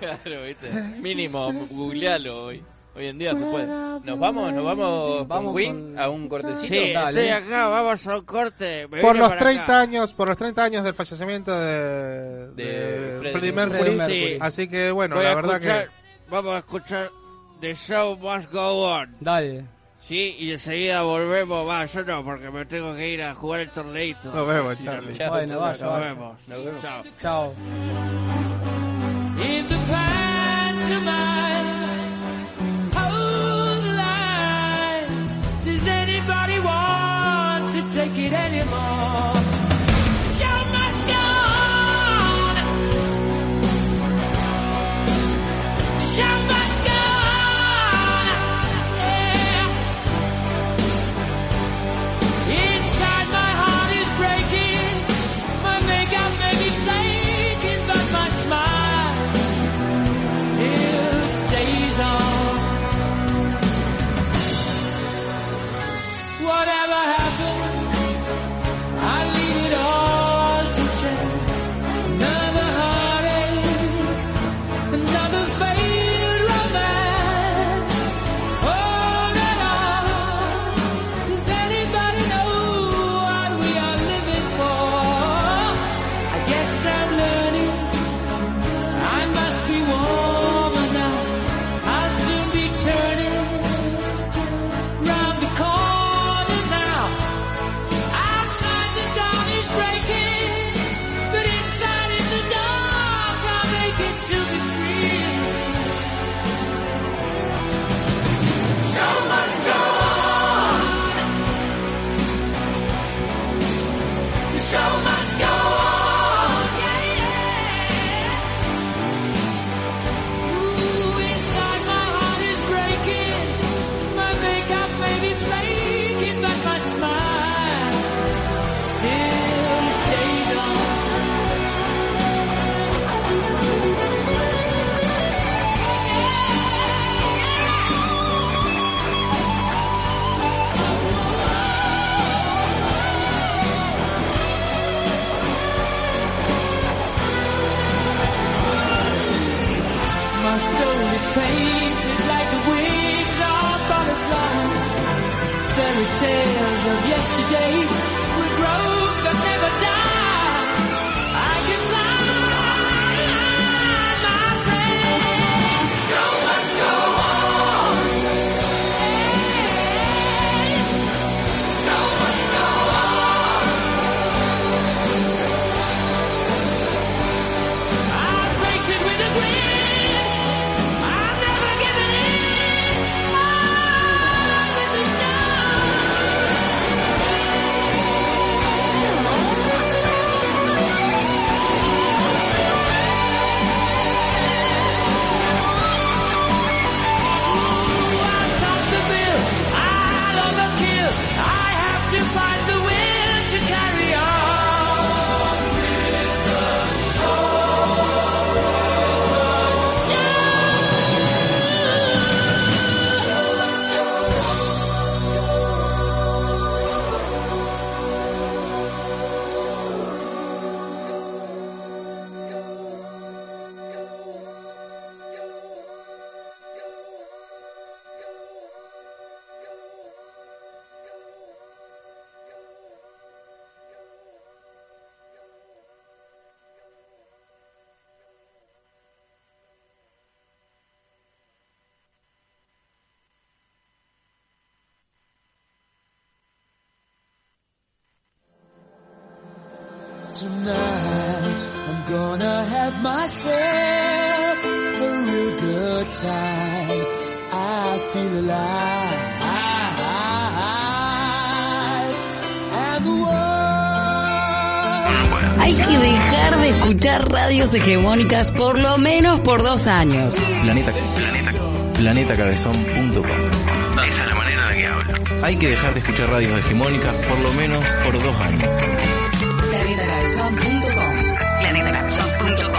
S12: claro, viste. Mínimo, googlealo hoy. Hoy en día se puede.
S15: Nos vamos, nos vamos, con Win a un cortecito.
S12: Sí, estoy acá, vamos a un corte. me
S16: por
S12: vine
S16: los
S12: para
S16: 30
S12: acá.
S16: años, por los 30 años del fallecimiento de,
S15: De
S16: de
S15: Freddie
S16: Eh, Freddie
S15: Mercury.
S16: Mercury.
S15: Sí.
S16: Así que bueno,
S12: Voy
S16: la
S12: a
S16: verdad
S12: escuchar- Vamos a escuchar The Show Must Go On.
S14: Dale.
S12: Sí, y enseguida volvemos. Va, yo no, porque me tengo que ir a jugar el torneito.
S16: Nos vemos,
S12: Sí,
S16: Charlie.
S12: ya-
S14: Bueno, vaya,
S12: Nos
S14: vaya.
S12: vemos.
S15: Nos vemos.
S12: Chao.
S14: Chao.
S2: In the pantomime, hold the line. Does anybody want to take it anymore? Show must go on. Show must go on. Yeah. Inside my heart is breaking. My makeup may be flaking, but my smile still stays on. Whatever happened, I leave it all to chance. Another heartache, another failed romance. Oh, la, la. Does anybody know what we are living for? I guess I'm learning. I must be warmer now. I'll soon be turning round the corner now. Outside the dawn is breaking, but inside in the dark I'm aching to be free. So must go on. The show must go on. Yeah, yeah. Ooh, inside my heart is breaking. My makeup may be flaking, but my smile still stays on. My soul is painted like the wings of butterflies. Fairy tales of yesterday will grow but never die. I can fly, my friend. So must go on. So must go on. I'll face it with a grin. I've never given in. I'm in the sun. tonight. I'm gonna have myself a real good time. I feel alive. And the world.
S21: Hay que dejar de escuchar radios hegemónicas por lo menos por dos años.
S18: Planeta, planeta, planetacabezón.com.
S23: Esa es la manera en la que hablo.
S18: Hay que dejar de escuchar radios hegemónicas por lo menos por dos años.
S21: Planetacabezón.com. Planetacabezón.com.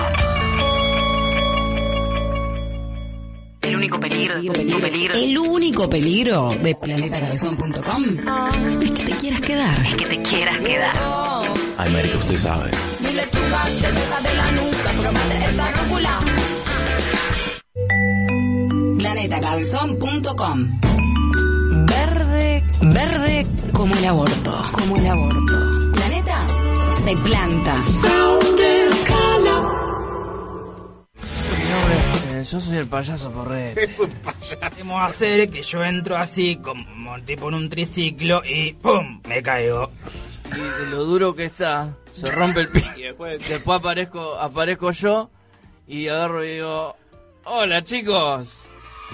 S21: El único peligro, El único peligro de planetacabezón.com es que te quieras quedar. Es que te quieras quedar.
S18: Ay, marica, usted sabe.
S2: Dile tú te deja de la nuca, promete esa rúcula.
S21: Planetacabezón.com Verde, verde como el aborto. Como el aborto. Planeta se planta.
S28: Eh,
S5: yo soy el payaso porrero.
S16: Es un payaso.
S5: Podemos hacer que yo entro así, como tipo en un triciclo, y ¡pum! Me caigo.
S13: Y de lo duro que está, se rompe el pie. Y después, después aparezco, aparezco yo y agarro y digo, hola chicos.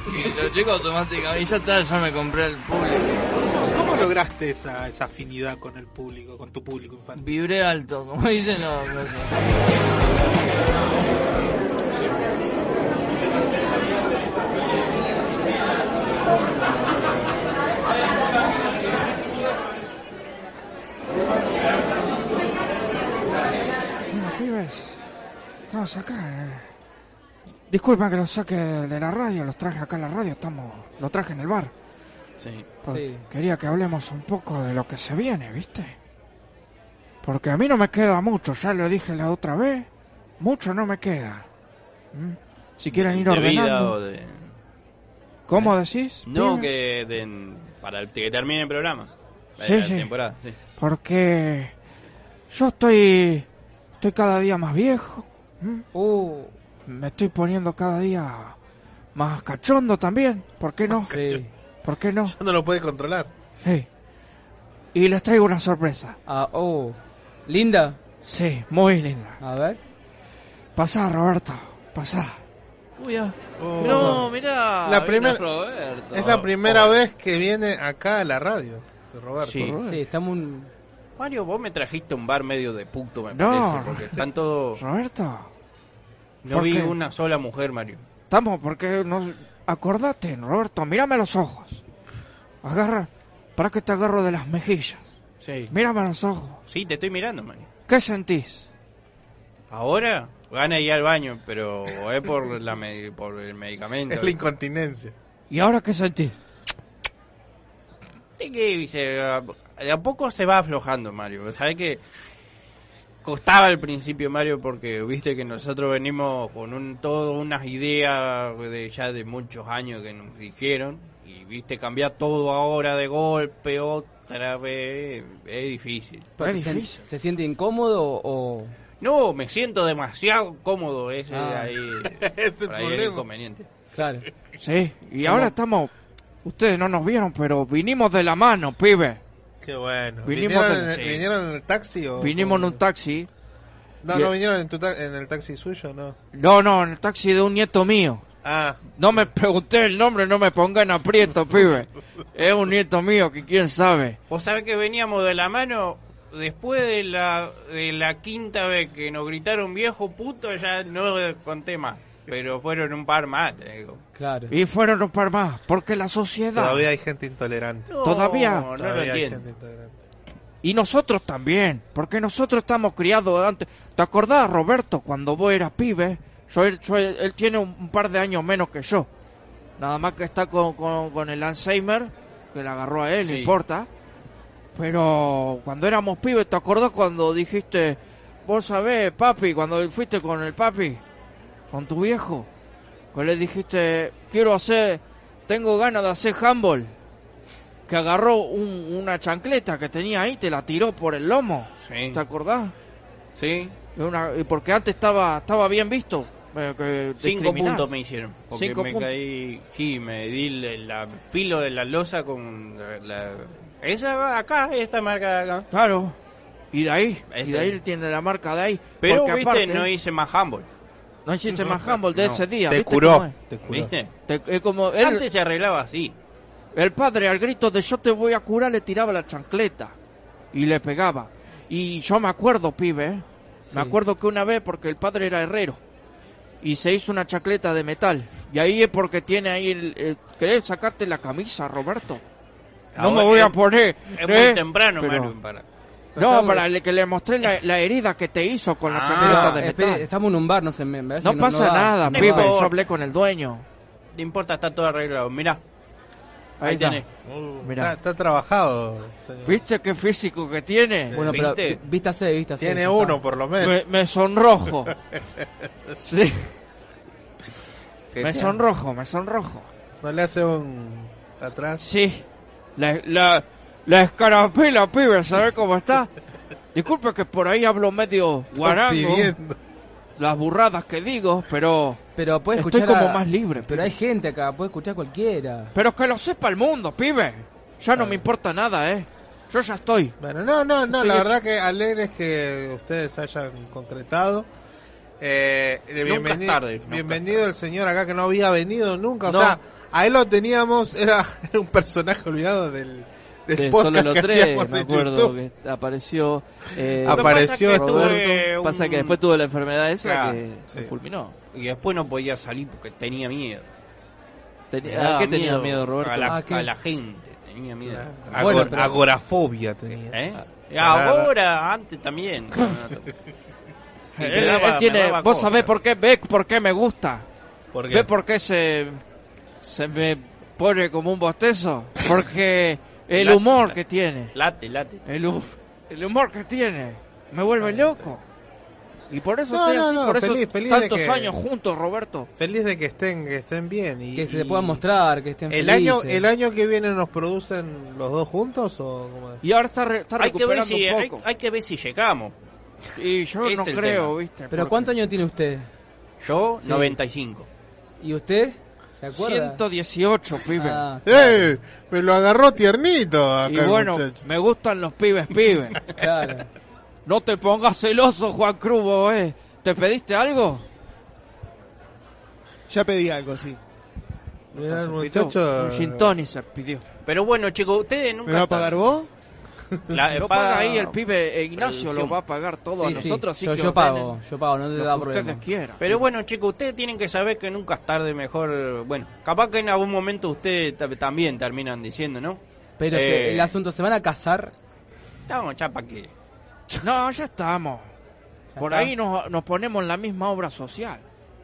S13: Y los chicos automáticamente, y ya está, ya me compré el público.
S16: ¿Cómo lograste esa, esa afinidad con el público, con tu público infantil?
S13: Vibré alto, como dicen los... los-
S28: Bueno, pibes, estamos acá. eh. Disculpen que los saque de la radio, los traje acá en la radio, estamos, los traje en el bar.
S8: Sí.
S28: Porque Quería que hablemos un poco de lo que se viene, ¿viste? Porque a mí no me queda mucho, ya lo dije la otra vez, mucho no me queda. ¿Mm? Si quieren ir
S15: de vida
S28: ordenando.
S15: o de...
S28: ¿Cómo decís?
S15: No,
S28: pibes?
S15: que de- para que termine el programa. La,
S28: Sí,
S15: la
S28: sí.
S15: temporada, sí.
S28: Porque yo estoy, estoy cada día más viejo. ¿m?
S15: Uh.
S28: Me estoy poniendo cada día más cachondo también. ¿Por qué no? ¿Por qué no?
S16: No lo puedes controlar.
S28: Sí. Y les traigo una sorpresa.
S14: Ah, oh.
S28: ¿Linda? Sí, muy linda.
S14: A ver.
S28: Pasá, Roberto. Pasá.
S13: Uy, ah.
S16: Oh.
S13: No, mirá.
S16: La
S13: vino
S16: primera-
S13: Roberto.
S16: Es la primera vez que viene acá a la radio, Roberto.
S15: Sí. Sí,
S14: estamos un...
S15: Mario, vos me trajiste un bar medio de puto, me
S28: No.
S15: parece, porque están todos...
S28: Roberto.
S15: No
S28: ¿por
S15: vi
S28: qué?
S15: una sola mujer, Mario.
S28: Estamos, porque nos... Acordate, Roberto, mírame a los ojos. Agarra... ¿Para que te agarro de las mejillas?
S15: Sí.
S28: Mírame a los ojos.
S15: Sí, te estoy mirando, Mario.
S28: ¿Qué sentís?
S15: Ahora gana ir al baño, pero es por, la me- por el medicamento.
S28: Es la
S16: incontinencia.
S28: ¿Y ahora qué sentís?
S15: Es que se- a- de a poco se va aflojando, Mario. Sabes que costaba al principio, Mario, porque viste que nosotros venimos con un, todo unas ideas de ya de muchos años que nos dijeron. Y viste, cambiar todo ahora de golpe, otra vez, es difícil.
S14: ¿Se- ¿Se, siente incómodo o...?
S15: No, me siento demasiado cómodo. Ese
S14: Ah.
S15: ahí,
S14: Es el
S15: por ahí el
S14: problema.
S15: inconveniente.
S14: Claro.
S28: Sí, y
S15: ¿Cómo?
S28: ahora estamos... Ustedes no nos vieron, pero vinimos de la mano, pibe.
S16: Qué bueno.
S28: Vinimos
S16: ¿Vinieron,
S28: con-
S16: en,
S28: sí.
S16: ¿Vinieron en el taxi o...?
S28: Vinimos en un taxi.
S16: No,
S28: Y-
S16: no vinieron en, tu ta- en el taxi suyo, no.
S28: No, no, en el taxi de un nieto mío.
S16: Ah.
S28: No me pregunté el nombre, no me pongan aprieto, pibe. Es un nieto mío que quién sabe.
S15: Vos sabés que veníamos de la mano después de la, de la quinta vez que nos gritaron viejo puto, ya no conté más. Pero fueron un par más, te digo.
S14: Claro.
S28: Y fueron un par más, porque la sociedad...
S16: Todavía hay gente intolerante.
S28: No, Todavía. no lo
S16: Todavía hay
S28: entiendo.
S16: gente intolerante.
S28: Y nosotros también, porque nosotros estamos criados de antes. ¿Te acordás, Roberto, cuando vos eras pibe? Yo, él, yo- él tiene un, un par de años menos que yo. Nada más que está con, con- con el Alzheimer, que le agarró a él, no
S14: Sí.
S28: importa. Pero cuando éramos pibes, ¿te acordás cuando dijiste, vos sabés, papi, cuando fuiste con el papi, con tu viejo, que le dijiste, quiero hacer, tengo ganas de hacer handball? que agarró un- una chancleta que tenía ahí, te la tiró por el lomo.
S15: Sí.
S28: ¿Te acordás?
S15: Sí.
S28: Una- y porque antes estaba estaba bien visto. eh, que
S15: Cinco
S28: discriminar.
S15: puntos me hicieron. Porque
S28: Cinco
S15: me
S28: puntos.
S15: caí, sí, me di el la- filo de la losa con la... Esa acá, esta marca de acá.
S28: Claro. Y de ahí,
S15: Ese.
S28: y de ahí tiene la marca de ahí.
S15: Pero,
S28: porque
S15: viste,
S28: aparte-
S15: no hice más handball.
S28: No hiciste más handball de
S15: No.
S28: ese día.
S15: Te
S28: ¿viste
S15: curó,
S28: cómo es?
S15: te curó. ¿Viste?
S28: Te- es como él-
S15: Antes se arreglaba así.
S28: el padre al grito de yo te voy a curar le tiraba la chancleta y le pegaba. Y yo me acuerdo, pibe, ¿eh? me acuerdo que una vez, porque el padre era herrero, y se hizo una chancleta de metal. Y ahí es porque tiene ahí el... el- ¿Querés sacarte la camisa, Roberto? No me
S15: Ahora
S28: voy a
S15: es-
S28: poner.
S15: Es
S28: ¿eh?
S15: muy temprano,
S28: Pero-
S15: Manu, para.
S28: No, para le- que le mostré la, la herida que te hizo con la chancleta de metal.
S14: Ah, espere, estamos en un bar, no se me. me parece
S28: Ah, No
S14: que
S28: pasa
S14: da.
S28: nada,
S14: No
S28: pibe.
S14: va.
S28: Yo hablé con el dueño.
S15: No importa, está todo arreglado. Mirá.
S28: Ahí
S15: Ahí,
S28: está.
S15: tenés.
S28: Mirá.
S23: Está trabajado. señor.
S28: ¿Viste qué físico que tiene?
S14: Bueno, pero ¿Viste? vístase, vístase,
S23: Tiene
S14: ya
S23: uno,
S14: está.
S23: por lo menos.
S28: Me, me sonrojo. sí. Me
S23: te-
S28: sonrojo, me sonrojo.
S23: ¿No le hace un atrás?
S28: Sí. La, la, la escarapela, pibe, ¿sabes cómo está? Disculpe que por ahí hablo medio guarango.
S23: pidiendo.
S28: Las burradas que digo, pero...
S14: Pero puede
S28: Estoy
S14: escuchar.
S28: como
S14: a-
S28: más libre.
S14: Pero hay gente acá, puede escuchar cualquiera.
S28: Pero que lo sepa el mundo, pibe. Ya
S14: Ah.
S28: no me importa nada, ¿eh? Yo ya estoy.
S23: Bueno, no, no, no,
S28: Estoy
S23: la
S28: hecho.
S23: verdad que alegres que ustedes hayan concretado. Eh, eh,
S15: Nunca es
S23: bienveni-
S15: tarde, nunca
S23: bienvenido el señor acá que no había venido nunca.
S28: No.
S23: O sea, a él lo teníamos, era, era un personaje olvidado del, del
S12: De
S23: podcast
S12: solo los
S23: que
S12: tres,
S23: hacíamos
S12: me
S23: en
S12: acuerdo
S23: YouTube.
S12: que apareció. eh,
S23: Apareció
S12: Roberto.
S23: Lo
S12: Pasa
S23: que
S12: que,
S23: pasa que tuve un-
S12: después tuvo la enfermedad esa
S15: Claro,
S12: que se fulminó.
S15: Y después no podía salir porque tenía miedo.
S12: Tenía-
S15: Me daba
S12: ¿a qué tenía miedo, Roberto?
S15: A la,
S12: ¿A qué?
S15: a la gente, tenía miedo.
S23: Agor- Agorafobia tenía.
S15: ¿Eh? Y
S23: Claro.
S15: ahora, antes también. Me
S28: Él,
S15: daba-
S28: Eh, él
S15: me
S28: tiene,
S15: daba
S28: vos
S15: cosa.
S28: sabés por qué, ve por qué me gusta.
S23: ¿Por
S28: ¿Ve por qué se, se me pone como un bostezo? Porque el
S15: Late,
S28: humor
S15: late.
S28: que tiene,
S15: Late, late.
S28: el, hu- el humor que tiene, me vuelve loco. Y por eso
S23: No,
S28: estoy
S23: no,
S28: así,
S23: no,
S28: por eso
S23: feliz, feliz de
S28: tantos
S23: que-
S28: años juntos, Roberto.
S23: Feliz de que estén, que estén bien. Y,
S14: Que se
S23: y-
S14: puedan mostrar, que estén
S23: ¿El
S14: felices.
S23: año, ¿El año que viene nos producen los dos juntos o cómo es?
S28: Y ahora está, re- está
S15: Hay que, ver
S28: recuperando
S15: si,
S28: un
S15: hay,
S28: poco.
S15: hay que ver si llegamos.
S28: Y yo
S15: Es
S28: no
S15: el
S28: creo,
S15: tema.
S28: ¿viste?
S14: Pero
S28: Porque
S14: ¿cuántos años tiene usted?
S15: Yo,
S14: Sí.
S15: 95.
S14: ¿Y usted? ¿Se acuerda?
S28: 118, pibe.
S14: Ah,
S23: ¡Eh! Me lo agarró tiernito acá
S28: y
S23: el
S28: bueno,
S23: muchacho.
S28: me gustan los pibes, pibes.
S14: claro.
S28: No te pongas celoso, Juan Crubo, eh. ¿Te pediste algo?
S19: Ya pedí algo, sí.
S23: Mirá, el
S28: Pidió
S23: muchacho.
S28: Un gin tonic se pidió.
S15: Pero bueno, chicos, ustedes nunca.
S19: ¿Me va a pagar vos?
S15: están- la-
S28: Lo
S15: paga-
S28: paga ahí el pibe eh, Ignacio, lo
S15: producción.
S28: va a pagar todo
S14: Sí,
S28: a
S14: sí,
S28: nosotros. así
S14: yo,
S28: que
S14: yo pago,
S28: ordenen
S14: yo pago, no te
S28: lo
S14: da
S28: que ustedes
S14: problema.
S28: quieran.
S15: Pero bueno, chicos, ustedes tienen que saber que nunca es tarde mejor. eh, Bueno, capaz que en algún momento ustedes ta- también terminan diciendo, ¿no?
S14: Pero
S15: Eh,
S14: se- el asunto, ¿se van a casar?
S15: Estamos chapa que.
S28: No, ya estamos. Por
S14: está.
S28: ahí nos, nos ponemos en la misma obra social.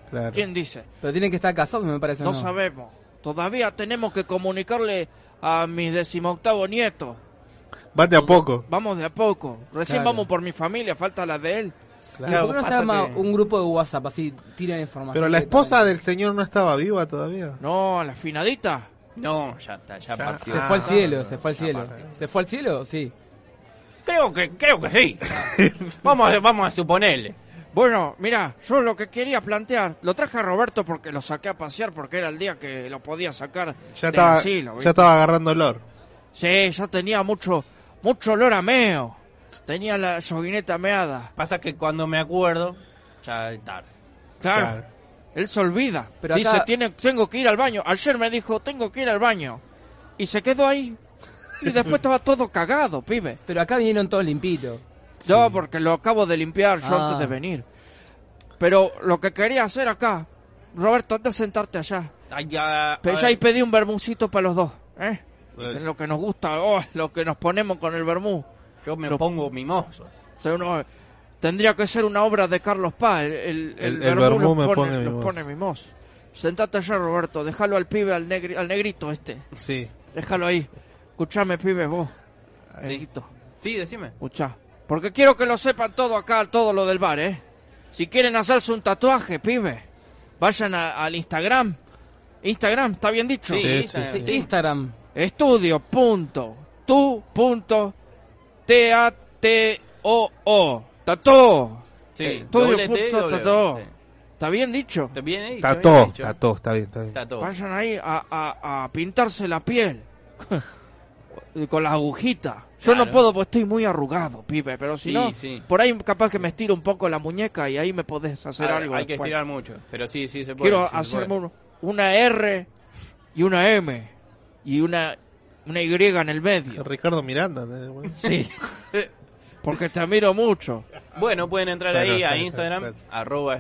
S23: Claro.
S28: ¿Quién dice?
S14: Pero tienen que estar casados, me parece.
S28: No,
S14: ¿o no?
S28: sabemos. Todavía tenemos que comunicarle a mis decimoctavo nietos.
S23: Vas de a poco.
S28: Vamos de a poco. Recién
S14: Claro.
S28: vamos por mi familia, falta la de él.
S14: ¿Y ¿Por qué no se
S15: pasa
S14: llama
S15: que-
S14: un grupo de WhatsApp así, tiran información?
S23: Pero la
S14: que-
S23: esposa del señor no estaba viva todavía.
S28: No, la finadita.
S15: No, ya está, ya, partió.
S14: Se
S23: Ah,
S14: fue al cielo,
S23: no,
S14: se fue al cielo. ¿Se fue al cielo? Sí.
S15: Creo que, creo que sí. vamos, a- vamos a suponerle.
S28: Bueno, mira, yo lo que quería plantear, lo traje a Roberto porque lo saqué a pasear porque era el día que lo podía sacar
S23: Ya
S28: del
S23: estaba,
S28: asilo, ¿viste?
S23: ya estaba agarrando olor.
S28: Sí, ya tenía mucho, mucho olor a meo. Tenía la yoguineta meada.
S15: Pasa que cuando me acuerdo, ya es tarde.
S28: Claro.
S23: Claro.
S28: Él se olvida.
S14: Pero
S28: Dice,
S14: acá-
S28: "Tiene- tengo que ir al baño. Ayer me dijo, tengo que ir al baño. Y se quedó ahí. Y después estaba todo cagado, pibe.
S14: Pero acá vinieron todos limpitos.
S28: No, porque lo acabo de limpiar yo
S14: Ah.
S28: antes de venir. Pero lo que quería hacer acá, Roberto, anda a sentarte allá.
S15: Ay, ya,
S28: Pero
S15: a
S28: ya ahí
S15: ver,
S28: pedí un bermucito para los dos. ¿eh?
S23: Eh.
S28: Es lo que nos gusta, oh, es lo que nos ponemos con el bermú.
S15: yo me
S28: lo-
S15: pongo mimoso.
S28: O sea, uno- tendría que ser una obra de Carlos Paz. El, el,
S23: El-
S28: el
S23: el
S28: vermú
S23: vermú
S28: nos
S23: me
S28: pone,
S23: pone
S28: nos
S23: mimoso.
S28: pone mimoso. Sentate allá, Roberto. Déjalo al pibe, al, negri- al negrito este.
S23: Sí.
S28: Déjalo ahí. Escuchame, pibe, vos.
S15: Sí.
S28: Negrito.
S15: Sí, decime.
S28: Escuchá. Porque quiero que lo sepan todo acá, todo lo del bar, ¿eh? Si quieren hacerse un tatuaje, pibe, vayan a- al Instagram. Instagram, está bien dicho.
S15: Sí,
S23: Sí,
S15: Instagram,
S23: sí,
S15: sí.
S14: Instagram.
S28: Estudio punto tu punto t a t o o tató.
S16: Eh,
S15: Sí,
S28: Estudio
S15: doble T,
S28: punto
S15: doble O,
S28: tató.
S15: sí.
S28: Está bien dicho.
S15: ¿Está bien ahí?
S23: Está
S15: ¿Está bien
S23: todo,
S15: dicho?
S23: está todo, está bien, está bien.
S15: Está todo.
S28: Vayan ahí a, a- a pintarse la piel. con la agujita. Yo
S13: Claro.
S28: no puedo, porque estoy muy arrugado, pibe. Pero si
S15: Sí,
S28: no,
S15: sí.
S28: por ahí capaz que me estiro un poco la muñeca y ahí me podés hacer
S15: Ah,
S28: algo.
S15: hay que
S28: después.
S15: estirar mucho, pero sí, sí se puede.
S28: Quiero
S15: sí se
S28: hacerme
S15: puede.
S28: uno- una R y una M y una, una Y en el medio.
S6: Ricardo Miranda.
S28: Sí. Porque te admiro mucho.
S15: Bueno, pueden entrar
S28: Bueno,
S15: ahí
S28: está
S15: a
S28: bien,
S15: Instagram, arroba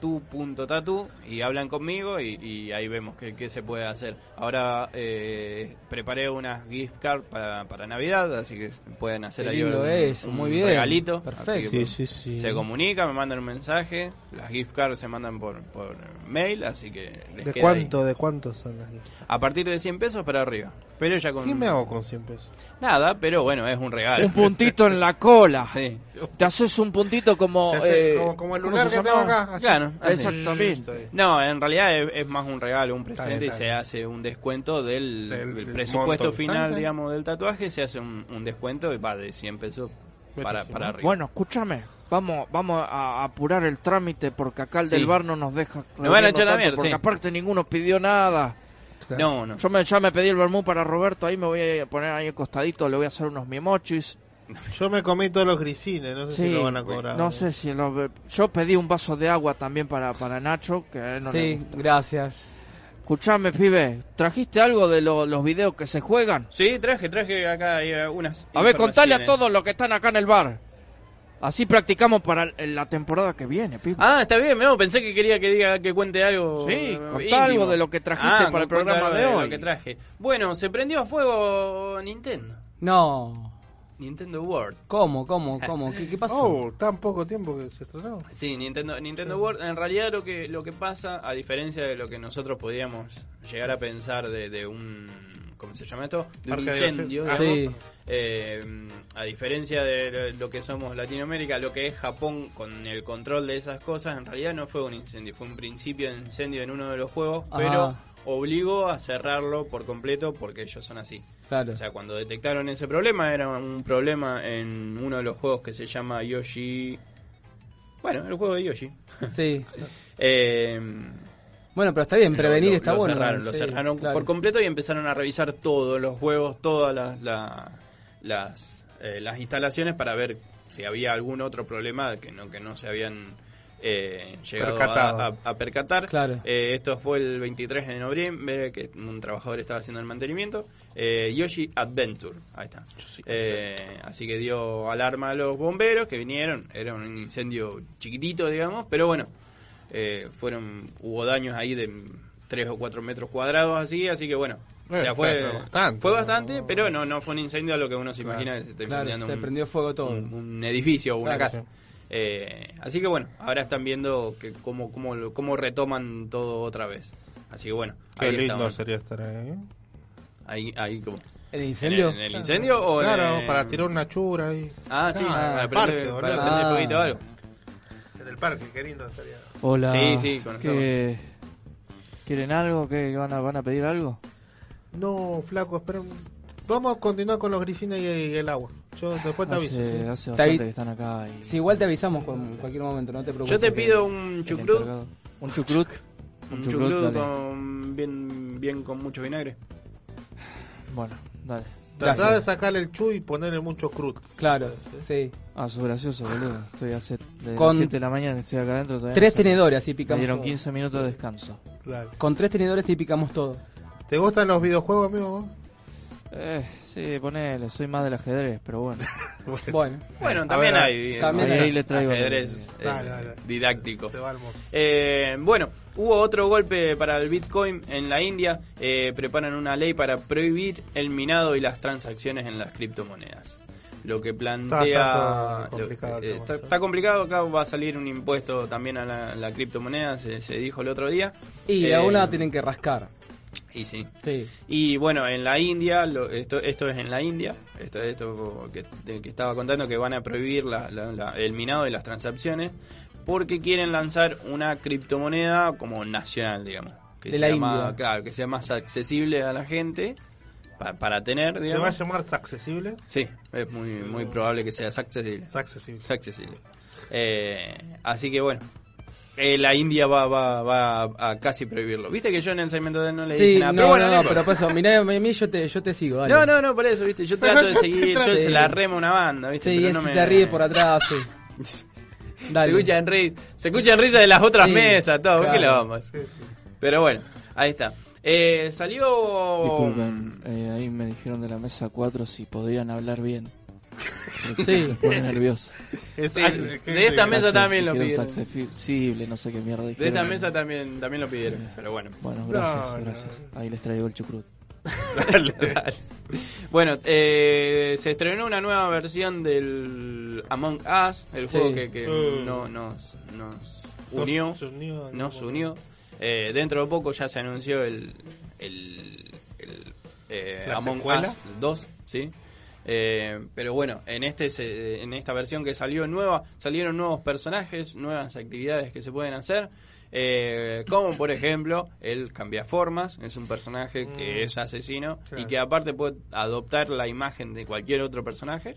S15: estudio.tu.tatu y hablan conmigo y, y ahí vemos qué, qué se puede hacer. Ahora eh, preparé unas gift card para, para Navidad, así que pueden hacer
S14: Qué
S15: ahí
S14: lindo
S15: un,
S14: eso,
S15: un
S14: muy bien,
S15: regalito.
S14: perfecto.
S15: Así que,
S14: Sí,
S15: pues,
S6: sí, sí.
S15: Se comunica, me mandan un mensaje, las gift cards se mandan por, por mail, así que les
S6: ¿De
S15: queda ahí.
S6: cuánto? ¿De cuántos son las
S15: A partir de 100 pesos para arriba. Pero ya con...
S6: ¿Qué me hago con 100 pesos?
S15: Nada, pero bueno, es un regalo.
S28: Un puntito en la cola.
S15: Sí.
S28: Te haces un puntito como.
S15: Te haces
S28: eh,
S15: como- como el
S28: ¿cómo
S15: lunar
S28: se
S15: que
S28: llama?
S15: tengo acá, así. Claro, así.
S28: Exactamente.
S15: No, en realidad es, es más un regalo, un presente
S28: bien, está
S15: y se hace un descuento del,
S6: Del-
S15: del
S6: del
S15: presupuesto
S6: monto.
S15: final,
S6: Está bien.
S15: digamos, del tatuaje, se hace un, un descuento y va de 100 pesos para, para arriba.
S28: Bueno, escúchame. Vamos, vamos a apurar el trámite porque acá el
S15: Sí.
S28: del bar no nos deja.
S15: Nos van a echar la
S28: reunirnos tanto,
S15: mierda,
S28: Porque
S15: sí.
S28: aparte ninguno pidió nada.
S15: No, no.
S28: Yo me, ya me pedí el vermú para Roberto. Ahí me voy a poner ahí al costadito. Le voy a hacer unos mimochis.
S6: Yo me comí todos los grisines, no sé si
S28: Sí,
S6: lo van a cobrar.
S28: No sé si lo- Yo pedí un vaso de agua también para, para Nacho, que a él no
S14: Sí,
S28: gracias. Escuchame, pibe, ¿trajiste algo de lo- los videos que se juegan?
S15: Sí, traje, traje acá eh, unas...
S28: A ver, contale a
S15: informaciones.
S28: todos los que están acá en el bar. Así practicamos para el- la temporada que viene, pibe.
S15: Ah, está bien, no, pensé que quería que diga que cuente algo.
S28: Sí,
S15: eh,
S28: contá
S15: íntimo.
S28: algo de lo que trajiste
S15: Ah,
S28: para el
S15: cuenta
S28: programa
S15: algo
S28: de hoy.
S15: Lo que traje. Bueno, se prendió a fuego Nintendo.
S14: No.
S15: Nintendo World.
S14: ¿Cómo, cómo, cómo? ¿Qué, qué pasó?
S6: Oh, tan poco tiempo que se estrenó.
S15: Sí, Nintendo, Nintendo World. En realidad lo que lo que pasa, a diferencia de lo que nosotros podíamos llegar a pensar de, de un ¿cómo se llama esto? De un
S6: Arca de
S15: incendio.
S6: Dios.
S15: digamos.
S6: Sí.
S15: Eh, a diferencia de lo que somos Latinoamérica, lo que es Japón con el control de esas cosas, en realidad no fue un incendio, fue un principio de incendio en uno de los juegos,
S14: Ah.
S15: pero obligó a cerrarlo por completo porque ellos son así.
S14: Claro.
S15: O sea, cuando detectaron ese problema, era un problema en uno de los juegos que se llama Yoshi. Bueno, el juego de Yoshi.
S14: Sí.
S15: Eh,
S14: Bueno, pero está bien,
S15: lo-
S14: prevenir
S15: lo-
S14: está
S15: lo
S14: bueno.
S15: cerraron, lo
S14: sí,
S15: cerraron
S14: claro.
S15: por completo y empezaron a revisar todos los juegos, todas las, la- las, eh, las instalaciones para ver si había algún otro problema que no, que no se habían eh, llegado
S6: Percatado.
S15: a, a- a percatar.
S6: Claro.
S15: Eh, esto fue el 23 de noviembre, que un trabajador estaba haciendo el mantenimiento. Eh, Yoshi Adventure, ahí está. Eh, así que dio alarma a los bomberos que vinieron. Era un incendio chiquitito, digamos, pero bueno, eh, fueron hubo daños ahí de 3 o 4 metros cuadrados así, así que bueno. o
S6: Eh,
S15: sea, fue,
S6: fue bastante.
S15: fue bastante, pero no no fue un incendio a lo que uno se imagina que se esté
S14: Claro,
S15: incendiando
S14: se
S15: un-
S14: prendió fuego todo.
S15: un- un edificio o una
S14: Claro,
S15: casa.
S14: sí.
S15: Eh, así que bueno, ahora están viendo que cómo, cómo, lo- cómo retoman todo otra vez. Así que bueno,
S6: Qué
S15: ahí
S6: lindo
S15: estamos.
S6: sería estar ahí.
S15: Ahí, ahí como.
S14: ¿El incendio?
S15: ¿En el, en el incendio o en
S6: Claro,
S15: el-
S6: para tirar una chura ahí.
S15: Ah, sí,
S6: en
S15: para
S6: el parque,
S15: prender, para
S6: boludo.
S15: prender fueguito o algo.
S6: Ah. En el parque, qué lindo estaría.
S28: Hola.
S15: Sí, sí, con nosotros.
S28: ¿Qué- ¿Quieren algo? ¿Qué, van, a, ¿Van a pedir algo?
S6: No, flaco, espera. un- Vamos a continuar con los grisines y, y el agua. Yo después te aviso.
S28: Hace-
S6: ¿sí?
S28: hace
S14: Está ahí.
S28: bastante que están acá. y-
S14: Sí, igual te avisamos con- en cualquier momento, no te preocupes.
S15: Yo te
S14: que-
S15: pido un chucrut.
S28: Un chucrut.
S15: Un
S28: chucrut,
S15: chucrut
S28: dale.
S15: con bien, bien con mucho vinagre.
S28: Bueno, dale.
S6: Tratá de sacarle el chu y ponerle mucho crud.
S14: Claro, sí.
S28: Ah, sos gracioso, boludo. Estoy hace de
S14: Con
S28: las 7 de la mañana que estoy acá adentro. todavía
S14: tres
S28: no sé.
S14: tenedores, así picamos
S28: Me dieron
S14: todo.
S28: 15 minutos de descanso.
S14: Con tres tenedores y picamos todo.
S6: ¿Te gustan los videojuegos, amigo?
S28: Eh, sí, ponele, soy más del ajedrez, pero bueno.
S14: bueno.
S15: Bueno, también hay.
S28: También
S15: hay
S28: ahí, le traigo.
S15: ajedrez, eh,
S6: Dale, dale.
S15: didáctico.
S6: Se va al mozo.
S15: Eh, bueno, hubo otro golpe para el Bitcoin en la India. Eh, preparan una ley para prohibir el minado y las transacciones en las criptomonedas. Lo que plantea.
S6: está
S15: lo-
S6: complicado el
S15: eh,
S6: tema,
S15: está-
S6: sí.
S15: está complicado. Acá va a salir un impuesto también a la, la criptomoneda, se, se dijo el otro día.
S14: Y
S15: Eh,
S14: a una tienen que rascar.
S15: Y sí.
S14: Sí.
S15: Y bueno, en la India, lo- esto, esto es en la India, esto, esto que, de- que estaba contando que van a prohibir la- la- la- el minado de las transacciones porque quieren lanzar una criptomoneda como nacional, digamos. Que
S14: De
S15: sea
S14: la
S15: más,
S14: India.
S15: Claro, que sea más accesible a la gente pa- para tener,
S6: ¿Se va a
S15: digamos.
S6: llamar accesible?
S15: Sí, es muy, muy probable que sea accesible.
S6: accesible.
S15: accesible. Eh, así que bueno, eh, la India va, va, va a, a casi prohibirlo. Viste que yo en Ensaimiento de no le
S14: Sí,
S15: dije
S14: no,
S15: nada. pero bueno,
S14: no,
S15: no,
S14: no, pero por eso, mirá, a mí yo te, yo te sigo, dale.
S15: no, no, no, por eso, viste. Yo trato de
S14: yo te
S15: seguir,
S14: trato
S15: yo
S14: de-
S15: se la remo una banda, viste.
S14: Sí,
S15: pero
S14: él
S15: no
S14: se
S15: me-
S14: te ríe por atrás, sí.
S15: Se escuchan, ri- se escuchan risas de las otras
S14: Sí,
S15: mesas, todo, ¿qué
S14: claro.
S15: le vamos? Pero bueno, ahí está. Eh, salió...
S13: Disculpen, eh, ahí me dijeron de la mesa 4 si podían hablar bien.
S15: Sí.
S13: Me pone nervioso.
S15: Sí, de esta mesa
S13: Saxo-
S15: también lo
S13: dijeron
S15: pidieron.
S13: saxoficible, no sé qué mierda
S15: De
S13: dijeron.
S15: esta mesa también, también lo pidieron, pero bueno.
S13: Bueno, gracias, gracias. Ahí les traigo el chucrut.
S15: Dale. Bueno, eh, se estrenó una nueva versión del Among Us, el
S14: Sí.
S15: juego que, que
S14: Mm.
S15: no, nos, nos
S27: Nos
S15: unió.
S27: unió,
S15: Nos unió. Eh, dentro de poco ya se anunció el, el, el, eh,
S27: ¿La
S15: Among
S27: secuela?
S15: Us 2, ¿sí? Eh, pero bueno, en este se- en esta versión que salió nueva, salieron nuevos personajes, nuevas actividades que se pueden hacer. eh, como por ejemplo el cambiaformas, es un personaje que es asesino y
S27: Mm. Claro.
S15: que aparte puede adoptar la imagen de cualquier otro personaje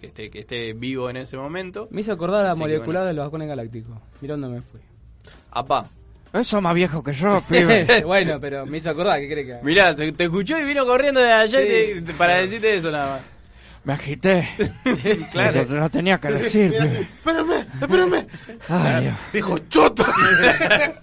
S15: que esté, que esté vivo en ese momento.
S14: Me hizo acordar a la
S15: Así que,
S14: molecular de los vagones galácticos. Mirá dónde me fui.
S15: bueno, apá.
S28: Eso más viejo que yo, pibe.
S14: bueno, pero me hizo acordar, ¿qué crees que haga?
S15: Mirá, se- te escuchó y vino corriendo de allá y
S14: Sí.
S15: te- te- para decirte eso nada más.
S28: Me agité.
S15: Claro.
S28: Eso no tenía que decir, pibe.
S16: Espérame, espérame.
S28: Ay, Dios.
S16: Dijo chota.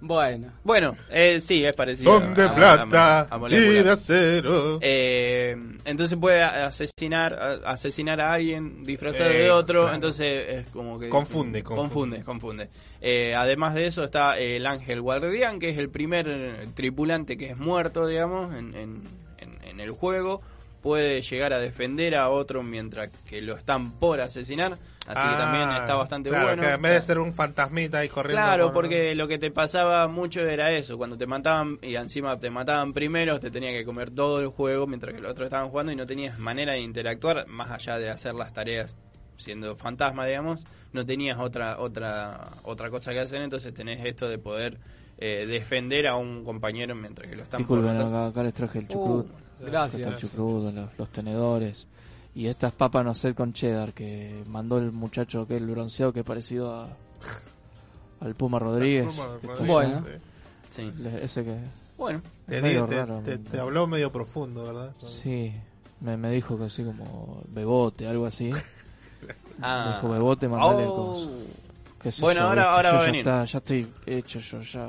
S14: Bueno.
S15: Bueno, eh, sí, es parecido.
S16: Son de plata
S15: moléculas.
S16: y de acero.
S15: Eh, entonces puede asesinar a, asesinar a alguien, disfrazar
S16: Eh,
S15: de otro,
S16: claro.
S15: entonces es como que...
S16: Confunde,
S15: confunde. confunde. Eh, además de eso está eh, el ángel guardián, que es el primer eh, tripulante que es muerto, digamos, en, en- en- en el juego. Puede llegar a defender a otro mientras que lo están por asesinar, así que también
S16: Ah,
S15: está bastante
S16: claro,
S15: bueno.
S16: que en vez de ser un fantasmita ahí corriendo.
S15: Claro,
S16: por-
S15: porque lo que te pasaba mucho era eso, cuando te mataban y encima te mataban primero, te tenía que comer todo el juego mientras que los otros estaban jugando y no tenías manera de interactuar más allá de hacer las tareas siendo fantasma, digamos, no tenías otra otra otra cosa que hacer, entonces tenés esto de poder eh, defender a un compañero mientras que lo están Uh, por
S13: Disculpen,
S15: matar.
S13: acá, acá les traje el chucrut.
S14: gracias.
S13: Está el chucrut, los, los tenedores. Y estas papas no sé con cheddar que mandó el muchacho que el bronceado que es parecido a, al Puma Rodríguez.
S16: Puma
S13: que está
S16: Rodríguez,
S13: allá.
S15: Sí.
S13: Le- Ese que.
S15: Bueno.
S16: Te,
S13: medio
S16: digo, te-
S13: raro,
S16: te-
S13: me-
S16: te habló medio profundo, ¿verdad?
S13: Sí, me, me dijo que así como bebote, algo así.
S15: Ah.
S13: Me dijo bebote, mandale
S15: Oh.
S13: cosas. Qué sé
S15: Bueno,
S13: yo,
S15: ahora-
S13: viste,
S15: ahora
S13: yo
S15: va a
S13: ya
S15: venir.
S13: está- ya estoy hecho, yo ya.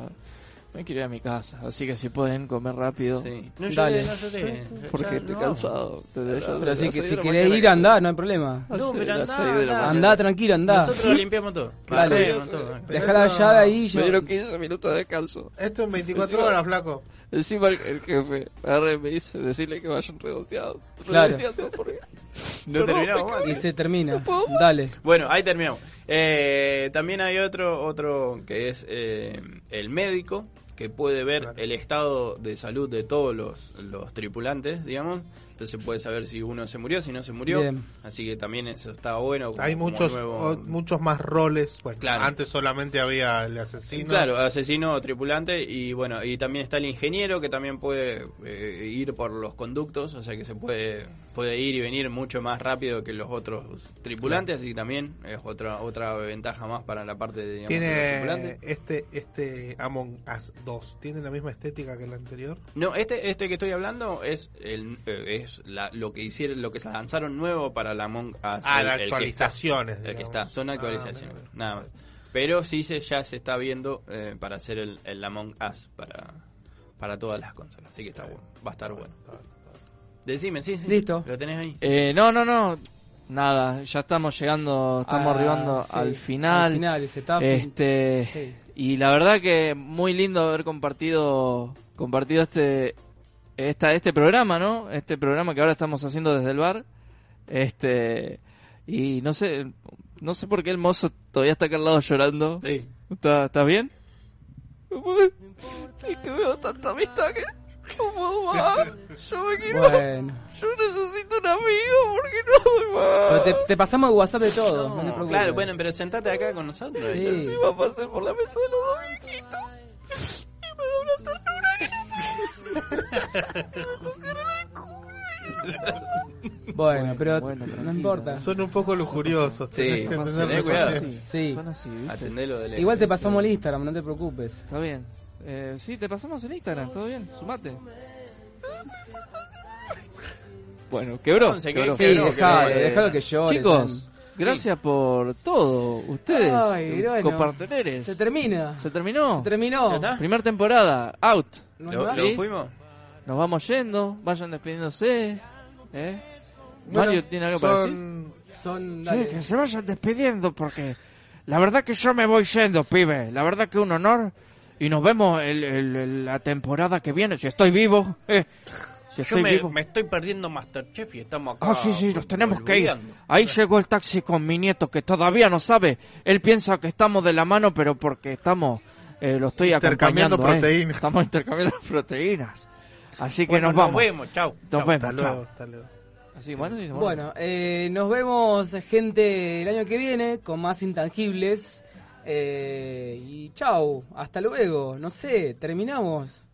S13: Me quiero ir a mi casa, así que si pueden comer rápido.
S15: Sí. No llores, Dale. no llores, ya-
S13: Porque
S15: ya
S13: estoy
S15: no.
S13: cansado. desde ya
S14: Pero
S13: desde
S14: sí
S13: las
S14: que
S13: seis
S14: si
S13: de la
S14: querés
S13: mañana
S14: ir,
S13: que
S14: andá,
S13: estoy-
S14: no hay problema.
S13: No,
S15: No,
S13: sé,
S15: pero
S13: las
S15: andá,
S13: seis de la
S15: andá.
S13: mañana.
S14: Andá, tranquilo, andá.
S15: Nosotros limpiamos todo.
S14: Claro.
S15: Barremos todo.
S14: Dejá la llave ahí.
S13: Me
S14: yo-
S13: dieron 15 minutos de descanso.
S16: Esto en 24
S13: Encima-
S16: horas, flaco.
S13: Encima el, el jefe agarra y me dice, decirle que vayan redondeados.
S14: Claro.
S13: Redondeando, porque-
S15: No terminamos más.
S14: Y se termina. Dale.
S15: Bueno, ahí terminamos. Eh, también hay otro, otro que es eh, el médico, que puede ver el estado de salud de todos los, los tripulantes, digamos. Entonces puede saber si uno se murió, si no se murió.
S16: Bien.
S15: Así que también eso está bueno. como-
S16: Hay
S15: como
S16: muchos
S15: nuevo-
S16: o- muchos más roles. Bueno,
S15: Claro.
S16: antes solamente había el asesino.
S15: Claro, asesino o tripulante y bueno, y también está el ingeniero que también puede eh, ir por los conductos, o sea que se puede puede ir y venir mucho más rápido que los otros tripulantes y también es otra otra ventaja más para la parte de, digamos, de los
S16: Tiene
S15: tripulantes.
S16: este este Among Us 2. Tiene la misma estética que el anterior.
S15: No, este este que estoy hablando es el eh, es la- lo que hicieron lo que se lanzaron nuevo para la Among Us,
S16: Ah,
S15: el-
S16: las
S15: el que está.
S16: actualizaciones,
S15: el que
S16: digamos.
S15: está, son
S16: Ah,
S15: actualizaciones, nada más. Pero sí se, ya se está viendo eh, para hacer el, el Among Us para, para todas las consolas. Así que está bueno, va a estar bueno. Decime, sí, sí.
S14: Listo.
S15: Lo tenés ahí.
S13: Eh, no, no, no. Nada, ya estamos llegando, estamos
S14: Ah,
S13: arribando
S14: sí,
S13: al final.
S14: al final, se está-
S13: Este,
S14: Sí.
S13: Y la verdad que muy lindo haber compartido compartido este esta, este programa, ¿no? Este programa que ahora estamos haciendo desde el bar. Este y no sé no sé por qué el mozo todavía está acá al lado llorando.
S15: Sí.
S13: ¿Está- ¿Estás bien?
S2: Es que veo tanta amistad que no puedo más. Yo me quiero.
S14: Bueno.
S2: Yo necesito un amigo porque no puedo más.
S14: Pero te, te pasamos el WhatsApp de todo. No, te
S15: No,
S14: preocupes.
S15: claro, bueno, pero sentate acá con nosotros.
S14: Sí.
S15: Entonces,
S2: Encima pasé por la mesa de los dos viejitos. Y me da una ternura que no sé. Me tocaron el culo.
S14: Bueno, pero no importa.
S29: Son un poco lujuriosos.
S15: Sí,
S29: tenés que
S15: son
S29: entender que
S15: así.
S29: son
S15: Cuidado.
S29: así.
S14: Sí.
S13: Son así, ¿viste?
S15: Atendelo de lejos.
S14: Igual te pasamos el Instagram, no te preocupes.
S13: Está bien. Eh, sí, te pasamos en Instagram, todo bien, sumate. Bueno, quebró.
S14: Entonces,
S13: quebró.
S14: que- Sí, quebró, dejalo, quebró. dejalo que llore,
S13: Chicos,
S14: tan-
S13: gracias por todo. Ustedes,
S14: Ay, bueno.
S13: comparteneres.
S14: Se termina.
S13: Se terminó.
S14: Se terminó. ¿Ya está?
S13: Primer temporada, out.
S14: ¿Nos ¿Lo- vamos? lo fuimos?
S13: Nos vamos yendo, vayan despidiéndose. ¿eh?
S14: Bueno,
S13: Mario tiene algo para decir.
S14: Son.
S28: Sí,
S14: dale.
S28: que se vayan despidiendo porque la verdad que yo me voy yendo, pibe. La verdad que un honor y nos vemos el- el- el- la temporada que viene. Si estoy vivo, eh, si
S15: Yo
S28: estoy
S15: me,
S28: vivo.
S15: me estoy perdiendo Masterchef y estamos acá.
S28: Ah, sí, sí, nos tenemos que ir.
S15: boludeando.
S28: Ahí llegó el taxi con mi nieto que todavía no sabe. Él piensa que estamos de la mano, pero porque estamos, eh, lo estoy
S16: Intercambiando
S28: acompañando, eh.
S16: proteínas.
S28: Estamos intercambiando proteínas. Así que
S16: Bueno,
S28: nos vamos.
S16: nos vemos, chau.
S28: Nos
S16: Chau,
S28: vemos,
S16: hasta luego,
S28: chao.
S16: hasta luego.
S13: Así, bueno, y-
S14: Bueno, eh, nos vemos, gente, el año que viene con más intangibles. Eh, y chao, hasta luego. No sé, terminamos.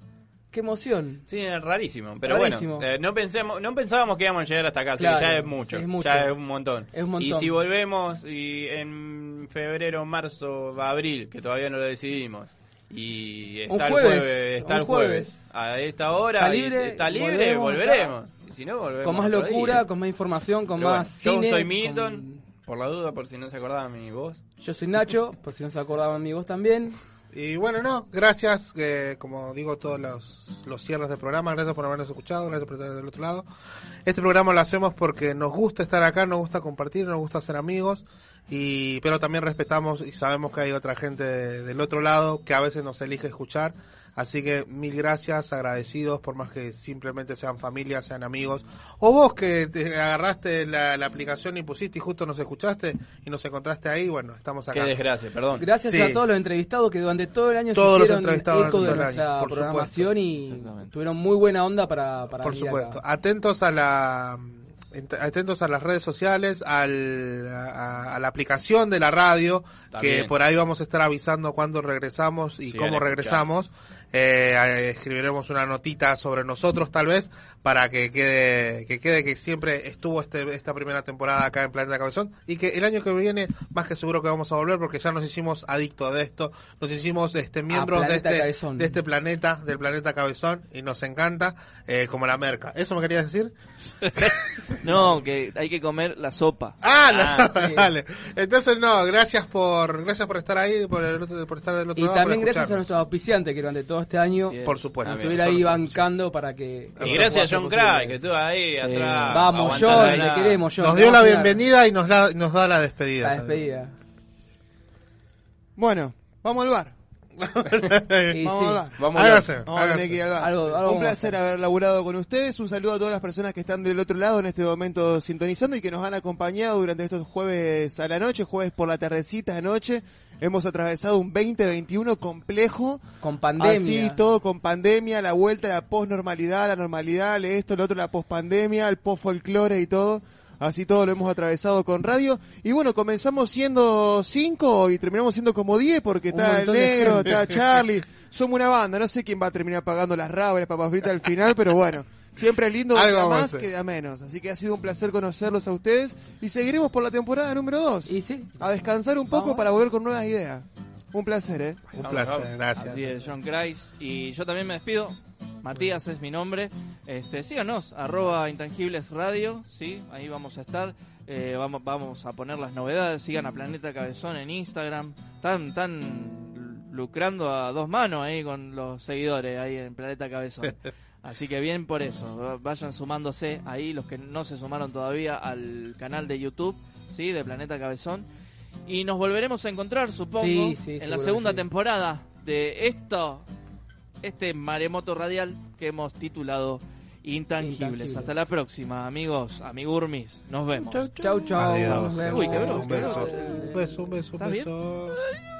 S14: Qué emoción.
S15: Sí, es rarísimo, pero
S14: Rarísimo.
S15: bueno, eh, no pensemos, no pensábamos que íbamos a llegar hasta acá, así
S14: Claro,
S15: que ya es mucho,
S14: es mucho.
S15: ya es un montón.
S14: Es un montón.
S15: Y si volvemos y en febrero, marzo, abril, que todavía no lo decidimos, y
S14: Un
S15: está
S14: jueves,
S15: el jueves, está
S14: un
S15: el jueves, a esta hora,
S14: Está
S15: y
S14: libre,
S15: está libre,
S14: volvemos
S15: volveremos. Y si no, volvemos.
S14: Con más
S15: otro
S14: locura,
S15: día.
S14: con más información, con
S15: Pero
S14: más
S15: bueno,
S14: cine,
S15: Yo soy
S14: con-
S15: Milton, por la duda, por si no se acordaba mi voz.
S14: Yo soy Nacho, por si no se acordaban mi voz también.
S16: Y bueno, no, gracias, eh, como digo, todos los, los cierres del programa, gracias por habernos escuchado, gracias por estar del otro lado. Este programa lo hacemos porque nos gusta estar acá, nos gusta compartir, nos gusta ser amigos, y pero también respetamos y sabemos que hay otra gente de- del otro lado que a veces nos elige escuchar. Así que mil gracias, agradecidos, por más que simplemente sean familia, sean amigos. O vos que te agarraste la, la aplicación y pusiste y justo nos escuchaste y nos encontraste ahí, bueno, estamos acá.
S15: Qué desgracia, perdón.
S14: Gracias
S16: Sí.
S14: a todos los entrevistados que durante todo el año
S16: Todos
S14: se
S16: los
S14: hicieron
S16: entrevistados
S14: eco de
S16: durante todo el
S14: nuestra
S16: año, por
S14: programación y tuvieron muy buena onda para, para
S16: Por
S14: venir
S16: supuesto.
S14: acá.
S16: Atentos a la ent- atentos a las redes sociales, al, a, a la aplicación de la radio,
S19: También.
S16: que por ahí vamos a estar avisando cuándo regresamos y
S19: Sí,
S16: cómo
S19: van a
S16: regresamos. Eh, eh, escribiremos una notita sobre nosotros tal vez para que quede que quede que siempre estuvo este, esta primera temporada acá en Planeta Cabezón y que el año que viene más que seguro que vamos a volver porque ya nos hicimos adictos de esto, nos hicimos este miembros de
S14: Planeta
S16: este,
S14: Cabezón.
S16: de este planeta, del planeta Cabezón, y nos encanta, eh, como la merca. ¿Eso me querías decir?
S13: No, que hay que comer la sopa.
S16: Ah, la
S13: Ah,
S16: sopa,
S13: sí.
S16: dale. Entonces, no, gracias por gracias por estar ahí, por, el otro- por estar del otro
S14: Y
S16: lado.
S14: también
S16: por
S14: gracias a
S16: escucharnos.
S14: nuestros auspiciantes que durante todo este año
S16: Por supuesto.
S14: nos estuviera ahí bancando para que...
S15: Y gracias a John Craig, que estuvo ahí atrás.
S14: Vamos,
S15: aguantando
S14: John,
S15: la-
S14: te queremos, John.
S16: Nos
S14: te
S16: dio la
S14: vamos a dar.
S16: bienvenida y nos, la- nos da la despedida.
S14: La despedida.
S19: Bueno, vamos al bar.
S14: Y
S19: vamos
S14: sí.
S19: al bar.
S14: Vamos
S19: Algo
S14: al bar.
S19: hacemos. Vamos a
S14: Algo-
S19: tener que ir al bar.
S14: algo- algo
S19: Un
S14: vamos a
S19: placer haber laburado con ustedes. Un saludo a todas las personas que están del otro lado en este momento sintonizando y que nos han acompañado durante estos jueves a la noche, jueves por la tardecita noche. Hemos atravesado un 2021 complejo.
S14: Con pandemia.
S19: Así, Ah, todo con pandemia, la vuelta, la posnormalidad, la normalidad, el esto, el otro, la pospandemia, el posfolclore y todo. Así todo lo hemos atravesado con radio. Y bueno, comenzamos siendo cinco y terminamos siendo como diez porque
S14: Un
S19: está el
S14: montón de
S19: negro,
S14: gente.
S19: está Charlie. Somos una banda, no sé quién va a terminar pagando las rabas, las papas fritas al final, pero bueno. Siempre es lindo
S16: Algo
S19: de a
S16: vamos a
S19: más
S16: hacer.
S19: que de a menos. Así que ha sido un placer conocerlos a ustedes y seguiremos por la temporada número dos.
S14: Y sí.
S19: A descansar un poco para volver con nuevas ideas. Un placer, ¿eh?
S16: Un placer, gracias.
S13: Así es, John Christ. Y yo también me despido. Matías es mi nombre. Este, síganos, arroba Intangibles Radio, ¿sí? Ahí vamos a estar. Eh, vamos, vamos a poner las novedades. Sigan a Planeta Cabezón en Instagram. Están, tan lucrando a dos manos ahí con los seguidores ahí en Planeta Cabezón. Así que bien por eso. Vayan sumándose ahí los que no se sumaron todavía al canal de YouTube, ¿sí? De Planeta Cabezón. Y nos volveremos a encontrar, supongo,
S14: Sí, sí,
S13: en la
S14: seguro que
S13: segunda
S14: sí.
S13: temporada de esto, este maremoto radial que hemos titulado Intangibles.
S14: Intangibles.
S13: Hasta la próxima, amigos, amigurmis. Nos vemos.
S14: Chau, chau.
S13: Adiós.
S14: Nos vemos.
S13: Uy, qué bravo.
S16: Un beso, un beso, un beso.